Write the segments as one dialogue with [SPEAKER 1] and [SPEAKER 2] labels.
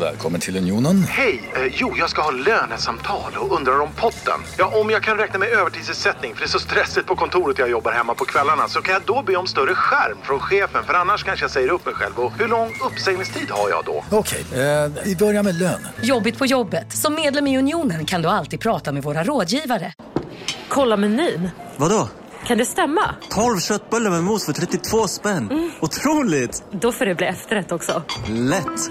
[SPEAKER 1] Välkommen till Unionen.
[SPEAKER 2] Hej! Eh, jo, jag ska ha lönesamtal och undrar om potten. Ja, om jag kan räkna med övertidsersättning för det är så stressigt på kontoret jag jobbar hemma på kvällarna så kan jag då be om större skärm från chefen för annars kanske jag säger upp mig själv. Och hur lång uppsägningstid har jag då?
[SPEAKER 1] Okej, eh, vi börjar med lön.
[SPEAKER 3] Jobbigt på jobbet. Som medlem i Unionen kan du alltid prata med våra rådgivare.
[SPEAKER 4] Kolla menyn.
[SPEAKER 5] Vadå?
[SPEAKER 4] Kan det stämma?
[SPEAKER 5] 12 köttbullar med mos för 32 spänn.
[SPEAKER 6] Mm.
[SPEAKER 5] Otroligt!
[SPEAKER 4] Då får det bli efterrätt också.
[SPEAKER 5] Lätt!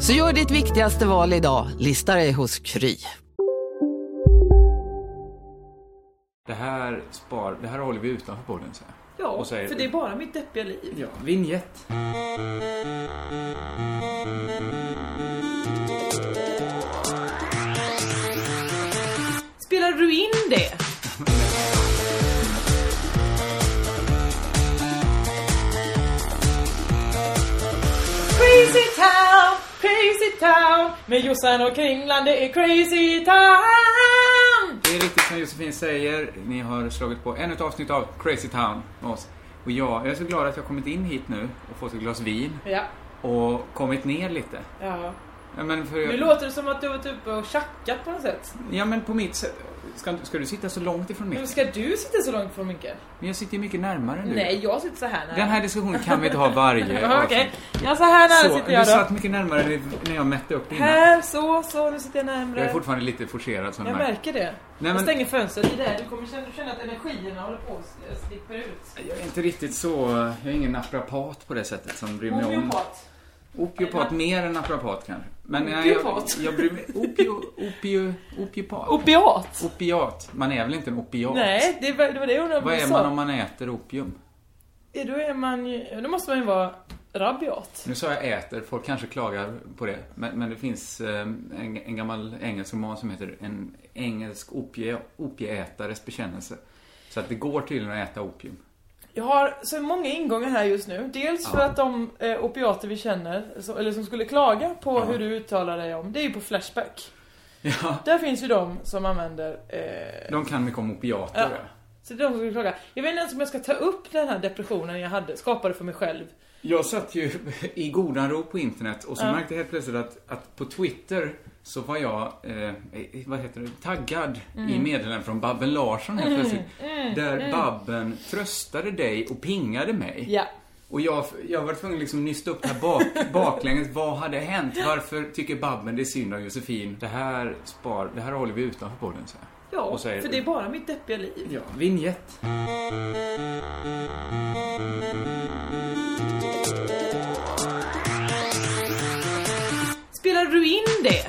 [SPEAKER 7] Så gör ditt viktigaste val idag, listar dig hos Kry.
[SPEAKER 8] Det här, spar, det här håller vi utanför podden så här.
[SPEAKER 9] Ja,
[SPEAKER 8] Och så är
[SPEAKER 9] för
[SPEAKER 8] det-
[SPEAKER 9] det är bara mitt deppiga liv.
[SPEAKER 8] Ja, vignett.
[SPEAKER 9] Spelar du in det? Crazy town, crazy town Med Jossan och Kringland, det är crazy town!
[SPEAKER 8] Det är riktigt som Josefin säger. Ni har slagit på ännu ett avsnitt av Crazy Town med oss. Och jag, jag är så glad att jag kommit in hit nu och fått ett glas vin
[SPEAKER 9] Ja,
[SPEAKER 8] och kommit ner lite.
[SPEAKER 9] ja.
[SPEAKER 8] Ja, men, för
[SPEAKER 9] Nu låter det som att du har varit uppe och tjackat på något sätt.
[SPEAKER 8] ja, men på mitt sätt. Ska, ska du sitta så långt ifrån
[SPEAKER 9] Men
[SPEAKER 8] mitt?
[SPEAKER 9] ska du sitta så långt från mycket?
[SPEAKER 8] Men jag sitter ju mycket närmare nu.
[SPEAKER 9] Nej, jag sitter så här nära.
[SPEAKER 8] Den här diskussionen kan vi inte ha varje
[SPEAKER 9] Okej,
[SPEAKER 8] avsnitt.
[SPEAKER 9] ja så här nära
[SPEAKER 8] Så,
[SPEAKER 9] sitter
[SPEAKER 8] du
[SPEAKER 9] jag då.
[SPEAKER 8] satt mycket närmare när- när jag mätte upp innan.
[SPEAKER 9] Här, så, så, nu sitter jag närmare.
[SPEAKER 8] Jag är fortfarande lite forcerad som du
[SPEAKER 9] Jag
[SPEAKER 8] märker.
[SPEAKER 9] märker det.
[SPEAKER 8] Nej,
[SPEAKER 9] Jag
[SPEAKER 8] men-
[SPEAKER 9] stänger fönstret i det här. Du kommer känna, känna att energierna håller på att eh, slipper ut.
[SPEAKER 8] Jag är inte riktigt så... Jag är ingen naprapat på det sättet som bryr mig om...
[SPEAKER 9] Homeopat.
[SPEAKER 8] Opiopat mer än naprapat kanske. Men jag, jag,
[SPEAKER 9] Opiopat.
[SPEAKER 8] jag bryr mig... Opio... Opio... Opiopat?
[SPEAKER 9] Opiat.
[SPEAKER 8] Opiat. Man är väl inte en opiat?
[SPEAKER 9] Nej, det var det, var det hon
[SPEAKER 8] Vad är
[SPEAKER 9] sa.
[SPEAKER 8] man om man äter opium?
[SPEAKER 9] Ja, Då är man ju... Då måste man ju vara rabiat.
[SPEAKER 8] Nu sa jag äter, folk kanske klagar på det. Men, men det finns eh, en, en gammal engelsk roman som heter En engelsk opie, opieätares bekännelse. Så att det går tydligen att äta opium.
[SPEAKER 9] Jag har så många ingångar här just nu. Dels för att de eh, opiater vi känner, som, eller som skulle klaga på hur du uttalar dig om, det är ju på Flashback.
[SPEAKER 8] Ja,
[SPEAKER 9] Där finns ju de som använder eh,
[SPEAKER 8] de kan mycket om opiater.
[SPEAKER 9] Ja.
[SPEAKER 8] ja.
[SPEAKER 9] Så det är de som skulle fråga. Jag vet inte ens om jag ska ta upp den här depressionen jag hade, skapade för mig själv.
[SPEAKER 8] Jag satt ju i godan ro på internet och så märkte jag helt plötsligt att, att på Twitter så var jag, eh, vad heter det, taggad
[SPEAKER 9] Mm.
[SPEAKER 8] i meddelanden från Babben Larsson helt plötsligt. där Babben tröstade dig och pingade mig.
[SPEAKER 9] Ja.
[SPEAKER 8] Och jag, jag var tvungen att liksom nysta upp det här bak, baklänges. Vad hade hänt? Varför tycker Babben det är synd om Josefin? Det här spar, det här håller vi utanför podden så här.
[SPEAKER 9] Ja,
[SPEAKER 8] Och så är-
[SPEAKER 9] för det är bara mitt deppiga liv.
[SPEAKER 8] Ja, vignett.
[SPEAKER 9] Spelar du in det?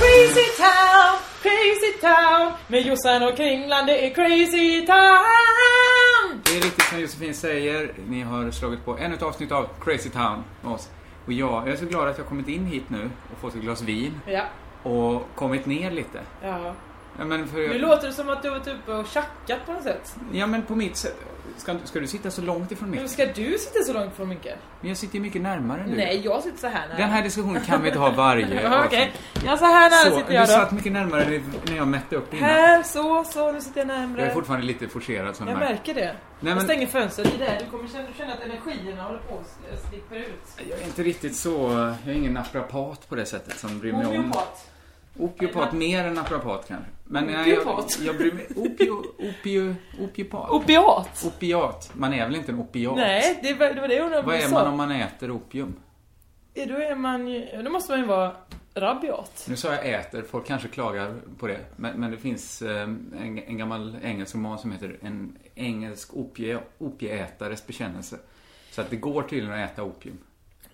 [SPEAKER 9] Crazy town, crazy town Med Jossan och Kringland, det är crazy town!
[SPEAKER 8] Det är riktigt som Josefin säger. Ni har slagit på ännu ett avsnitt av Crazy Town med oss. Och jag, jag är så glad att jag kommit in hit nu och fått ett glas vin
[SPEAKER 9] Ja,
[SPEAKER 8] och kommit ner lite.
[SPEAKER 9] ja.
[SPEAKER 8] Ja, men, för
[SPEAKER 9] Nu låter det som att du har varit uppe och tjackat på något sätt.
[SPEAKER 8] ja, men på mitt sätt. Ska, ska du sitta så långt ifrån
[SPEAKER 9] Men
[SPEAKER 8] mitt?
[SPEAKER 9] ska du sitta så långt från mycket?
[SPEAKER 8] Men jag sitter ju mycket närmare nu.
[SPEAKER 9] Nej, jag sitter så här nära.
[SPEAKER 8] Den här diskussionen kan vi inte ha varje
[SPEAKER 9] Ja, Okej,
[SPEAKER 8] avsnitt.
[SPEAKER 9] ja, så här nära
[SPEAKER 8] Så,
[SPEAKER 9] sitter
[SPEAKER 8] du
[SPEAKER 9] jag då.
[SPEAKER 8] satt mycket närmare när- när jag mätte upp det innan.
[SPEAKER 9] Här, så, så, nu sitter jag närmre.
[SPEAKER 8] Jag är fortfarande lite forcerad som
[SPEAKER 9] Jag
[SPEAKER 8] märker.
[SPEAKER 9] märker det.
[SPEAKER 8] men-
[SPEAKER 9] Jag stänger fönstret i det här. Du kommer känna, du känner att energierna håller på att slipper ut.
[SPEAKER 8] Jag är inte riktigt så... Jag är ingen naprapat på det sättet som bryr mig om...
[SPEAKER 9] Homeopat.
[SPEAKER 8] Opiopat mer än naprapat kanske. Men jag, jag,
[SPEAKER 9] Opiopat.
[SPEAKER 8] jag bryr mig... Opio... Opio... Opiopat?
[SPEAKER 9] Opiat.
[SPEAKER 8] Opiat. Man är väl inte en opiat?
[SPEAKER 9] Nej, det var det, var det hon
[SPEAKER 8] Vad är
[SPEAKER 9] sa.
[SPEAKER 8] man om man äter opium?
[SPEAKER 9] Ja, Då är man ju, då måste man ju vara rabiat.
[SPEAKER 8] Nu sa jag äter, folk kanske klagar på det. Men, men det finns eh, en, en gammal engelsk roman som heter En engelsk opie, opieätares bekännelse. Så att det går tydligen att äta opium.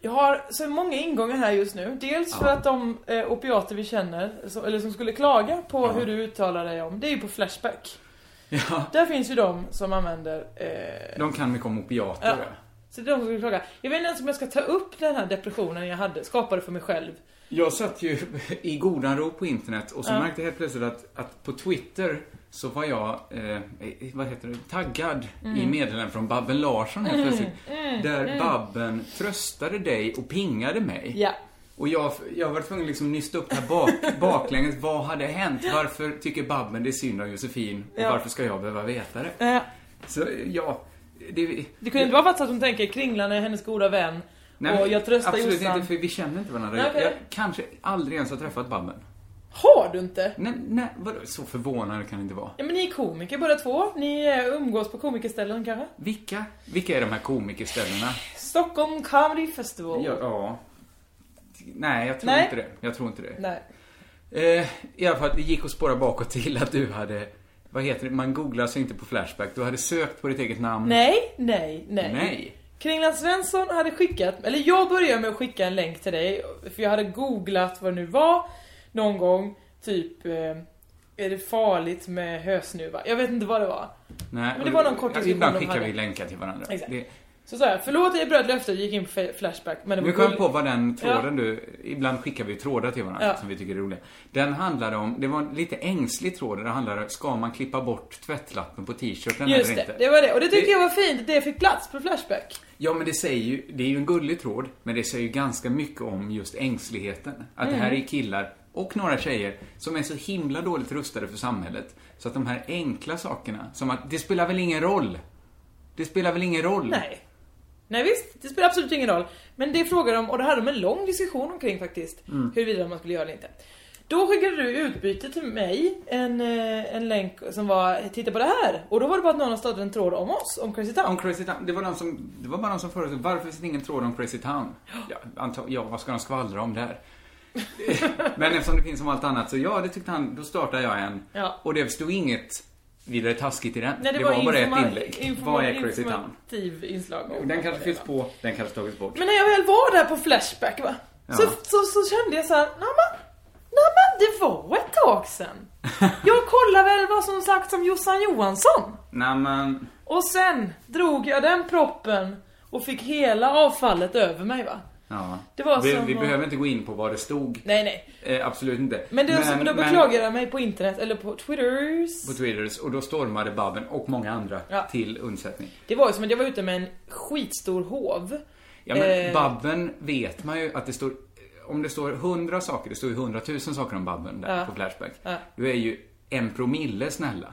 [SPEAKER 9] Jag har så många ingångar här just nu. Dels för att de eh, opiater vi känner, så, eller som skulle klaga på hur du uttalar dig om, det är ju på Flashback.
[SPEAKER 8] Ja,
[SPEAKER 9] Där finns ju de som använder eh,
[SPEAKER 8] de kan mycket om opiater.
[SPEAKER 9] Ja.
[SPEAKER 8] ja.
[SPEAKER 9] Så det är de som skulle klaga. Jag vet inte ens om jag ska ta upp den här depressionen jag hade, skapade för mig själv.
[SPEAKER 8] Jag satt ju i godan ro på internet och så märkte jag helt plötsligt att, att på Twitter så var jag, eh, vad heter det, taggad
[SPEAKER 9] Mm.
[SPEAKER 8] i meddelanden från Babben Larsson helt plötsligt. där Babben tröstade dig och pingade mig.
[SPEAKER 9] Ja.
[SPEAKER 8] Och jag, jag var tvungen att liksom nysta upp det här bak, baklänges. Vad hade hänt? Varför tycker Babben det är synd om Josefin? Och
[SPEAKER 9] Ja.
[SPEAKER 8] varför ska jag behöva veta det?
[SPEAKER 9] Eh,
[SPEAKER 8] Så ja, det...
[SPEAKER 9] Det kunde inte vara varit så att hon tänker Kringlan är hennes goda vän och jag tröstar
[SPEAKER 8] Absolut
[SPEAKER 9] Jossan.
[SPEAKER 8] inte, för vi känner inte varandra.
[SPEAKER 9] Nej, okej.
[SPEAKER 8] Jag kanske aldrig ens har träffat Babben.
[SPEAKER 9] Har du inte?
[SPEAKER 8] Nej, nej, vadå? Så förvånande kan det inte vara.
[SPEAKER 9] Ja men ni är komiker båda två. Ni eh, umgås på komikerställen kanske?
[SPEAKER 8] Vilka? Vilka är de här komikerställena?
[SPEAKER 9] Stockholm Comedy Festival.
[SPEAKER 8] Ja, ja. Nej, jag tror
[SPEAKER 9] Nej.
[SPEAKER 8] inte det. Jag tror inte det.
[SPEAKER 9] Nej.
[SPEAKER 8] Eh, I alla fall, det gick att spåra bakåt till att du hade... Vad heter det? Man googlar sig inte på Flashback. Du hade sökt på ditt eget namn.
[SPEAKER 9] Nej, nej, nej.
[SPEAKER 8] Nej.
[SPEAKER 9] Kringland Svensson hade skickat, eller jag började med att skicka en länk till dig, för jag hade googlat vad det nu var någon gång, typ eh, är det farligt med hösnuva? Jag vet inte vad det var.
[SPEAKER 8] Nej.
[SPEAKER 9] det
[SPEAKER 8] och
[SPEAKER 9] var någon kort
[SPEAKER 8] alltså,
[SPEAKER 9] diskussion
[SPEAKER 8] Ibland
[SPEAKER 9] de
[SPEAKER 8] skickar
[SPEAKER 9] hade.
[SPEAKER 8] vi länkar till varandra.
[SPEAKER 9] Exakt.
[SPEAKER 8] Det,
[SPEAKER 9] Så sa jag, förlåt jag bröt löftet och gick in på fe- Flashback, men det
[SPEAKER 8] nu
[SPEAKER 9] var
[SPEAKER 8] kom jag
[SPEAKER 9] gull-
[SPEAKER 8] på vad den tråden
[SPEAKER 9] Ja.
[SPEAKER 8] du... Ibland skickar vi trådar till varandra
[SPEAKER 9] Ja.
[SPEAKER 8] som vi tycker är roliga. Den handlade om... Det var en lite ängslig tråd. där Det handlade om, ska man klippa bort tvättlappen på t-shirten eller
[SPEAKER 9] Just
[SPEAKER 8] inte?
[SPEAKER 9] det, det var det. Och det tyckte
[SPEAKER 8] Det-
[SPEAKER 9] jag var fint, att det fick plats på Flashback.
[SPEAKER 8] Ja, men det säger ju, det är ju en gullig tråd, men det säger ju ganska mycket om just ängsligheten. Att det
[SPEAKER 9] Mm.
[SPEAKER 8] här är killar och några tjejer som är så himla dåligt rustade för samhället. Så att de här enkla sakerna, som att det spelar väl ingen roll? Det spelar väl ingen roll?
[SPEAKER 9] Nej. Nej visst, det spelar absolut ingen roll. Men det frågade de, och det hade de en lång diskussion omkring faktiskt.
[SPEAKER 8] Mm.
[SPEAKER 9] Huruvida man skulle göra eller inte. Då skickade du i utbyte till mig en, eh, en länk som var Titta på det här! Och då var det bara att någon har startat en tråd om oss, om Crazy Town.
[SPEAKER 8] Om Crazy Town, det var, någon som, det var bara någon som föreslog, varför finns det ingen tråd om Crazy Town? Ja, anta, ja vad ska de skvallra om där? men eftersom det finns om allt annat så ja, det tyckte han, då startade jag en.
[SPEAKER 9] Ja.
[SPEAKER 8] Och det stod inget vidare taskigt i den.
[SPEAKER 9] Nej,
[SPEAKER 8] det var, bara
[SPEAKER 9] informa-
[SPEAKER 8] ett inlägg.
[SPEAKER 9] informa-
[SPEAKER 8] Vad är Crazy Town?
[SPEAKER 9] informativ inslag. om
[SPEAKER 8] Och Den kanske
[SPEAKER 9] det
[SPEAKER 8] fylls
[SPEAKER 9] var.
[SPEAKER 8] på, den kanske tagits bort.
[SPEAKER 9] Men när jag väl var där på Flashback va? Så,
[SPEAKER 8] Ja.
[SPEAKER 9] så, så kände jag så här, "Namma, namma, det var ett tag sedan. Jag kollar väl vad som sagt om Jossan Johansson.
[SPEAKER 8] Nej men,
[SPEAKER 9] Och sen drog jag den proppen och fick hela avfallet över mig va?
[SPEAKER 8] ja.
[SPEAKER 9] Det var
[SPEAKER 8] vi,
[SPEAKER 9] som
[SPEAKER 8] vi
[SPEAKER 9] att-
[SPEAKER 8] behöver inte gå in på vad det stod.
[SPEAKER 9] Nej nej.
[SPEAKER 8] Eh, absolut inte.
[SPEAKER 9] Men, det, men, då beklagade jag mig på internet, eller på twitters.
[SPEAKER 8] På Twitters, och då stormade Babben och många andra
[SPEAKER 9] Ja.
[SPEAKER 8] till undsättning.
[SPEAKER 9] Det var ju som att jag var ute med en skitstor hov.
[SPEAKER 8] Ja men
[SPEAKER 9] Eh.
[SPEAKER 8] Babben vet man ju att det står, om det står hundra saker, det står ju hundratusen saker om Babben där
[SPEAKER 9] Ja.
[SPEAKER 8] på Flashback.
[SPEAKER 9] Ja.
[SPEAKER 8] Du är ju en promille snälla.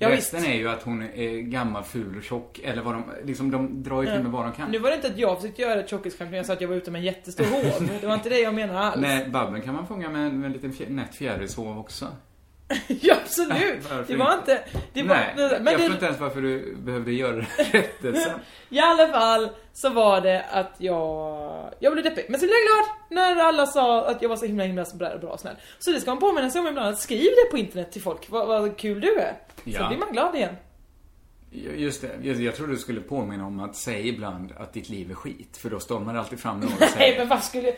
[SPEAKER 9] Ja,
[SPEAKER 8] Resten
[SPEAKER 9] visst.
[SPEAKER 8] är ju att hon är gammal, ful och tjock, eller vad de, liksom de drar ju filmen vad de kan.
[SPEAKER 9] Nu var det inte att jag försökte göra ett tjockisskämt när jag sa att jag var ute med en jättestor hov. Det var inte det jag menade alls.
[SPEAKER 8] Nej, Babben kan man fånga med, en- med en liten fjär, nätt fjärilshov också.
[SPEAKER 9] Ja, absolut.
[SPEAKER 8] Varför
[SPEAKER 9] Det var inte... Det var,
[SPEAKER 8] Nej,
[SPEAKER 9] men
[SPEAKER 8] jag
[SPEAKER 9] det,
[SPEAKER 8] förstår inte ens varför du behövde göra rättelsen.
[SPEAKER 9] I alla fall så var det att jag... Jag blev deppig. Men så blev jag glad när alla sa att jag var så himla himla så bra bra och snäll. Så det ska man påminna sig om ibland. Att skriv det på internet till folk. Vad, vad kul du är. Så
[SPEAKER 8] Ja.
[SPEAKER 9] blir man glad igen.
[SPEAKER 8] Just det, jag, jag trodde du skulle påminna om att säga ibland att ditt liv är skit, för då stormar det alltid fram någon och
[SPEAKER 9] Nej
[SPEAKER 8] säger
[SPEAKER 9] men vad skulle...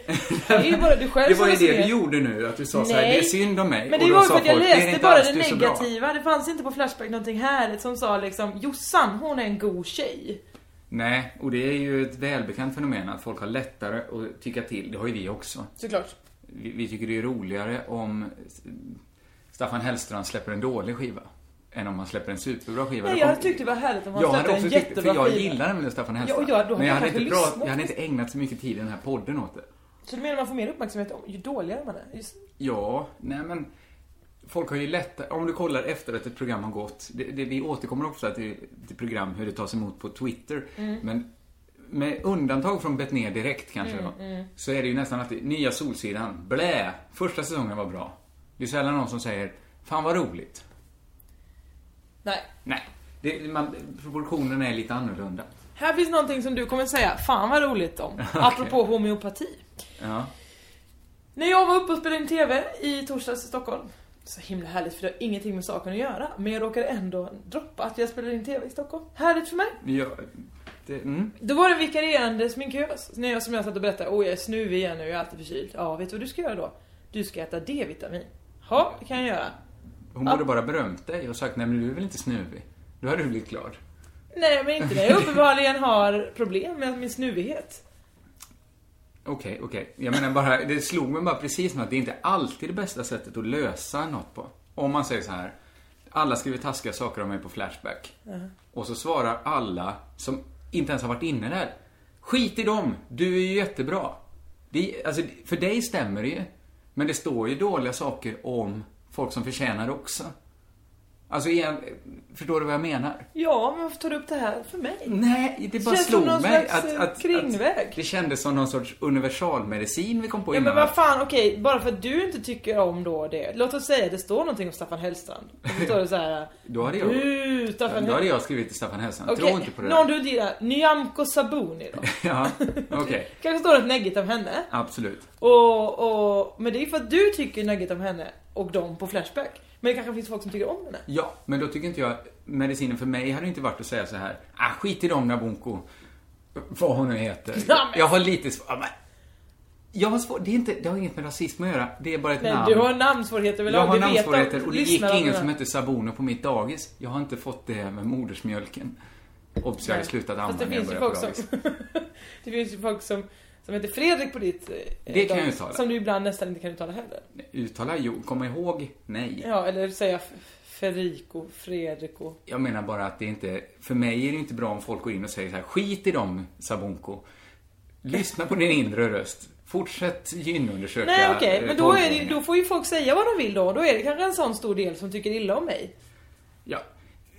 [SPEAKER 9] Det är ju bara du själv
[SPEAKER 8] det var
[SPEAKER 9] som
[SPEAKER 8] ju
[SPEAKER 9] är så
[SPEAKER 8] det
[SPEAKER 9] det.
[SPEAKER 8] du gjorde nu, att du sa såhär,
[SPEAKER 9] Nej.
[SPEAKER 8] det är synd om mig.
[SPEAKER 9] Men
[SPEAKER 8] och
[SPEAKER 9] det
[SPEAKER 8] då
[SPEAKER 9] var ju
[SPEAKER 8] sa
[SPEAKER 9] för att jag
[SPEAKER 8] folk,
[SPEAKER 9] läste
[SPEAKER 8] är inte
[SPEAKER 9] bara
[SPEAKER 8] alls
[SPEAKER 9] det
[SPEAKER 8] du så bra?
[SPEAKER 9] negativa. Det fanns inte på Flashback någonting härligt som sa liksom Jossan, hon är en god tjej.
[SPEAKER 8] Nej, och det är ju ett välbekant fenomen att folk har lättare att tycka till. Det har ju vi också.
[SPEAKER 9] Såklart.
[SPEAKER 8] Vi, vi tycker det är roligare om Staffan Hellstrand släpper en dålig skiva, än om han släpper en superbra skiva.
[SPEAKER 9] Nej
[SPEAKER 8] Då
[SPEAKER 9] jag
[SPEAKER 8] kommer-
[SPEAKER 9] tyckte det var härligt om han
[SPEAKER 8] Jag
[SPEAKER 9] släppte
[SPEAKER 8] hade
[SPEAKER 9] en
[SPEAKER 8] också tyckt, för
[SPEAKER 9] jättebra
[SPEAKER 8] jag
[SPEAKER 9] skiva.
[SPEAKER 8] gillar nämligen Staffan Hellstrand.
[SPEAKER 9] Ja, ja, då hade
[SPEAKER 8] men jag
[SPEAKER 9] jag
[SPEAKER 8] hade,
[SPEAKER 9] kanske
[SPEAKER 8] inte bra,
[SPEAKER 9] lyssnat.
[SPEAKER 8] jag hade inte ägnat så mycket tid i den här podden åt det.
[SPEAKER 9] Så du menar man får mer uppmärksamhet om ju dåligare man är? Just...
[SPEAKER 8] Ja, nej men... Folk har ju lättare, om du kollar efter att ett program har gått, det, det, vi återkommer ofta till, till program hur det tas emot på Twitter, men med undantag från Betnér Direkt kanske då, så är det ju nästan alltid nya Solsidan, blä, första säsongen var bra. Det är sällan någon som säger, fan vad roligt.
[SPEAKER 9] Nej.
[SPEAKER 8] Nej, det, man, proportionerna är lite annorlunda.
[SPEAKER 9] Här finns någonting som du kommer säga, fan vad roligt om. Apropå homeopati.
[SPEAKER 8] Ja.
[SPEAKER 9] När jag var uppe och spelade in TV i torsdags i Stockholm. Så himla härligt för det har ingenting med saken att göra. Men jag råkade ändå droppa att jag spelade in TV i Stockholm. Härligt för mig.
[SPEAKER 8] Ja, det, mm.
[SPEAKER 9] Då var det vikarierande sminkös när jag, som jag satt och berättade. Åh jag är snuvig igen nu, jag är alltid förkyld. Ja, vet du vad du ska göra då? Du ska äta D-vitamin. Ja, det kan jag göra.
[SPEAKER 8] Hon borde bara berömt dig och sagt, nej men du är väl inte snuvig? Då hade du blivit glad.
[SPEAKER 9] Nej men inte det. Jag uppenbarligen har problem med min snuvighet.
[SPEAKER 8] Okej, okej. Jag menar bara, det slog mig bara precis med att det inte alltid är det bästa sättet att lösa något på. Om man säger så här, alla skriver taskiga saker om mig på Flashback. Och så svarar alla som inte ens har varit inne där, skit i dem, du är ju jättebra. Det, alltså, för dig stämmer det ju. Men det står ju dåliga saker om folk som förtjänar det också. Alltså, igen, förstår du vad jag menar?
[SPEAKER 9] Ja, men varför tar du upp det här för mig?
[SPEAKER 8] Nej, det bara
[SPEAKER 9] Känns
[SPEAKER 8] slog
[SPEAKER 9] som någon
[SPEAKER 8] mig
[SPEAKER 9] slags, eh, kringväg.
[SPEAKER 8] det kändes som någon sorts universalmedicin vi kom på
[SPEAKER 9] Ja men
[SPEAKER 8] innan.
[SPEAKER 9] vad fan, okej, bara för att du inte tycker om då det. Låt oss säga att det står någonting om Staffan Hellstrand. Och så står det så här.
[SPEAKER 8] Då hade jag,
[SPEAKER 9] Du, Staffan
[SPEAKER 8] då hade
[SPEAKER 9] Hellstrand.
[SPEAKER 8] jag skrivit till Staffan Hellstrand.
[SPEAKER 9] Okej,
[SPEAKER 8] Tro inte på det
[SPEAKER 9] någon
[SPEAKER 8] där.
[SPEAKER 9] du inte gillar. Nyamko Sabuni då.
[SPEAKER 8] Ja, okej.
[SPEAKER 9] Kanske står det ett nugget om henne.
[SPEAKER 8] Absolut.
[SPEAKER 9] Och, och, men det är för att du tycker nugget om henne och dem på Flashback. Men det kanske finns folk som tycker om henne.
[SPEAKER 8] Ja, men då tycker inte jag... Medicinen för mig hade inte varit att säga så här. Ah, skit i dem Nabunko. Vad hon nu heter.
[SPEAKER 9] Ja, men-
[SPEAKER 8] Jag har lite svårt... Jag har svårt... Det, är inte, det har inget med rasism att göra. Det är bara ett
[SPEAKER 9] Nej,
[SPEAKER 8] namn.
[SPEAKER 9] du har namnsvårigheter väl?
[SPEAKER 8] jag
[SPEAKER 9] Ja,
[SPEAKER 8] har
[SPEAKER 9] det vet
[SPEAKER 8] namnsvårigheter
[SPEAKER 9] de-
[SPEAKER 8] och det
[SPEAKER 9] lyssnarna
[SPEAKER 8] gick ingen
[SPEAKER 9] då.
[SPEAKER 8] som hette Sabono på mitt dagis. Jag har inte fått det med modersmjölken. Obs, jag hade slutat
[SPEAKER 9] Fast
[SPEAKER 8] använda
[SPEAKER 9] det
[SPEAKER 8] när jag
[SPEAKER 9] finns ju
[SPEAKER 8] började
[SPEAKER 9] folk
[SPEAKER 8] på
[SPEAKER 9] som...
[SPEAKER 8] dagis.
[SPEAKER 9] det finns ju folk som, som heter Fredrik på ditt... eh,
[SPEAKER 8] Det kan jag
[SPEAKER 9] dagis,
[SPEAKER 8] uttala.
[SPEAKER 9] Som du ibland nästan inte kan uttala heller.
[SPEAKER 8] Uttala jo, komma ihåg, nej.
[SPEAKER 9] Ja, eller säga F- Federico, Fredrico.
[SPEAKER 8] Jag menar bara att det inte, för mig är det inte bra om folk går in och säger så här, skit i dem Sabunko. Lyssna på din inre röst. Fortsätt gynundersöka
[SPEAKER 9] Nej okej,
[SPEAKER 8] eh,
[SPEAKER 9] men då, är det, ju-
[SPEAKER 8] tolvåringar.
[SPEAKER 9] då får ju folk säga vad de vill då. Då är det kanske en sån stor del som tycker illa om mig.
[SPEAKER 8] Ja.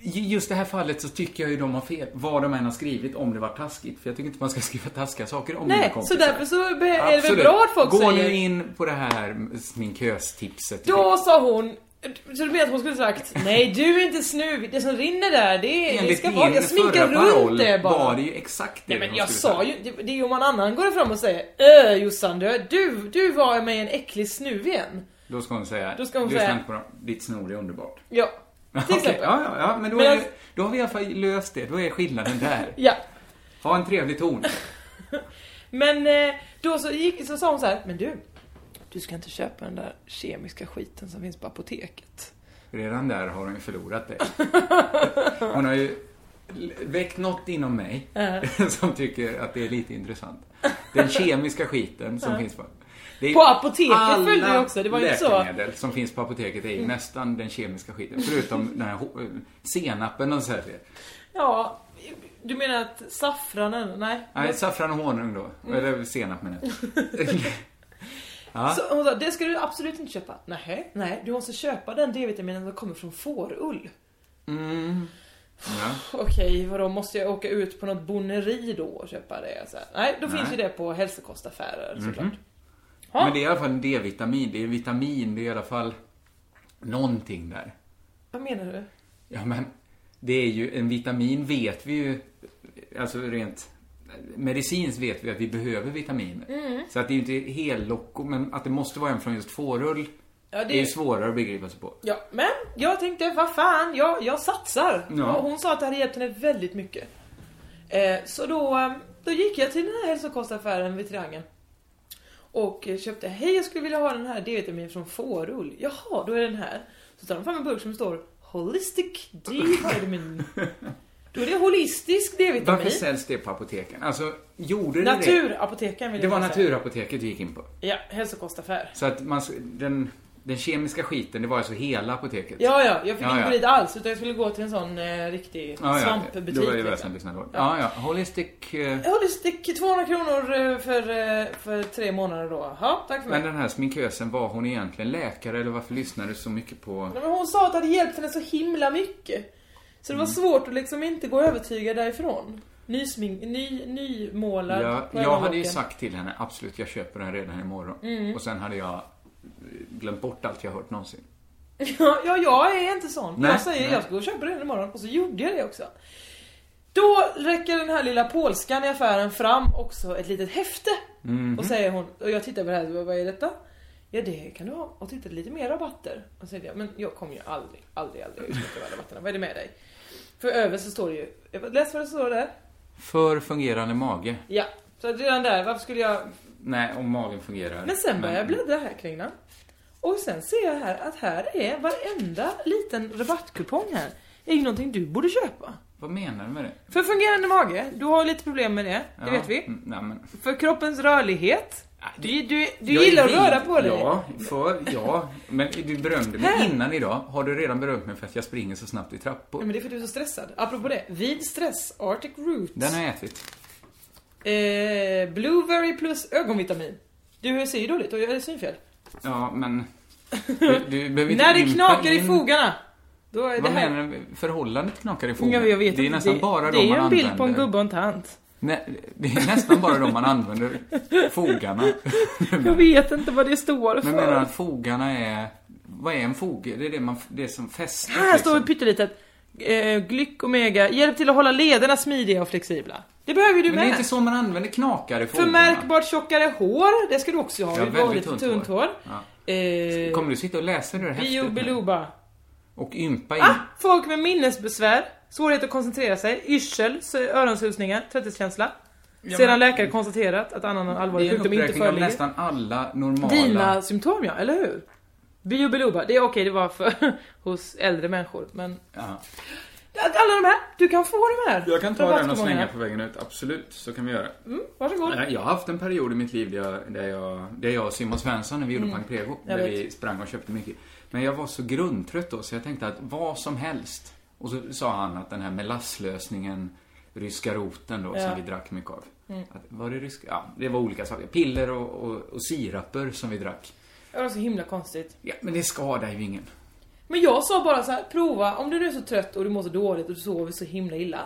[SPEAKER 8] I just det här fallet så tycker jag ju de har fel, vad de än har skrivit, om det var taskigt. För jag tycker inte man ska skriva taskiga saker om mina
[SPEAKER 9] Nej, så
[SPEAKER 8] kompisar.
[SPEAKER 9] därför så be- är det väl
[SPEAKER 8] Absolut.
[SPEAKER 9] bra att folk
[SPEAKER 8] Gå
[SPEAKER 9] säger...
[SPEAKER 8] nu in på det här sminköstipset.
[SPEAKER 9] Då sa hon... Så du menar att hon skulle sagt Nej du är inte snuvig, det som rinner där det, är- det ska vara... Jag sminkar runt det bara.
[SPEAKER 8] var det ju exakt det
[SPEAKER 9] Nej men
[SPEAKER 8] de
[SPEAKER 9] jag
[SPEAKER 8] skulle
[SPEAKER 9] sa
[SPEAKER 8] säga.
[SPEAKER 9] ju, det, det är ju om någon annan går fram och säger Öh Jossan du, du, du var med en äcklig snuv igen.
[SPEAKER 8] Då ska hon säga,
[SPEAKER 9] Då ska hon
[SPEAKER 8] lyssna
[SPEAKER 9] säga-
[SPEAKER 8] inte på dem, ditt snor är underbart.
[SPEAKER 9] Ja, till
[SPEAKER 8] Okej,
[SPEAKER 9] exempel.
[SPEAKER 8] Ja, ja, ja, men då,
[SPEAKER 9] Men
[SPEAKER 8] är,
[SPEAKER 9] jag-
[SPEAKER 8] då har vi i alla fall löst det. Då är skillnaden där.
[SPEAKER 9] Ja.
[SPEAKER 8] Ha en trevlig ton.
[SPEAKER 9] Men eh, då så, gick, så sa hon så här, men du. Du ska inte köpa den där kemiska skiten som finns på apoteket.
[SPEAKER 8] Redan där har hon ju förlorat dig. Hon har ju l- väckt något inom mig
[SPEAKER 9] Uh-huh.
[SPEAKER 8] som tycker att det är lite intressant. Den kemiska skiten som finns på... Det är
[SPEAKER 9] Uh-huh. På apoteket
[SPEAKER 8] alla
[SPEAKER 9] följde ju också, det var ju inte så. Mm.
[SPEAKER 8] läkemedel som finns på apoteket är ju nästan den kemiska skiten. Förutom den här ho- eh, senapen och så här.
[SPEAKER 9] Ja, du menar att saffranen, nej.
[SPEAKER 8] Nej, saffran och honung då.
[SPEAKER 9] Mm.
[SPEAKER 8] Eller senap menar jag.
[SPEAKER 9] Så hon sa, det ska du absolut inte köpa. Nej, nej, du måste köpa den D-vitaminen som kommer från fårull.
[SPEAKER 8] Mm. Ja.
[SPEAKER 9] Okej, vadå måste jag åka ut på något bonneri då och köpa det? Så här, nej, då finns
[SPEAKER 8] Nej.
[SPEAKER 9] ju
[SPEAKER 8] Mhm.
[SPEAKER 9] det på hälsokostaffärer såklart. Ja.
[SPEAKER 8] Men det är i alla fall en D-vitamin. Det är vitamin, det är i alla fall någonting där.
[SPEAKER 9] Vad menar du?
[SPEAKER 8] Ja, men det är ju, en vitamin vet vi ju, alltså rent medicinskt vet vi att vi behöver vitaminer.
[SPEAKER 9] Mm.
[SPEAKER 8] Så att det är ju inte hellocko, men att det måste vara en från just fårull
[SPEAKER 9] Ja,
[SPEAKER 8] det är ju svårare att begripa sig på.
[SPEAKER 9] Ja, men jag tänkte, vad fan, jag, jag satsar.
[SPEAKER 8] Ja.
[SPEAKER 9] Och hon sa att det hade hjälpt henne väldigt mycket. Eh, så då, eh, då gick jag till den här hälsokostaffären vid Triangeln. Och eh, köpte, hej jag skulle vilja ha den här D-vitamin från Fårull. Jaha, då är den här. Så tar de fram en burk som står Holistic D-vitamin. då är det holistisk
[SPEAKER 8] Varför
[SPEAKER 9] D-vitamin.
[SPEAKER 8] säljs det på apoteken? Alltså, gjorde det
[SPEAKER 9] Naturatapoteken vill
[SPEAKER 8] det?
[SPEAKER 9] jag
[SPEAKER 8] Det var
[SPEAKER 9] bara säga.
[SPEAKER 8] naturapoteket du gick in på.
[SPEAKER 9] Ja, hälsokostaffär.
[SPEAKER 8] Så att man, den, den kemiska skiten, det var alltså hela apoteket.
[SPEAKER 9] Ja, ja, jag fick
[SPEAKER 8] Ja,
[SPEAKER 9] inte
[SPEAKER 8] ja.
[SPEAKER 9] gå dit alls utan jag skulle gå till en sån eh, riktig svampbutik.
[SPEAKER 8] Då var det ju
[SPEAKER 9] liksom.
[SPEAKER 8] väsentligt liksom. Ja, ja. Holistic... eh,
[SPEAKER 9] Ja, det stick 200 kronor eh, för, eh, för tre månader då. Ja, tack för mig.
[SPEAKER 8] Men den här sminkösen, var hon egentligen läkare eller varför lyssnade du så mycket på...
[SPEAKER 9] Nej, men hon sa att det hade hjälpt henne så himla mycket. Så det
[SPEAKER 8] Mm.
[SPEAKER 9] var svårt att liksom inte gå övertygad därifrån. Ny smink, ny, nymålad
[SPEAKER 8] Jag,
[SPEAKER 9] på
[SPEAKER 8] jag
[SPEAKER 9] ena
[SPEAKER 8] hade ju
[SPEAKER 9] locken.
[SPEAKER 8] sagt till henne, absolut jag köper den redan imorgon.
[SPEAKER 9] Mm.
[SPEAKER 8] Och sen hade jag eh, glömt bort allt jag hört någonsin.
[SPEAKER 9] Ja, ja, jag är inte sån.
[SPEAKER 8] Nej,
[SPEAKER 9] jag säger
[SPEAKER 8] nej.
[SPEAKER 9] jag ska gå och köpa den imorgon och så gjorde jag det också. Då räcker den här lilla polskan i affären fram också ett litet häfte.
[SPEAKER 8] Mhm.
[SPEAKER 9] Och säger hon, och jag tittar på det här, och bara, vad är detta? Ja det kan du ha och titta lite mer rabatter. Och säger jag, men jag kommer ju aldrig, aldrig, aldrig utnyttja de här rabatterna. Vad är det med dig? För över så står det ju, läs vad det står där.
[SPEAKER 8] För fungerande mage.
[SPEAKER 9] Ja, så att redan där, varför skulle jag
[SPEAKER 8] Nej, om magen fungerar.
[SPEAKER 9] men sen börjar jag bläddra här kring den. Och sen ser jag här att här är varenda liten rabattkupong här. är ju någonting du borde köpa.
[SPEAKER 8] Vad menar du med det?
[SPEAKER 9] För fungerande mage, du har lite problem med det, det
[SPEAKER 8] Ja,
[SPEAKER 9] vet vi.
[SPEAKER 8] mm, Nej, men,
[SPEAKER 9] För kroppens rörlighet. Du, du, du
[SPEAKER 8] Jag är
[SPEAKER 9] gillar att
[SPEAKER 8] vild.
[SPEAKER 9] röra på dig.
[SPEAKER 8] Ja, för, ja, men du berömde mig innan idag. Har du redan berömt mig för att jag springer så snabbt i
[SPEAKER 9] Nej,
[SPEAKER 8] trappor?
[SPEAKER 9] men det är för att du är så stressad. Apropå det, vid stress, Arctic Roots.
[SPEAKER 8] Den har jag ätit.
[SPEAKER 9] Eh, Blueberry plus ögonvitamin. Du ser ju dåligt och jag är synfel.
[SPEAKER 8] Ja, men... Du, du behöver inte
[SPEAKER 9] När det
[SPEAKER 8] limpa
[SPEAKER 9] knakar i
[SPEAKER 8] in-
[SPEAKER 9] fogarna. Då är det
[SPEAKER 8] Vad
[SPEAKER 9] här.
[SPEAKER 8] menar du? Förhållandet knakar i fogarna?
[SPEAKER 9] Ja, jag vet
[SPEAKER 8] det är
[SPEAKER 9] inte.
[SPEAKER 8] nästan
[SPEAKER 9] det,
[SPEAKER 8] bara
[SPEAKER 9] Det är
[SPEAKER 8] de
[SPEAKER 9] ju
[SPEAKER 8] man
[SPEAKER 9] en bild
[SPEAKER 8] använder.
[SPEAKER 9] på en gubbe och en tant.
[SPEAKER 8] Nej, det är nästan bara de man använder. Fogarna.
[SPEAKER 9] Jag vet inte vad det står för.
[SPEAKER 8] Men menar du att fogarna är... Vad är en foge? Det är det, man, det som liksom. fäster.
[SPEAKER 9] Här står det pyttelitet. Eh, glyck, omega, hjälp till att hålla lederna smidiga och flexibla. Det behöver ju du
[SPEAKER 8] Men det är
[SPEAKER 9] med.
[SPEAKER 8] inte så man använder knakar i fogarna.
[SPEAKER 9] Förmärkbart tjockare hår, det ska du också
[SPEAKER 8] Ja,
[SPEAKER 9] ha. Ja,
[SPEAKER 8] väldigt
[SPEAKER 9] väldigt tunt,
[SPEAKER 8] tunt
[SPEAKER 9] tunt
[SPEAKER 8] hår.
[SPEAKER 9] hår.
[SPEAKER 8] Ja.
[SPEAKER 9] Eh,
[SPEAKER 8] Kommer du sitta och läsa det här
[SPEAKER 9] bio
[SPEAKER 8] häftet nu?
[SPEAKER 9] biloba.
[SPEAKER 8] Och ympa in?
[SPEAKER 9] Ah, folk med minnesbesvär, svårighet att koncentrera sig, yrsel, s- öronsusningar, trötthetskänsla. Sedan läkare konstaterat att annan
[SPEAKER 8] det
[SPEAKER 9] allvarlig
[SPEAKER 8] är en
[SPEAKER 9] sjukdom inte
[SPEAKER 8] uppräkning av
[SPEAKER 9] föreligger.
[SPEAKER 8] nästan alla normala...
[SPEAKER 9] Dina symptom ja, eller hur? Bio biloba, det är okej, det var för hos äldre människor, men...
[SPEAKER 8] Ja.
[SPEAKER 9] Att Alla de här, du kan få de här.
[SPEAKER 8] Jag kan ta den och
[SPEAKER 9] rabattkupongerna.
[SPEAKER 8] slänga på vägen ut, absolut. Så kan vi göra.
[SPEAKER 9] Mm, Varsågod.
[SPEAKER 8] Nej, Jag har haft en period i mitt liv där jag, där jag, där jag och Simon Svensson, när vi gjorde Pang Prego, där
[SPEAKER 9] jag vet.
[SPEAKER 8] vi sprang och köpte mycket. Men jag var så grundtrött då, så jag tänkte att vad som helst. Och så sa han att den här melasslösningen, ryska roten då, som vi drack mycket av. Att, var det ryska? Ja, det var olika saker. Piller och, och, och siraper som vi drack.
[SPEAKER 9] Det var så himla konstigt.
[SPEAKER 8] Ja, men det skadar ju ingen.
[SPEAKER 9] Men jag sa bara så här, prova, om du nu är så trött och du mår så dåligt och du sover så himla illa.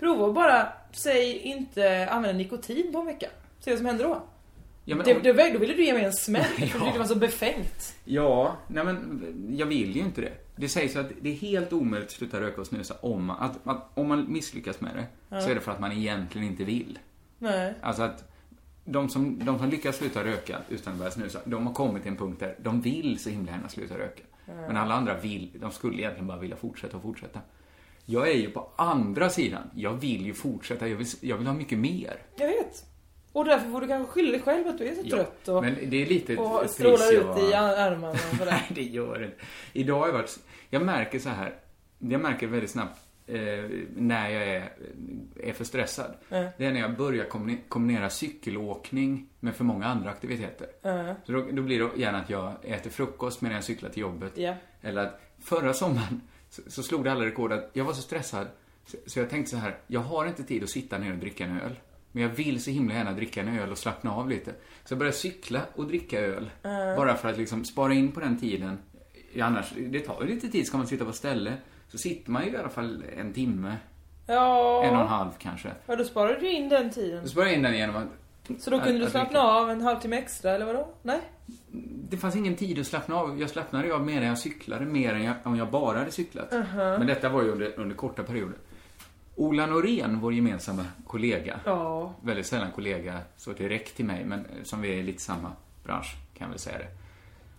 [SPEAKER 9] Prova och bara, säg inte använda nikotin på en vecka. Se vad som händer då.
[SPEAKER 8] Ja, men,
[SPEAKER 9] Det, det, var- då ville du ge mig en smäll, för du
[SPEAKER 8] Ja.
[SPEAKER 9] tyckte det var så befängt.
[SPEAKER 8] Ja, nej men jag vill ju inte det. Det sägs ju att det är helt omöjligt att sluta röka och snusa om man, att, att, om man misslyckas med det. Så är det för att man egentligen inte vill.
[SPEAKER 9] Nej.
[SPEAKER 8] Alltså att de som, de som lyckas sluta röka utan att börja snusa, de har kommit till en punkt där de vill så himla gärna sluta röka. Men alla andra vill, de skulle egentligen bara vilja fortsätta och fortsätta. Jag är ju på andra sidan. Jag vill ju fortsätta, jag vill, jag vill ha mycket mer.
[SPEAKER 9] Jag vet. Och därför får du kanske skylla dig själv att du är så
[SPEAKER 8] Ja,
[SPEAKER 9] trött och,
[SPEAKER 8] men det är lite ett- ett
[SPEAKER 9] och
[SPEAKER 8] pris
[SPEAKER 9] strålar
[SPEAKER 8] jag-
[SPEAKER 9] ut i ar- armarna och sådär.
[SPEAKER 8] Nej, det gör det inte. Idag har jag varit... Jag märker så här. Jag märker väldigt snabbt eh, när jag är, är för stressad. Det är när jag börjar kombine- kombinera cykelåkning med för många andra aktiviteter. Så då, då blir det gärna att jag äter frukost medan jag cyklar till jobbet.
[SPEAKER 9] Ja.
[SPEAKER 8] Eller att förra sommaren så, så slog det alla rekord att jag var så stressad så, så jag tänkte så här, jag har inte tid att sitta ner och dricka en öl. Men jag vill så himla gärna dricka en öl och slappna av lite. Så jag började cykla och dricka öl. Bara för att liksom spara in på den tiden. Ja, Annars, det tar ju lite tid, ska man sitta på ställe. Så sitter man ju i alla fall en timme, en och en
[SPEAKER 9] Ja.
[SPEAKER 8] halv kanske.
[SPEAKER 9] ja, då sparade du in den tiden.
[SPEAKER 8] Så spara in den genom att...
[SPEAKER 9] Så då kunde
[SPEAKER 8] att-
[SPEAKER 9] du
[SPEAKER 8] att
[SPEAKER 9] slappna
[SPEAKER 8] dricka.
[SPEAKER 9] av en halvtimme extra, eller vadå? Nej?
[SPEAKER 8] Det fanns ingen tid att slappna av. Jag slappnade ju av medan jag cyklade, mer än jag, om jag bara hade cyklat.
[SPEAKER 9] Uh-huh.
[SPEAKER 8] Men detta var ju under, under korta perioder. Ola Norén, vår gemensamma kollega.
[SPEAKER 9] Ja.
[SPEAKER 8] Väldigt sällan kollega så direkt till mig, men eh, som vi är i lite samma bransch, kan jag väl säga det.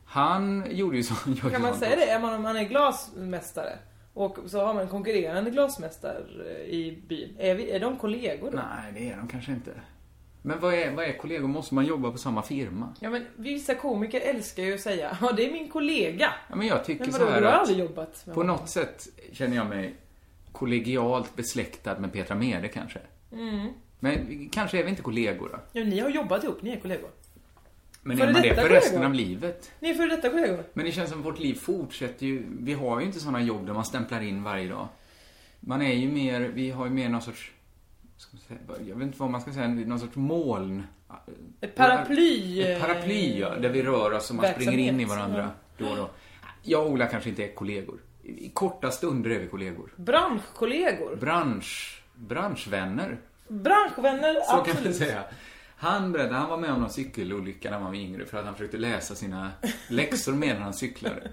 [SPEAKER 8] Han gjorde ju så. gjorde
[SPEAKER 9] Kan man
[SPEAKER 8] sånt
[SPEAKER 9] säga
[SPEAKER 8] också.
[SPEAKER 9] det? Är man, om man är glasmästare och så har man en konkurrerande glasmästare eh, i byn. Är, vi, är de kollegor då?
[SPEAKER 8] Nej, det är de kanske inte. Men vad är, vad är kollegor? Måste man jobba på samma firma?
[SPEAKER 9] Ja men vissa komiker älskar ju att säga Ja det är min kollega.
[SPEAKER 8] Ja, men jag tycker
[SPEAKER 9] Men
[SPEAKER 8] så
[SPEAKER 9] vadå,
[SPEAKER 8] här
[SPEAKER 9] du har
[SPEAKER 8] att...
[SPEAKER 9] aldrig jobbat med
[SPEAKER 8] På
[SPEAKER 9] honom.
[SPEAKER 8] något sätt känner jag mig kollegialt besläktad med Petra Mede kanske.
[SPEAKER 9] Mm.
[SPEAKER 8] Men kanske är vi inte kollegor då.
[SPEAKER 9] Ja, ni har jobbat ihop, ni är kollegor.
[SPEAKER 8] Men
[SPEAKER 9] Före
[SPEAKER 8] är man det
[SPEAKER 9] detta
[SPEAKER 8] för resten
[SPEAKER 9] kollegor?
[SPEAKER 8] av livet?
[SPEAKER 9] Ni är före detta kollegor.
[SPEAKER 8] Men det känns som vårt liv fortsätter ju. Vi har ju inte sådana jobb där man stämplar in varje dag. Man är ju mer, vi har ju mer någon sorts, ska man säga, jag vet inte vad man ska säga, någon sorts moln.
[SPEAKER 9] Ett paraply.
[SPEAKER 8] Ett paraply, ja, där vi rör oss och man
[SPEAKER 9] verksamhet.
[SPEAKER 8] springer in i varandra då och då. Jag och Ola kanske inte är kollegor. I i korta stunder är vi kollegor.
[SPEAKER 9] Branschkollegor.
[SPEAKER 8] bransch, branschvänner.
[SPEAKER 9] Branschvänner,
[SPEAKER 8] Så kan man
[SPEAKER 9] absolut.
[SPEAKER 8] säga. Han berättade, han var med om någon cykelolycka när han var yngre för att han försökte läsa sina läxor medan han cyklade.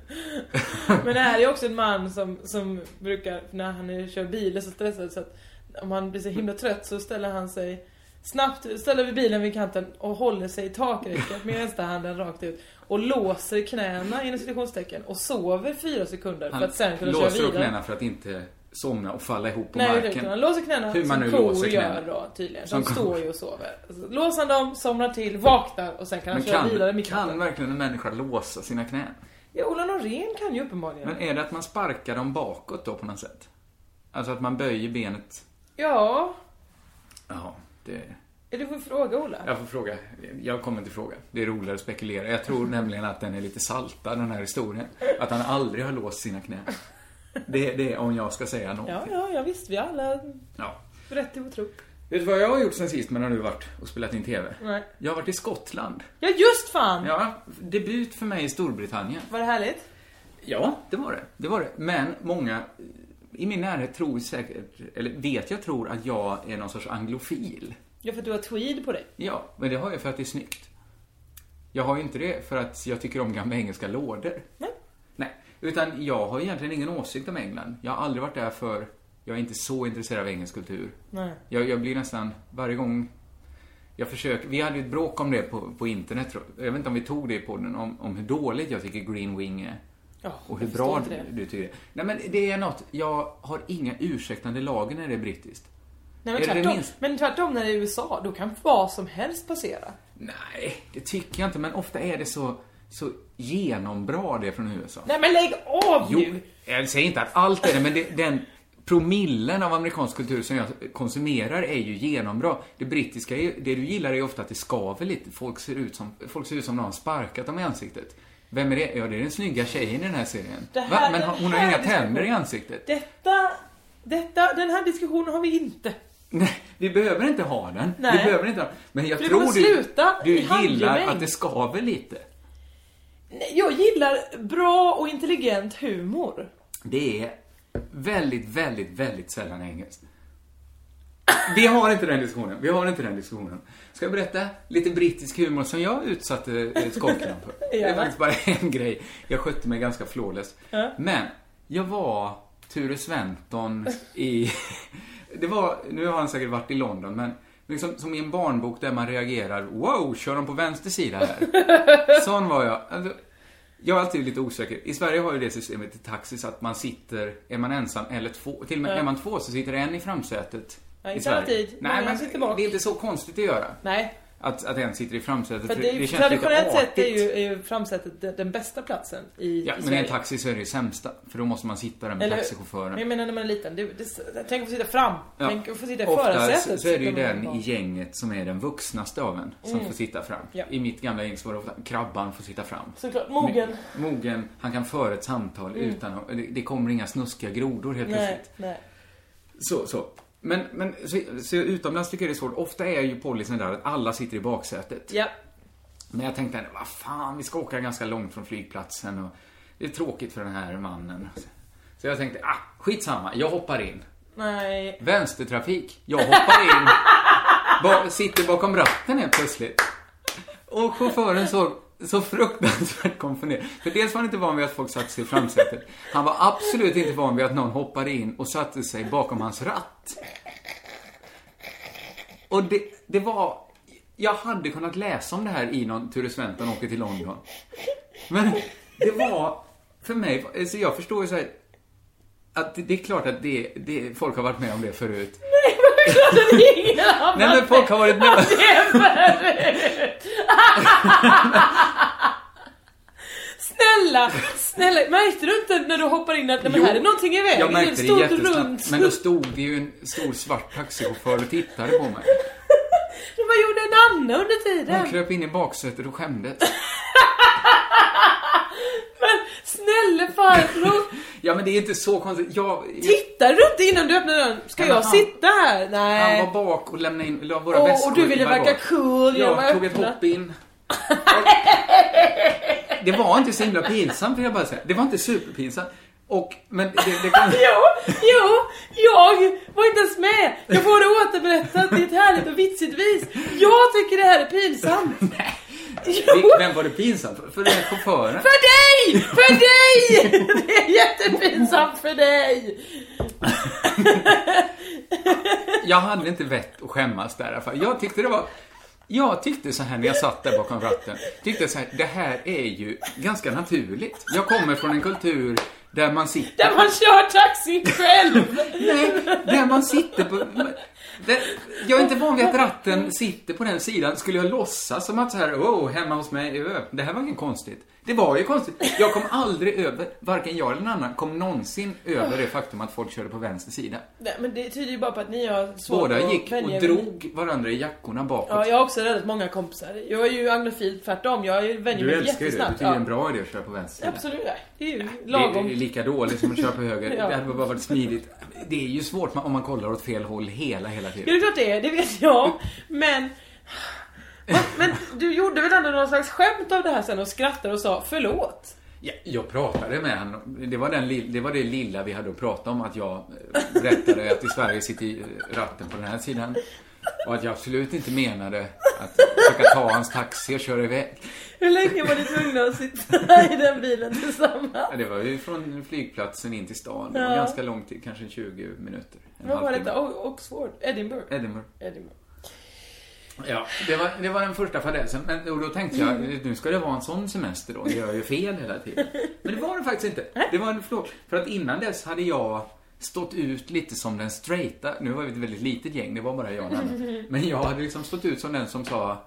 [SPEAKER 9] Men det här är också en man som, som brukar, när han är- kör bil är så stressad så att om han blir så himla trött så ställer han sig snabbt, ställer vi bilen vid kanten och håller sig i takräcket med vänsterhanden rakt ut och låser knäna inom citationstecken och sover fyra sekunder
[SPEAKER 8] Han
[SPEAKER 9] för att sen kunna köra
[SPEAKER 8] låser upp
[SPEAKER 9] vidare.
[SPEAKER 8] knäna för att inte somna och falla ihop på
[SPEAKER 9] Nej, utan han
[SPEAKER 8] marken.
[SPEAKER 9] låser knäna
[SPEAKER 8] Hur man
[SPEAKER 9] som
[SPEAKER 8] nu
[SPEAKER 9] kor
[SPEAKER 8] låser knäna.
[SPEAKER 9] gör då tydligen.
[SPEAKER 8] Som
[SPEAKER 9] De
[SPEAKER 8] kor.
[SPEAKER 9] står ju och sover. Så låser han dem, somnar till, vaknar och sen kan han
[SPEAKER 8] Men
[SPEAKER 9] köra vidare
[SPEAKER 8] kan,
[SPEAKER 9] med
[SPEAKER 8] kan
[SPEAKER 9] kanten.
[SPEAKER 8] verkligen en människa låsa sina knän?
[SPEAKER 9] Ja, Ola Norén kan ju uppenbarligen.
[SPEAKER 8] Men är det att man sparkar dem bakåt då på något sätt? Alltså att man böjer benet.
[SPEAKER 9] Ja,
[SPEAKER 8] Ja, det...
[SPEAKER 9] du får fråga Ola.
[SPEAKER 8] Jag får fråga. Jag kommer inte fråga. Det är roligare att spekulera. Jag tror nämligen att den är lite saltad, den här historien. Att han aldrig har låst sina knän. Det, det är om jag ska säga någonting.
[SPEAKER 9] Ja, ja, ja visst. Vi har alla
[SPEAKER 8] Ja.
[SPEAKER 9] rätt till att tro.
[SPEAKER 8] Vet du vad jag har gjort sen sist men har nu varit och spelat in TV?
[SPEAKER 9] Nej.
[SPEAKER 8] Jag har varit i Skottland.
[SPEAKER 9] Ja, just fan!
[SPEAKER 8] Ja, debut för mig i Storbritannien.
[SPEAKER 9] Var det härligt?
[SPEAKER 8] Ja, det var det. Det var det. Men många i min närhet tror säkert, eller vet jag tror att jag är någon sorts anglofil.
[SPEAKER 9] Ja, för att du har tweed på dig.
[SPEAKER 8] Ja, men det har jag för att det är snyggt. Jag har ju inte det för att jag tycker om gamla engelska lådor.
[SPEAKER 9] Nej.
[SPEAKER 8] Nej, utan jag har egentligen ingen åsikt om England. Jag har aldrig varit där för jag är inte så intresserad av engelsk kultur.
[SPEAKER 9] Nej.
[SPEAKER 8] Jag, jag blir nästan, varje gång jag försöker, vi hade ju ett bråk om det på, på internet, tror jag. jag vet inte om vi tog det i podden, om, om hur dåligt jag tycker Green Wing är.
[SPEAKER 9] Ja,
[SPEAKER 8] och hur
[SPEAKER 9] jag förstår
[SPEAKER 8] bra
[SPEAKER 9] inte det.
[SPEAKER 8] du tycker det. Nej men det är något, jag har inga ursäktande lager när det är brittiskt.
[SPEAKER 9] Nej, men
[SPEAKER 8] Är det det
[SPEAKER 9] tvärtom.
[SPEAKER 8] minst-
[SPEAKER 9] Men tvärtom, när det är USA, då kan vad som helst passera.
[SPEAKER 8] Nej, det tycker jag inte, men ofta är det så, så genombra det från USA.
[SPEAKER 9] Nej men lägg av
[SPEAKER 8] Jo,
[SPEAKER 9] nu!
[SPEAKER 8] jag säger inte att allt är det, men det, den promillen av amerikansk kultur som jag konsumerar är ju genombra. Det brittiska, är ju, det du gillar är ju ofta att det skaver lite. Folk ser ut som, folk ser ut som någon har sparkat dem i ansiktet. Vem är det? Ja, det är den snygga tjejen i den här serien.
[SPEAKER 9] Det här-
[SPEAKER 8] Va? Men
[SPEAKER 9] den
[SPEAKER 8] hon har
[SPEAKER 9] här
[SPEAKER 8] inga
[SPEAKER 9] diskussionen-
[SPEAKER 8] tänder i ansiktet.
[SPEAKER 9] Detta, detta, den här diskussionen har vi inte.
[SPEAKER 8] Nej, vi behöver inte ha den.
[SPEAKER 9] Nej.
[SPEAKER 8] Vi behöver inte ha den. Men jag
[SPEAKER 9] För det
[SPEAKER 8] tror
[SPEAKER 9] kommer sluta i
[SPEAKER 8] du, du gillar
[SPEAKER 9] handgemäng.
[SPEAKER 8] att det skaver lite.
[SPEAKER 9] Nej, jag gillar bra och intelligent humor.
[SPEAKER 8] Det är väldigt, väldigt, väldigt sällan engelskt. Vi har inte den diskussionen. Vi har inte den diskussionen. Ska jag berätta lite brittisk humor som jag utsatte eh, Skottland för? Det är
[SPEAKER 9] Ja.
[SPEAKER 8] faktiskt bara en grej. Jag skötte mig ganska flawless. Men, jag var Ture Sventon i... Det var, nu har han säkert varit i London, men liksom som i en barnbok där man reagerar. Wow, kör de på vänster sida här? Sån var jag. Alltså, jag är alltid lite osäker. I Sverige har ju det systemet i taxis att man sitter, är man ensam eller två, till och med är man två så sitter en i framsätet.
[SPEAKER 9] Ja,
[SPEAKER 8] i
[SPEAKER 9] inte
[SPEAKER 8] Sverige.
[SPEAKER 9] alltid.
[SPEAKER 8] Nej,
[SPEAKER 9] Många
[SPEAKER 8] men
[SPEAKER 9] sitter bak.
[SPEAKER 8] det är inte så konstigt att göra.
[SPEAKER 9] Nej,
[SPEAKER 8] Att, att en sitter i framsätet.
[SPEAKER 9] för
[SPEAKER 8] för
[SPEAKER 9] det, är-
[SPEAKER 8] känns lite
[SPEAKER 9] traditionellt sett är
[SPEAKER 8] artigt.
[SPEAKER 9] ju, är ju framsätet den, den bästa platsen i,
[SPEAKER 8] Ja,
[SPEAKER 9] i
[SPEAKER 8] men i en
[SPEAKER 9] Sverige.
[SPEAKER 8] taxi så är det ju sämsta. För då måste man sitta där med
[SPEAKER 9] Eller hur?
[SPEAKER 8] taxichauffören.
[SPEAKER 9] Men jag menar när man är liten, du, det, tänk att få sitta fram.
[SPEAKER 8] Ja.
[SPEAKER 9] Tänk att få sitta i
[SPEAKER 8] Ofta så,
[SPEAKER 9] förarsätet.
[SPEAKER 8] så är det ju
[SPEAKER 9] sitter man
[SPEAKER 8] den
[SPEAKER 9] bak.
[SPEAKER 8] i gänget som är den vuxnaste av en som får sitta fram.
[SPEAKER 9] Ja.
[SPEAKER 8] I mitt gamla gäng så var det ofta krabban får sitta fram.
[SPEAKER 9] Såklart, mogen. Mm.
[SPEAKER 8] Men- Mogen, han kan föra ett samtal utan att, det, det kommer inga snuskiga grodor helt
[SPEAKER 9] Nej,
[SPEAKER 8] plötsligt.
[SPEAKER 9] nej.
[SPEAKER 8] Så, så. Men, men så, så utomlands tycker jag det är svårt. Ofta är ju policyn där att alla sitter i baksätet.
[SPEAKER 9] Ja.
[SPEAKER 8] Men jag tänkte, vad fan, vi ska åka ganska långt från flygplatsen och det är tråkigt för den här mannen. Så jag tänkte, ah, skitsamma, jag hoppar in.
[SPEAKER 9] Nej.
[SPEAKER 8] Vänstertrafik. Jag hoppar in. Ba sitter bakom ratten helt plötsligt. Och chauffören såg så fruktansvärt konfunderad. För dels var han inte van vid att folk satte sig i framsätet. Han var absolut inte van vid att någon hoppade in och satte sig bakom hans ratt. Och det, det var... Jag hade kunnat läsa om det här i någon Ture Sventon åker till London. Men det var... För mig, så jag förstår ju så här, att det, det är klart att det, det, folk har varit med om det förut. Nej, men folk har varit med
[SPEAKER 9] Alltså, Snälla, snälla. Märkte du inte när du hoppar in att nej, men
[SPEAKER 8] Jo,
[SPEAKER 9] här är någonting i vägen?
[SPEAKER 8] Jag
[SPEAKER 9] är
[SPEAKER 8] märkte
[SPEAKER 9] ett
[SPEAKER 8] det
[SPEAKER 9] stort
[SPEAKER 8] jättesnabbt,
[SPEAKER 9] runt-
[SPEAKER 8] men då stod det ju en stor svart taxichaufför och tittade på mig.
[SPEAKER 9] Du bara gjorde en Anna under
[SPEAKER 8] Hon
[SPEAKER 9] tiden.
[SPEAKER 8] kröp in i baksätet och skämdes.
[SPEAKER 9] Men snälla farbror.
[SPEAKER 8] Ja, men det är inte så konstigt. Jag,
[SPEAKER 9] Tittar du inte innan du öppnar dörren? Ska
[SPEAKER 8] Nej, men
[SPEAKER 9] jag
[SPEAKER 8] han-
[SPEAKER 9] sitta här? Nej.
[SPEAKER 8] han var bak och lämnade in la våra
[SPEAKER 9] Åh,
[SPEAKER 8] väskor
[SPEAKER 9] och du ville
[SPEAKER 8] i
[SPEAKER 9] verka
[SPEAKER 8] bagage.
[SPEAKER 9] cool. Jag, var
[SPEAKER 8] Jag tog ett
[SPEAKER 9] öppna.
[SPEAKER 8] hopp in. Det var inte så himla pinsamt, vill jag bara säga. Det var inte superpinsamt. Och, men det, det kan...
[SPEAKER 9] Jo, jo, jag var inte ens med. Jag får det återberättat i ett härligt och vitsigt vis. Jag tycker det här är pinsamt. Jo,
[SPEAKER 8] Vil- Vem var det pinsamt för? För den här chauffören?
[SPEAKER 9] för dig! För dig! Det är jättepinsamt för dig.
[SPEAKER 8] Jag hade inte vett att skämmas där i alla fall. Jag tyckte det var... Jag tyckte så här när jag satt där bakom ratten. Tyckte så här, det här är ju ganska naturligt. Jag kommer från en kultur där man sitter...
[SPEAKER 9] Där man kör taxin själv.
[SPEAKER 8] Nej, där man sitter på... Det, jag är inte van vid att ratten sitter på den sidan. Skulle jag låtsas som att så här, oh, hemma hos mig, ö. det här var inget konstigt. Det var ju konstigt. Jag kom aldrig över, varken jag eller någon annan kom någonsin över det faktum att folk körde på vänster sida.
[SPEAKER 9] Nej, men det tyder ju bara på att ni har svårt
[SPEAKER 8] Båda
[SPEAKER 9] att
[SPEAKER 8] gick
[SPEAKER 9] vänja
[SPEAKER 8] och
[SPEAKER 9] er
[SPEAKER 8] drog varandra i jackorna bakåt.
[SPEAKER 9] Ja, jag har också räddat många kompisar. Jag är ju anglofil tvärtom. Jag är- vänjer
[SPEAKER 8] Du älskar
[SPEAKER 9] mig
[SPEAKER 8] ju det. Du
[SPEAKER 9] jättesnabbt.
[SPEAKER 8] tycker det är en bra idé att köra på vänster
[SPEAKER 9] Ja,
[SPEAKER 8] sida.
[SPEAKER 9] absolut. nej. Det är ju
[SPEAKER 8] Det är
[SPEAKER 9] lagom.
[SPEAKER 8] lika dåligt som att köra på höger.
[SPEAKER 9] Ja.
[SPEAKER 8] Det hade bara varit smidigt. Det är ju svårt ma- om man kollar åt fel håll hela, hela
[SPEAKER 9] Ja,
[SPEAKER 8] tiden.
[SPEAKER 9] det är klart det är. Det vet jag. Men... Va? Men du gjorde väl ändå någon slags skämt av det här sen och skrattade och sa förlåt?
[SPEAKER 8] Ja, jag pratade med honom. Det var, den, li- det var det lilla vi hade att prata om. Att jag eh, berättade att i Sverige sitter ju ratten på den här sidan. Och att jag absolut inte menade att försöka ta hans taxi och köra iväg.
[SPEAKER 9] Hur länge var ni tvungna att sitta i den bilen tillsammans?
[SPEAKER 8] Ja, det var ju från flygplatsen in till stan. Det var
[SPEAKER 9] Ja.
[SPEAKER 8] ganska lång tid, kanske 20 minuter. En
[SPEAKER 9] Vad var
[SPEAKER 8] halvtimme.
[SPEAKER 9] detta? Oh, Oxford? Edinburgh?
[SPEAKER 8] Edinburgh.
[SPEAKER 9] Edinburgh.
[SPEAKER 8] Ja, det var, det var den första fadäsen. Men och då tänkte jag,
[SPEAKER 9] Mm.
[SPEAKER 8] nu ska det vara en sån semester då. Jag gör ju fel hela tiden. Men det var det faktiskt inte. Det var en förlåt. För att innan dess hade jag stått ut lite som den straighta. Nu var vi ett väldigt litet gäng, det var bara jag och en annan. Men jag hade liksom stått ut som den som sa,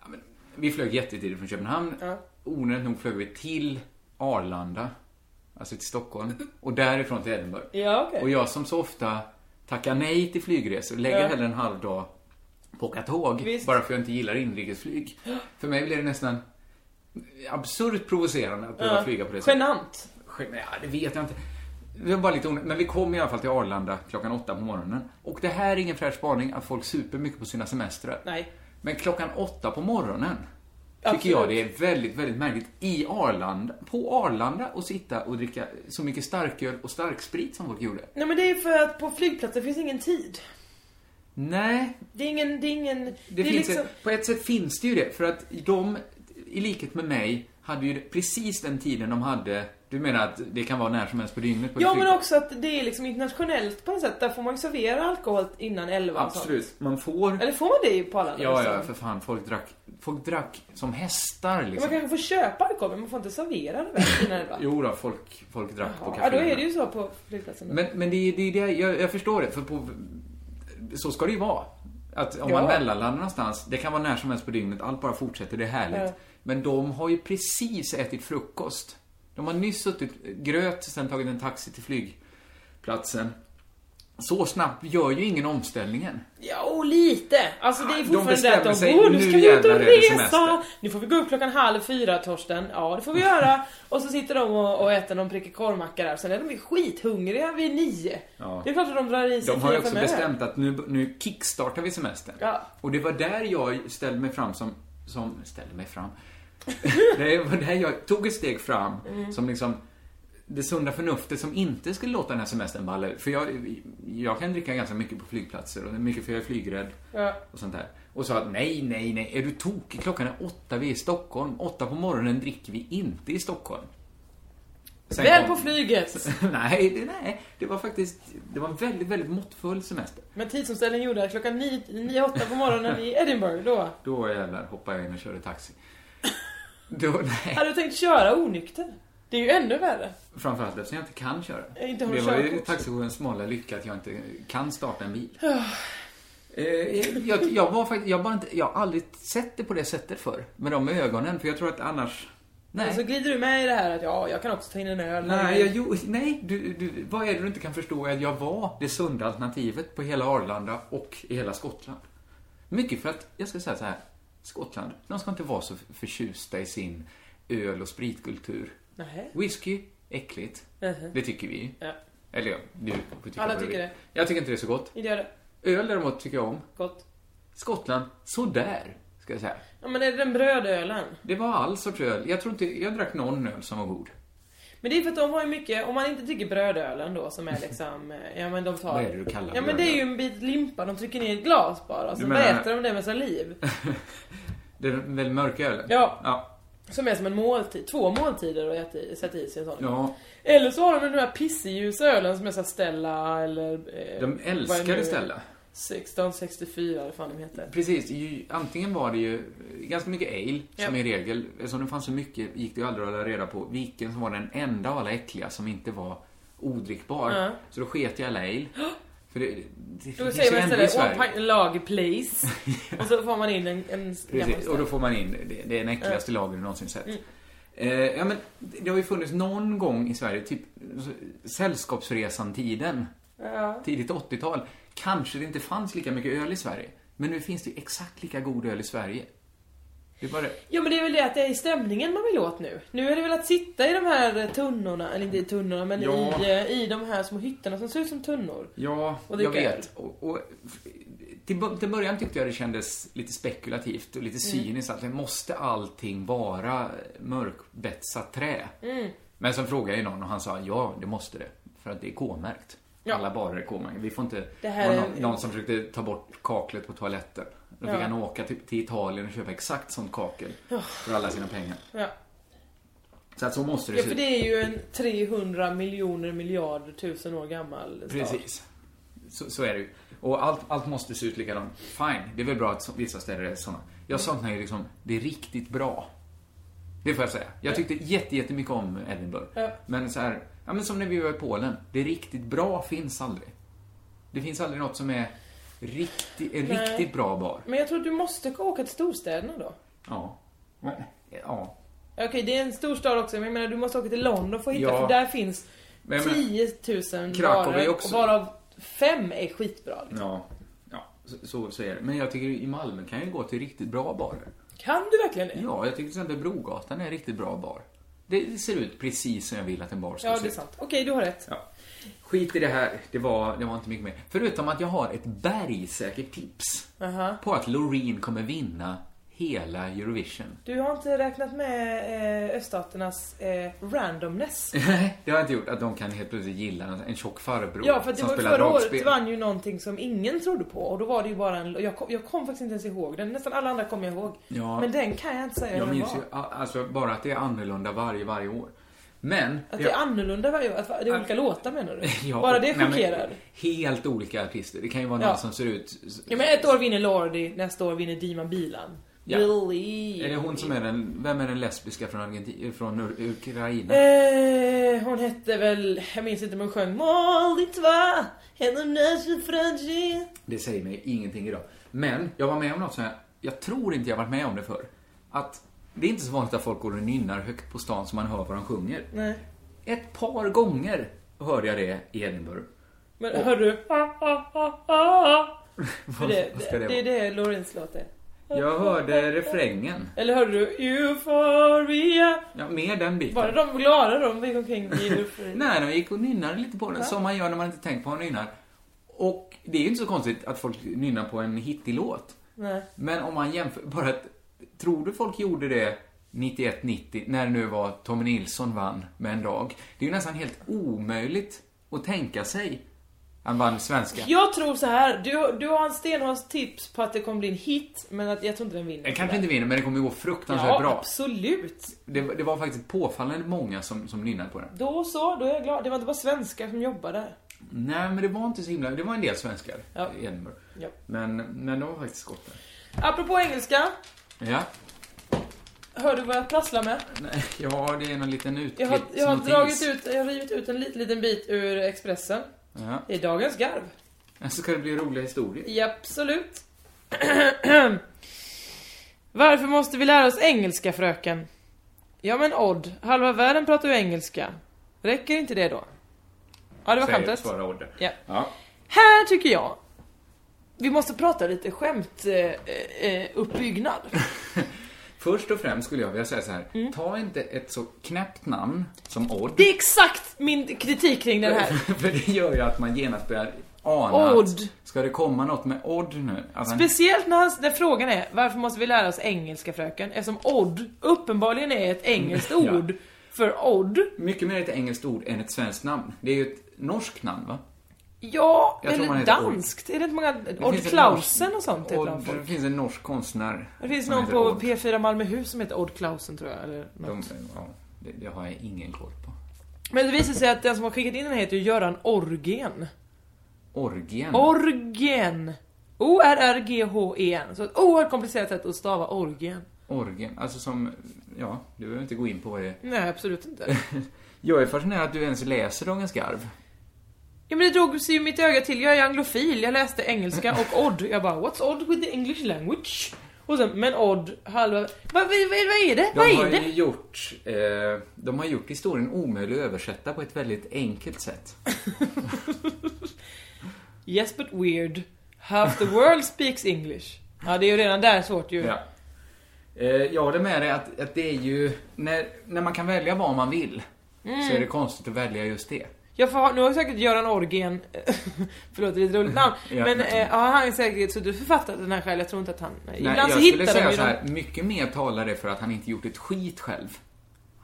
[SPEAKER 8] ja, men, vi flög jättetidigt från Köpenhamn.
[SPEAKER 9] Ja.
[SPEAKER 8] Onödigt nog flög vi till Arlanda, alltså till Stockholm. Och därifrån till Edinburgh.
[SPEAKER 9] Ja, okej.
[SPEAKER 8] Och jag som så ofta tackar nej till flygresor, lägger
[SPEAKER 9] Ja.
[SPEAKER 8] hellre en halv dag på att åka tåg
[SPEAKER 9] Visst.
[SPEAKER 8] bara för jag inte gillar inrikesflyg. För mig blir det nästan absurt provocerande att behöva
[SPEAKER 9] Ja.
[SPEAKER 8] flyga på det sättet.
[SPEAKER 9] Genant.
[SPEAKER 8] Gen- Ja, det vet jag inte. Det var bara lite onödigt. Men vi kom i alla fall till Arlanda klockan åtta på morgonen. Och det här är ingen fräsch spaning att folk super mycket på sina semestrar.
[SPEAKER 9] Nej.
[SPEAKER 8] Men klockan åtta på morgonen tycker
[SPEAKER 9] Absolut.
[SPEAKER 8] jag det är väldigt, väldigt märkligt i Arlanda, på Arlanda och sitta och dricka så mycket starköl och starksprit som folk gjorde.
[SPEAKER 9] Nej men det är för att på flygplatsen finns ingen tid.
[SPEAKER 8] Nej,
[SPEAKER 9] Det är ingen, det är ingen...
[SPEAKER 8] Det
[SPEAKER 9] är liksom-
[SPEAKER 8] finns ett, på ett sätt finns det ju det, för att de, i likhet med mig, hade ju precis den tiden de hade, du menar att det kan vara när som helst på dygnet? På ett
[SPEAKER 9] Ja men
[SPEAKER 8] flyg?
[SPEAKER 9] också att det är liksom internationellt på något sätt. Där får man ju servera alkohol innan 11 och sånt.
[SPEAKER 8] Absolut, man får...
[SPEAKER 9] Eller Alltså- får man det på alla liksom?
[SPEAKER 8] Ja, ja,
[SPEAKER 9] restauranger?
[SPEAKER 8] för fan, folk drack, folk drack som hästar
[SPEAKER 9] Man
[SPEAKER 8] liksom.
[SPEAKER 9] kanske får köpa alkohol men man får inte servera det väl innan 11?
[SPEAKER 8] Jo då, folk, folk drack på
[SPEAKER 9] Ja, då
[SPEAKER 8] kaféerna.
[SPEAKER 9] är det ju så på flygplatsen. då.
[SPEAKER 8] Men, men det är det, är det jag, jag förstår det, för på, så ska det ju vara. Att om man
[SPEAKER 9] Ja.
[SPEAKER 8] mellanlandar någonstans, det kan vara när som helst på dygnet, allt bara fortsätter, det är härligt.
[SPEAKER 9] Ja.
[SPEAKER 8] Men de har ju precis ätit frukost. De har nyss suttit gröt, sen tagit en taxi till flygplatsen. Så snabbt gör ju ingen omställningen.
[SPEAKER 9] Ja, och lite. Alltså det är fortfarande
[SPEAKER 8] Ah, bestämmer
[SPEAKER 9] det att de
[SPEAKER 8] sig,
[SPEAKER 9] "Åh,
[SPEAKER 8] nu
[SPEAKER 9] nu ska vi ut
[SPEAKER 8] jävlar är
[SPEAKER 9] och
[SPEAKER 8] det semester."
[SPEAKER 9] resa. Nu får vi gå upp klockan halv fyra Torsten. Ja, det får vi göra. Och så sitter de och, och äter någon prickig korvmacka där. Sen är de ju skithungriga vid nio.
[SPEAKER 8] Ja.
[SPEAKER 9] Det är klart att de drar i sig
[SPEAKER 8] De har ju
[SPEAKER 9] fyra,
[SPEAKER 8] också
[SPEAKER 9] fem öl.
[SPEAKER 8] bestämt att nu, nu kickstartar vi semestern.
[SPEAKER 9] Ja.
[SPEAKER 8] Och det var där jag ställde mig fram som... som ställde mig fram? det var där jag tog ett steg fram
[SPEAKER 9] Mm.
[SPEAKER 8] som liksom det sunda förnuftet som inte skulle låta den här semestern balla ur. För jag, jag kan dricka ganska mycket på flygplatser och det är mycket för jag är flygrädd
[SPEAKER 9] Ja.
[SPEAKER 8] och sånt där. Och sa att nej, nej, nej, är du tokig? Klockan är åtta, vi är i Stockholm. Åtta på morgonen dricker vi inte i Stockholm. Sen
[SPEAKER 9] Väl
[SPEAKER 8] kom-
[SPEAKER 9] på flyget.
[SPEAKER 8] nej, det, nej, det var faktiskt, det var en väldigt, väldigt måttfull semester.
[SPEAKER 9] Men tidsomställningen gjorde att klockan nio, nio, åtta på morgonen i Edinburgh då.
[SPEAKER 8] Då jävlar hoppade jag in och körde taxi. Då, nej,
[SPEAKER 9] Hade du tänkt köra onykter? Det är ju ännu värre.
[SPEAKER 8] framförallt eftersom jag inte kan köra.
[SPEAKER 9] Jag inte har
[SPEAKER 8] det var ju
[SPEAKER 9] körkort.
[SPEAKER 8] taxichaufförens smala lycka att jag inte kan starta en bil. Eh, jag, jag, var faktiskt, jag, bara inte, jag har aldrig sett det på det sättet förr. Med de ögonen, för jag tror att annars...
[SPEAKER 9] Och så
[SPEAKER 8] Nej,
[SPEAKER 9] glider du med i det här att ja, jag kan också ta in en öl.
[SPEAKER 8] nej, jag, jo, nej du, du, vad är det du inte kan förstå är att jag var det sunda alternativet på hela Arlanda och i hela Skottland. Mycket för att, jag ska säga så här, Skottland, de ska inte vara så förtjusta i sin öl och spritkultur.
[SPEAKER 9] Nej.
[SPEAKER 8] Whisky, äckligt.
[SPEAKER 9] Mhm.
[SPEAKER 8] Det tycker vi.
[SPEAKER 9] Ja.
[SPEAKER 8] Eller ja, du får tycka
[SPEAKER 9] Alla
[SPEAKER 8] vad du
[SPEAKER 9] tycker
[SPEAKER 8] vill.
[SPEAKER 9] det.
[SPEAKER 8] Jag tycker inte det är så gott.
[SPEAKER 9] Inte gör det.
[SPEAKER 8] Öl däremot tycker jag om.
[SPEAKER 9] Gott.
[SPEAKER 8] Skottland, sådär, ska jag säga.
[SPEAKER 9] Ja men är det den brödölen?
[SPEAKER 8] Det var all sorts öl. Jag tror inte, jag drack någon öl som var god.
[SPEAKER 9] Men det är för att de har ju mycket, om man inte dricker brödölen då som är liksom, eh, ja men de tar...
[SPEAKER 8] Vad är det du kallar
[SPEAKER 9] Ja men det är ju en bit limpa, de trycker ner i ett glas bara och
[SPEAKER 8] Du
[SPEAKER 9] sen
[SPEAKER 8] menar-
[SPEAKER 9] äter de det med saliv.
[SPEAKER 8] Det är väl mörka ölen?
[SPEAKER 9] Ja.
[SPEAKER 8] ja.
[SPEAKER 9] Som är som en måltid, två måltider och äta i, sätta i sig en sån.
[SPEAKER 8] Ja,
[SPEAKER 9] Eller så har de den här pisseljus ölen som är såhär Stella eller... eh,
[SPEAKER 8] de
[SPEAKER 9] vad är det nu?
[SPEAKER 8] älskade Stella.
[SPEAKER 9] 1664 eller fan de heter.
[SPEAKER 8] Precis, ju, antingen var det ju ganska mycket ale, som
[SPEAKER 9] Ja.
[SPEAKER 8] i regel, eftersom det fanns så mycket gick det ju aldrig att hålla reda på vilken som var den enda av alla äckliga som inte var odrickbar.
[SPEAKER 9] Ja.
[SPEAKER 8] Så då sket jag i alla ale. För det, det
[SPEAKER 9] Då
[SPEAKER 8] finns ju
[SPEAKER 9] säger man
[SPEAKER 8] ändå i
[SPEAKER 9] istället
[SPEAKER 8] Sverige.
[SPEAKER 9] One pint lager please. Och så får man in en, en gammal Mm.
[SPEAKER 8] Precis, och då
[SPEAKER 9] stövel.
[SPEAKER 8] får man in, det, det är den äckligaste lagen du någonsin sett. Eh, ja, men det har ju funnits någon gång i Sverige, typ alltså, Sällskapsresan-tiden,
[SPEAKER 9] Ja.
[SPEAKER 8] tidigt 80-tal, kanske det inte fanns lika mycket öl i Sverige. Men nu finns det ju exakt lika god öl i Sverige. Det är bara det.
[SPEAKER 9] Ja men det är väl det att det är stämningen man vill åt nu. Nu är det väl att sitta i de här tunnorna, eller inte i tunnorna men
[SPEAKER 8] Ja.
[SPEAKER 9] i, eh, i de här små hytterna som ser ut som tunnor.
[SPEAKER 8] Ja,
[SPEAKER 9] Och
[SPEAKER 8] jag
[SPEAKER 9] dricka öl.
[SPEAKER 8] vet. Och, och, till, bo- till början tyckte jag det kändes lite spekulativt och lite
[SPEAKER 9] Mm.
[SPEAKER 8] cyniskt. Att det måste allting vara mörkbetsat trä?
[SPEAKER 9] Mm.
[SPEAKER 8] Men sen frågade jag någon och han sa ja, det måste det. För att det är K-märkt.
[SPEAKER 9] Ja.
[SPEAKER 8] Alla barer är K-märkta. Vi får inte...
[SPEAKER 9] Det
[SPEAKER 8] Det
[SPEAKER 9] här
[SPEAKER 8] var
[SPEAKER 9] är-
[SPEAKER 8] någon, någon som försökte ta bort kaklet på toaletten. Då fick
[SPEAKER 9] Ja.
[SPEAKER 8] han åka till, till Italien och köpa exakt sånt kakel för alla sina pengar.
[SPEAKER 9] Ja.
[SPEAKER 8] Så att så måste det
[SPEAKER 9] ja
[SPEAKER 8] se
[SPEAKER 9] för
[SPEAKER 8] ut.
[SPEAKER 9] det är ju en 300 miljoner miljarder tusen år gammal stad.
[SPEAKER 8] Precis. Så, så är det ju. Och allt, allt måste se ut likadant. Fine, det är väl bra att så, vissa städer är sådana. Jag saknar ju liksom det riktigt bra. Det får jag säga. Jag tyckte jätte, jättemycket om Edinburgh.
[SPEAKER 9] Ja.
[SPEAKER 8] Men så här, ja men som när vi var i Polen. Det riktigt bra finns aldrig. Det finns aldrig något som är riktigt, en
[SPEAKER 9] Nej.
[SPEAKER 8] riktigt bra bar.
[SPEAKER 9] Men jag tror att du måste åka till storstäderna då.
[SPEAKER 8] Ja. Men, ja.
[SPEAKER 9] Okej det är en stor stad också men jag menar du måste åka till London för att hitta
[SPEAKER 8] Ja.
[SPEAKER 9] för där finns
[SPEAKER 8] Men jag menar-
[SPEAKER 9] 10 000
[SPEAKER 8] Krakow är
[SPEAKER 9] barer
[SPEAKER 8] också-
[SPEAKER 9] och varav fem är skitbra. Liksom.
[SPEAKER 8] Ja. Ja, så, så, så är det. Men jag tycker i Malmö kan jag gå till riktigt bra barer.
[SPEAKER 9] Kan du verkligen det?
[SPEAKER 8] Ja, jag tycker till exempel Brogatan är en riktigt bra bar. Det ser ut precis som jag vill att en bar ska
[SPEAKER 9] Ja
[SPEAKER 8] se
[SPEAKER 9] det är
[SPEAKER 8] ut.
[SPEAKER 9] sant. Okej du har rätt.
[SPEAKER 8] Ja. Skit i det här, det var, det var inte mycket mer. Förutom att jag har ett bergsäkert tips
[SPEAKER 9] Aha.
[SPEAKER 8] på att Loreen kommer vinna hela Eurovision.
[SPEAKER 9] Du har inte räknat med eh, öststaternas eh, randomness.
[SPEAKER 8] Nej, det har jag inte gjort. Att de kan helt plötsligt gilla en, en tjock farbror
[SPEAKER 9] Ja för att det
[SPEAKER 8] som
[SPEAKER 9] var ju
[SPEAKER 8] spelar
[SPEAKER 9] förra
[SPEAKER 8] dragspel.
[SPEAKER 9] året vann ju någonting som ingen trodde på och då var det ju bara en jag kom, jag kom faktiskt inte ens ihåg den, nästan alla andra kommer jag ihåg.
[SPEAKER 8] Ja.
[SPEAKER 9] Men den kan jag inte säga hur
[SPEAKER 8] Jag
[SPEAKER 9] den
[SPEAKER 8] minns
[SPEAKER 9] var.
[SPEAKER 8] ju a- alltså, bara att det är annorlunda varje, varje år. Men...
[SPEAKER 9] Att det är annorlunda varje år, att det är olika låtar menar du?
[SPEAKER 8] Ja,
[SPEAKER 9] Bara det
[SPEAKER 8] nej, men
[SPEAKER 9] chockerar.
[SPEAKER 8] Helt olika artister. Det kan ju vara
[SPEAKER 9] Ja.
[SPEAKER 8] någon som ser ut...
[SPEAKER 9] Ja men ett år vinner Lordi, nästa år vinner Dima Bilan.
[SPEAKER 8] Ja.
[SPEAKER 9] Believe.
[SPEAKER 8] Är det hon som är den, vem är den lesbiska från, Argenti- från Ur- Ukraina?
[SPEAKER 9] Eh, hon hette väl, jag minns inte men hon sjöng Mål ditt va, henne nödvändigt fröjé.
[SPEAKER 8] Det säger mig ingenting idag. Men jag var med om något som jag, jag tror inte jag varit med om det förr. Att det är inte så vanligt att folk går och nynnar högt på stan så man hör vad de sjunger.
[SPEAKER 9] Nej.
[SPEAKER 8] Ett par gånger hörde jag det i Edinburgh.
[SPEAKER 9] Men hör du? Ah, ah, ah, ah. För
[SPEAKER 8] Vad,
[SPEAKER 9] Det,
[SPEAKER 8] vad ska
[SPEAKER 9] det,
[SPEAKER 8] det,
[SPEAKER 9] det är
[SPEAKER 8] vara?
[SPEAKER 9] det Lorens låt är.
[SPEAKER 8] Jag hörde refrängen.
[SPEAKER 9] Eller hörde du Euphoria?
[SPEAKER 8] Ja, mer den biten.
[SPEAKER 9] Var det de glada de gick omkring i Euphoria?
[SPEAKER 8] Nej, de gick och nynnade lite på den, som man gör när man inte tänker på vad man nynnar. Och det är ju inte så konstigt att folk nynnar på en hittig låt.
[SPEAKER 9] Nej.
[SPEAKER 8] Men om man jämför, bara att, tror du folk gjorde det 91-90, när det nu var Tommy Nilsson vann med en dag? Det är ju nästan helt omöjligt att tänka sig. Han vann svenska.
[SPEAKER 9] Jag tror så här. Du, du har en stenhårds tips på att det kommer bli en hit, men att jag tror inte den vinner.
[SPEAKER 8] Den kanske inte vinner, men det kommer gå fruktansvärt
[SPEAKER 9] Ja,
[SPEAKER 8] bra.
[SPEAKER 9] absolut.
[SPEAKER 8] Det, det var faktiskt påfallande många som, som nynnade på den.
[SPEAKER 9] Då så, då är jag glad. Det var inte bara svenskar som jobbade där.
[SPEAKER 8] Nej, men det var inte så himla... Det var en del svenskar
[SPEAKER 9] Ja.
[SPEAKER 8] i Edinburgh.
[SPEAKER 9] Ja.
[SPEAKER 8] Men, men de var faktiskt skottar.
[SPEAKER 9] Apropå engelska,
[SPEAKER 8] Ja.
[SPEAKER 9] hör du vad jag prasslar med?
[SPEAKER 8] Nej, ja, det är någon liten
[SPEAKER 9] Jag har,
[SPEAKER 8] utklippt
[SPEAKER 9] jag har
[SPEAKER 8] notis.
[SPEAKER 9] dragit ut, jag har rivit ut en liten, liten bit ur Expressen.
[SPEAKER 8] Ja.
[SPEAKER 9] Det är dagens garv.
[SPEAKER 8] Så ska det bli roliga historier.
[SPEAKER 9] Ja, absolut. Varför måste vi lära oss engelska, fröken? Ja men Odd, halva världen pratar ju engelska. Räcker inte det då? Ja, det var
[SPEAKER 8] Säger
[SPEAKER 9] skämtet.
[SPEAKER 8] förra ordet.
[SPEAKER 9] Ja.
[SPEAKER 8] Ja.
[SPEAKER 9] Här tycker jag vi måste prata lite skämt eh, eh, uppbyggnad.
[SPEAKER 8] Först och främst skulle jag vilja säga så här. Ta inte ett så knäppt namn som Odd.
[SPEAKER 9] Mm. Det är exakt min kritik kring den här.
[SPEAKER 8] För det gör ju att man genast börjar ana
[SPEAKER 9] Odd.
[SPEAKER 8] att ska det komma något med Odd nu? Alltså,
[SPEAKER 9] Speciellt när, hans, när frågan är varför måste vi lära oss engelska fröken? Eftersom odd uppenbarligen är ett engelskt
[SPEAKER 8] Ja.
[SPEAKER 9] ord för odd.
[SPEAKER 8] mycket mer ett engelskt ord än ett svenskt namn. Det är ju ett norskt namn va?
[SPEAKER 9] Ja,
[SPEAKER 8] Jag tror man
[SPEAKER 9] eller
[SPEAKER 8] heter Odd.
[SPEAKER 9] danskt. Är det inte många...
[SPEAKER 8] Det
[SPEAKER 9] Odd
[SPEAKER 8] finns ett
[SPEAKER 9] Klausen
[SPEAKER 8] norskt-
[SPEAKER 9] och sånt heter de
[SPEAKER 8] Odd, Det
[SPEAKER 9] folk.
[SPEAKER 8] finns en norsk konstnär.
[SPEAKER 9] Det finns
[SPEAKER 8] som
[SPEAKER 9] någon
[SPEAKER 8] heter
[SPEAKER 9] på
[SPEAKER 8] Odd.
[SPEAKER 9] P4 Malmöhus som heter Odd Klausen tror jag. Eller något.
[SPEAKER 8] De, ja, det, det har jag ingen koll på.
[SPEAKER 9] Men det visar sig att den som har skickat in den här heter ju Göran Orgen.
[SPEAKER 8] Orgien.
[SPEAKER 9] Orgen! O-R-R-G-H-E-N. E Så ett oerhört komplicerat sätt att stava orgen.
[SPEAKER 8] Orgien. Alltså som, ja, du behöver inte gå in på vad det är.
[SPEAKER 9] Nej, absolut inte.
[SPEAKER 8] Jag är fascinerad att du ens läser Dagens Garv.
[SPEAKER 9] Ja men det drog sig ju mitt öga till, jag är anglofil, jag läste engelska och odd. Jag bara, what's odd with the English language? Och sen, men odd, halva... Vad, vad, vad är det?
[SPEAKER 8] De
[SPEAKER 9] Vad
[SPEAKER 8] har
[SPEAKER 9] är
[SPEAKER 8] ju
[SPEAKER 9] det?
[SPEAKER 8] gjort, eh, de har gjort historien omöjlig att översätta på ett väldigt enkelt sätt.
[SPEAKER 9] Yes but weird. Half the world speaks English. Ja det är ju redan där svårt ju.
[SPEAKER 8] Ja. Eh, jag håller med dig att, att det är ju, när, när man kan välja vad man vill, så är det konstigt att välja just det.
[SPEAKER 9] Jag får, nu har säkert Göran Orgen, förlåt det är ett roligt namn,
[SPEAKER 8] Ja.
[SPEAKER 9] men eh, ja, han har säkert suttit och författat den här själv, jag tror inte att han...
[SPEAKER 8] Nej,
[SPEAKER 9] ibland så
[SPEAKER 8] jag skulle
[SPEAKER 9] hittar
[SPEAKER 8] säga
[SPEAKER 9] de ju
[SPEAKER 8] så
[SPEAKER 9] dem.
[SPEAKER 8] här, mycket mer talar det för att han inte gjort ett skit själv.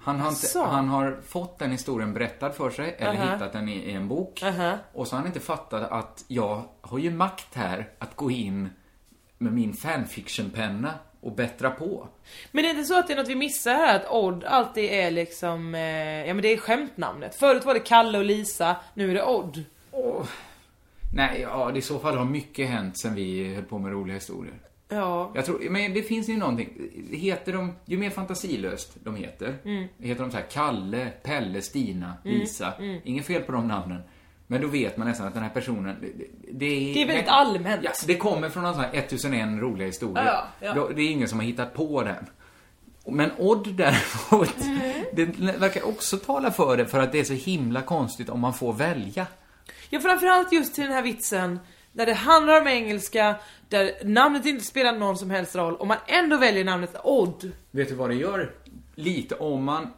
[SPEAKER 8] Han har, inte,
[SPEAKER 9] Asså.
[SPEAKER 8] han har fått den historien berättad för sig, eller
[SPEAKER 9] Aha.
[SPEAKER 8] hittat den i, i en bok.
[SPEAKER 9] Aha.
[SPEAKER 8] Och så har han inte fattat att jag har ju makt här att gå in med min fanfiction-penna och bättra på.
[SPEAKER 9] Men det är inte så att det är något vi missar här, att Odd alltid är liksom, eh, ja men det är skämtnamnet. Förut var det Kalle och Lisa, nu är det Odd.
[SPEAKER 8] Nej, ja, det i så fall har mycket hänt sen vi höll på med roliga historier.
[SPEAKER 9] Ja.
[SPEAKER 8] Jag tror, men det finns ju någonting. Heter de, ju mer fantasilöst de heter.
[SPEAKER 9] Mm.
[SPEAKER 8] Heter de så här Kalle, Pelle, Stina, Lisa.
[SPEAKER 9] mm.
[SPEAKER 8] Inget fel på de namnen. Men då vet man nästan att den här personen, det, det är...
[SPEAKER 9] Det är väldigt allmänt.
[SPEAKER 8] Ja, så det kommer från någon sån här 1001 roliga historier.
[SPEAKER 9] Ja, ja.
[SPEAKER 8] Då- Det är ingen som har hittat på den. Men Odd däremot,
[SPEAKER 9] Mm.
[SPEAKER 8] det verkar också tala för det för att det är så himla konstigt om man får välja.
[SPEAKER 9] Ja, framförallt just till den här vitsen där det handlar om engelska, där namnet inte spelar någon som helst roll och man ändå väljer namnet Odd.
[SPEAKER 8] Vet du vad det gör? Lite om man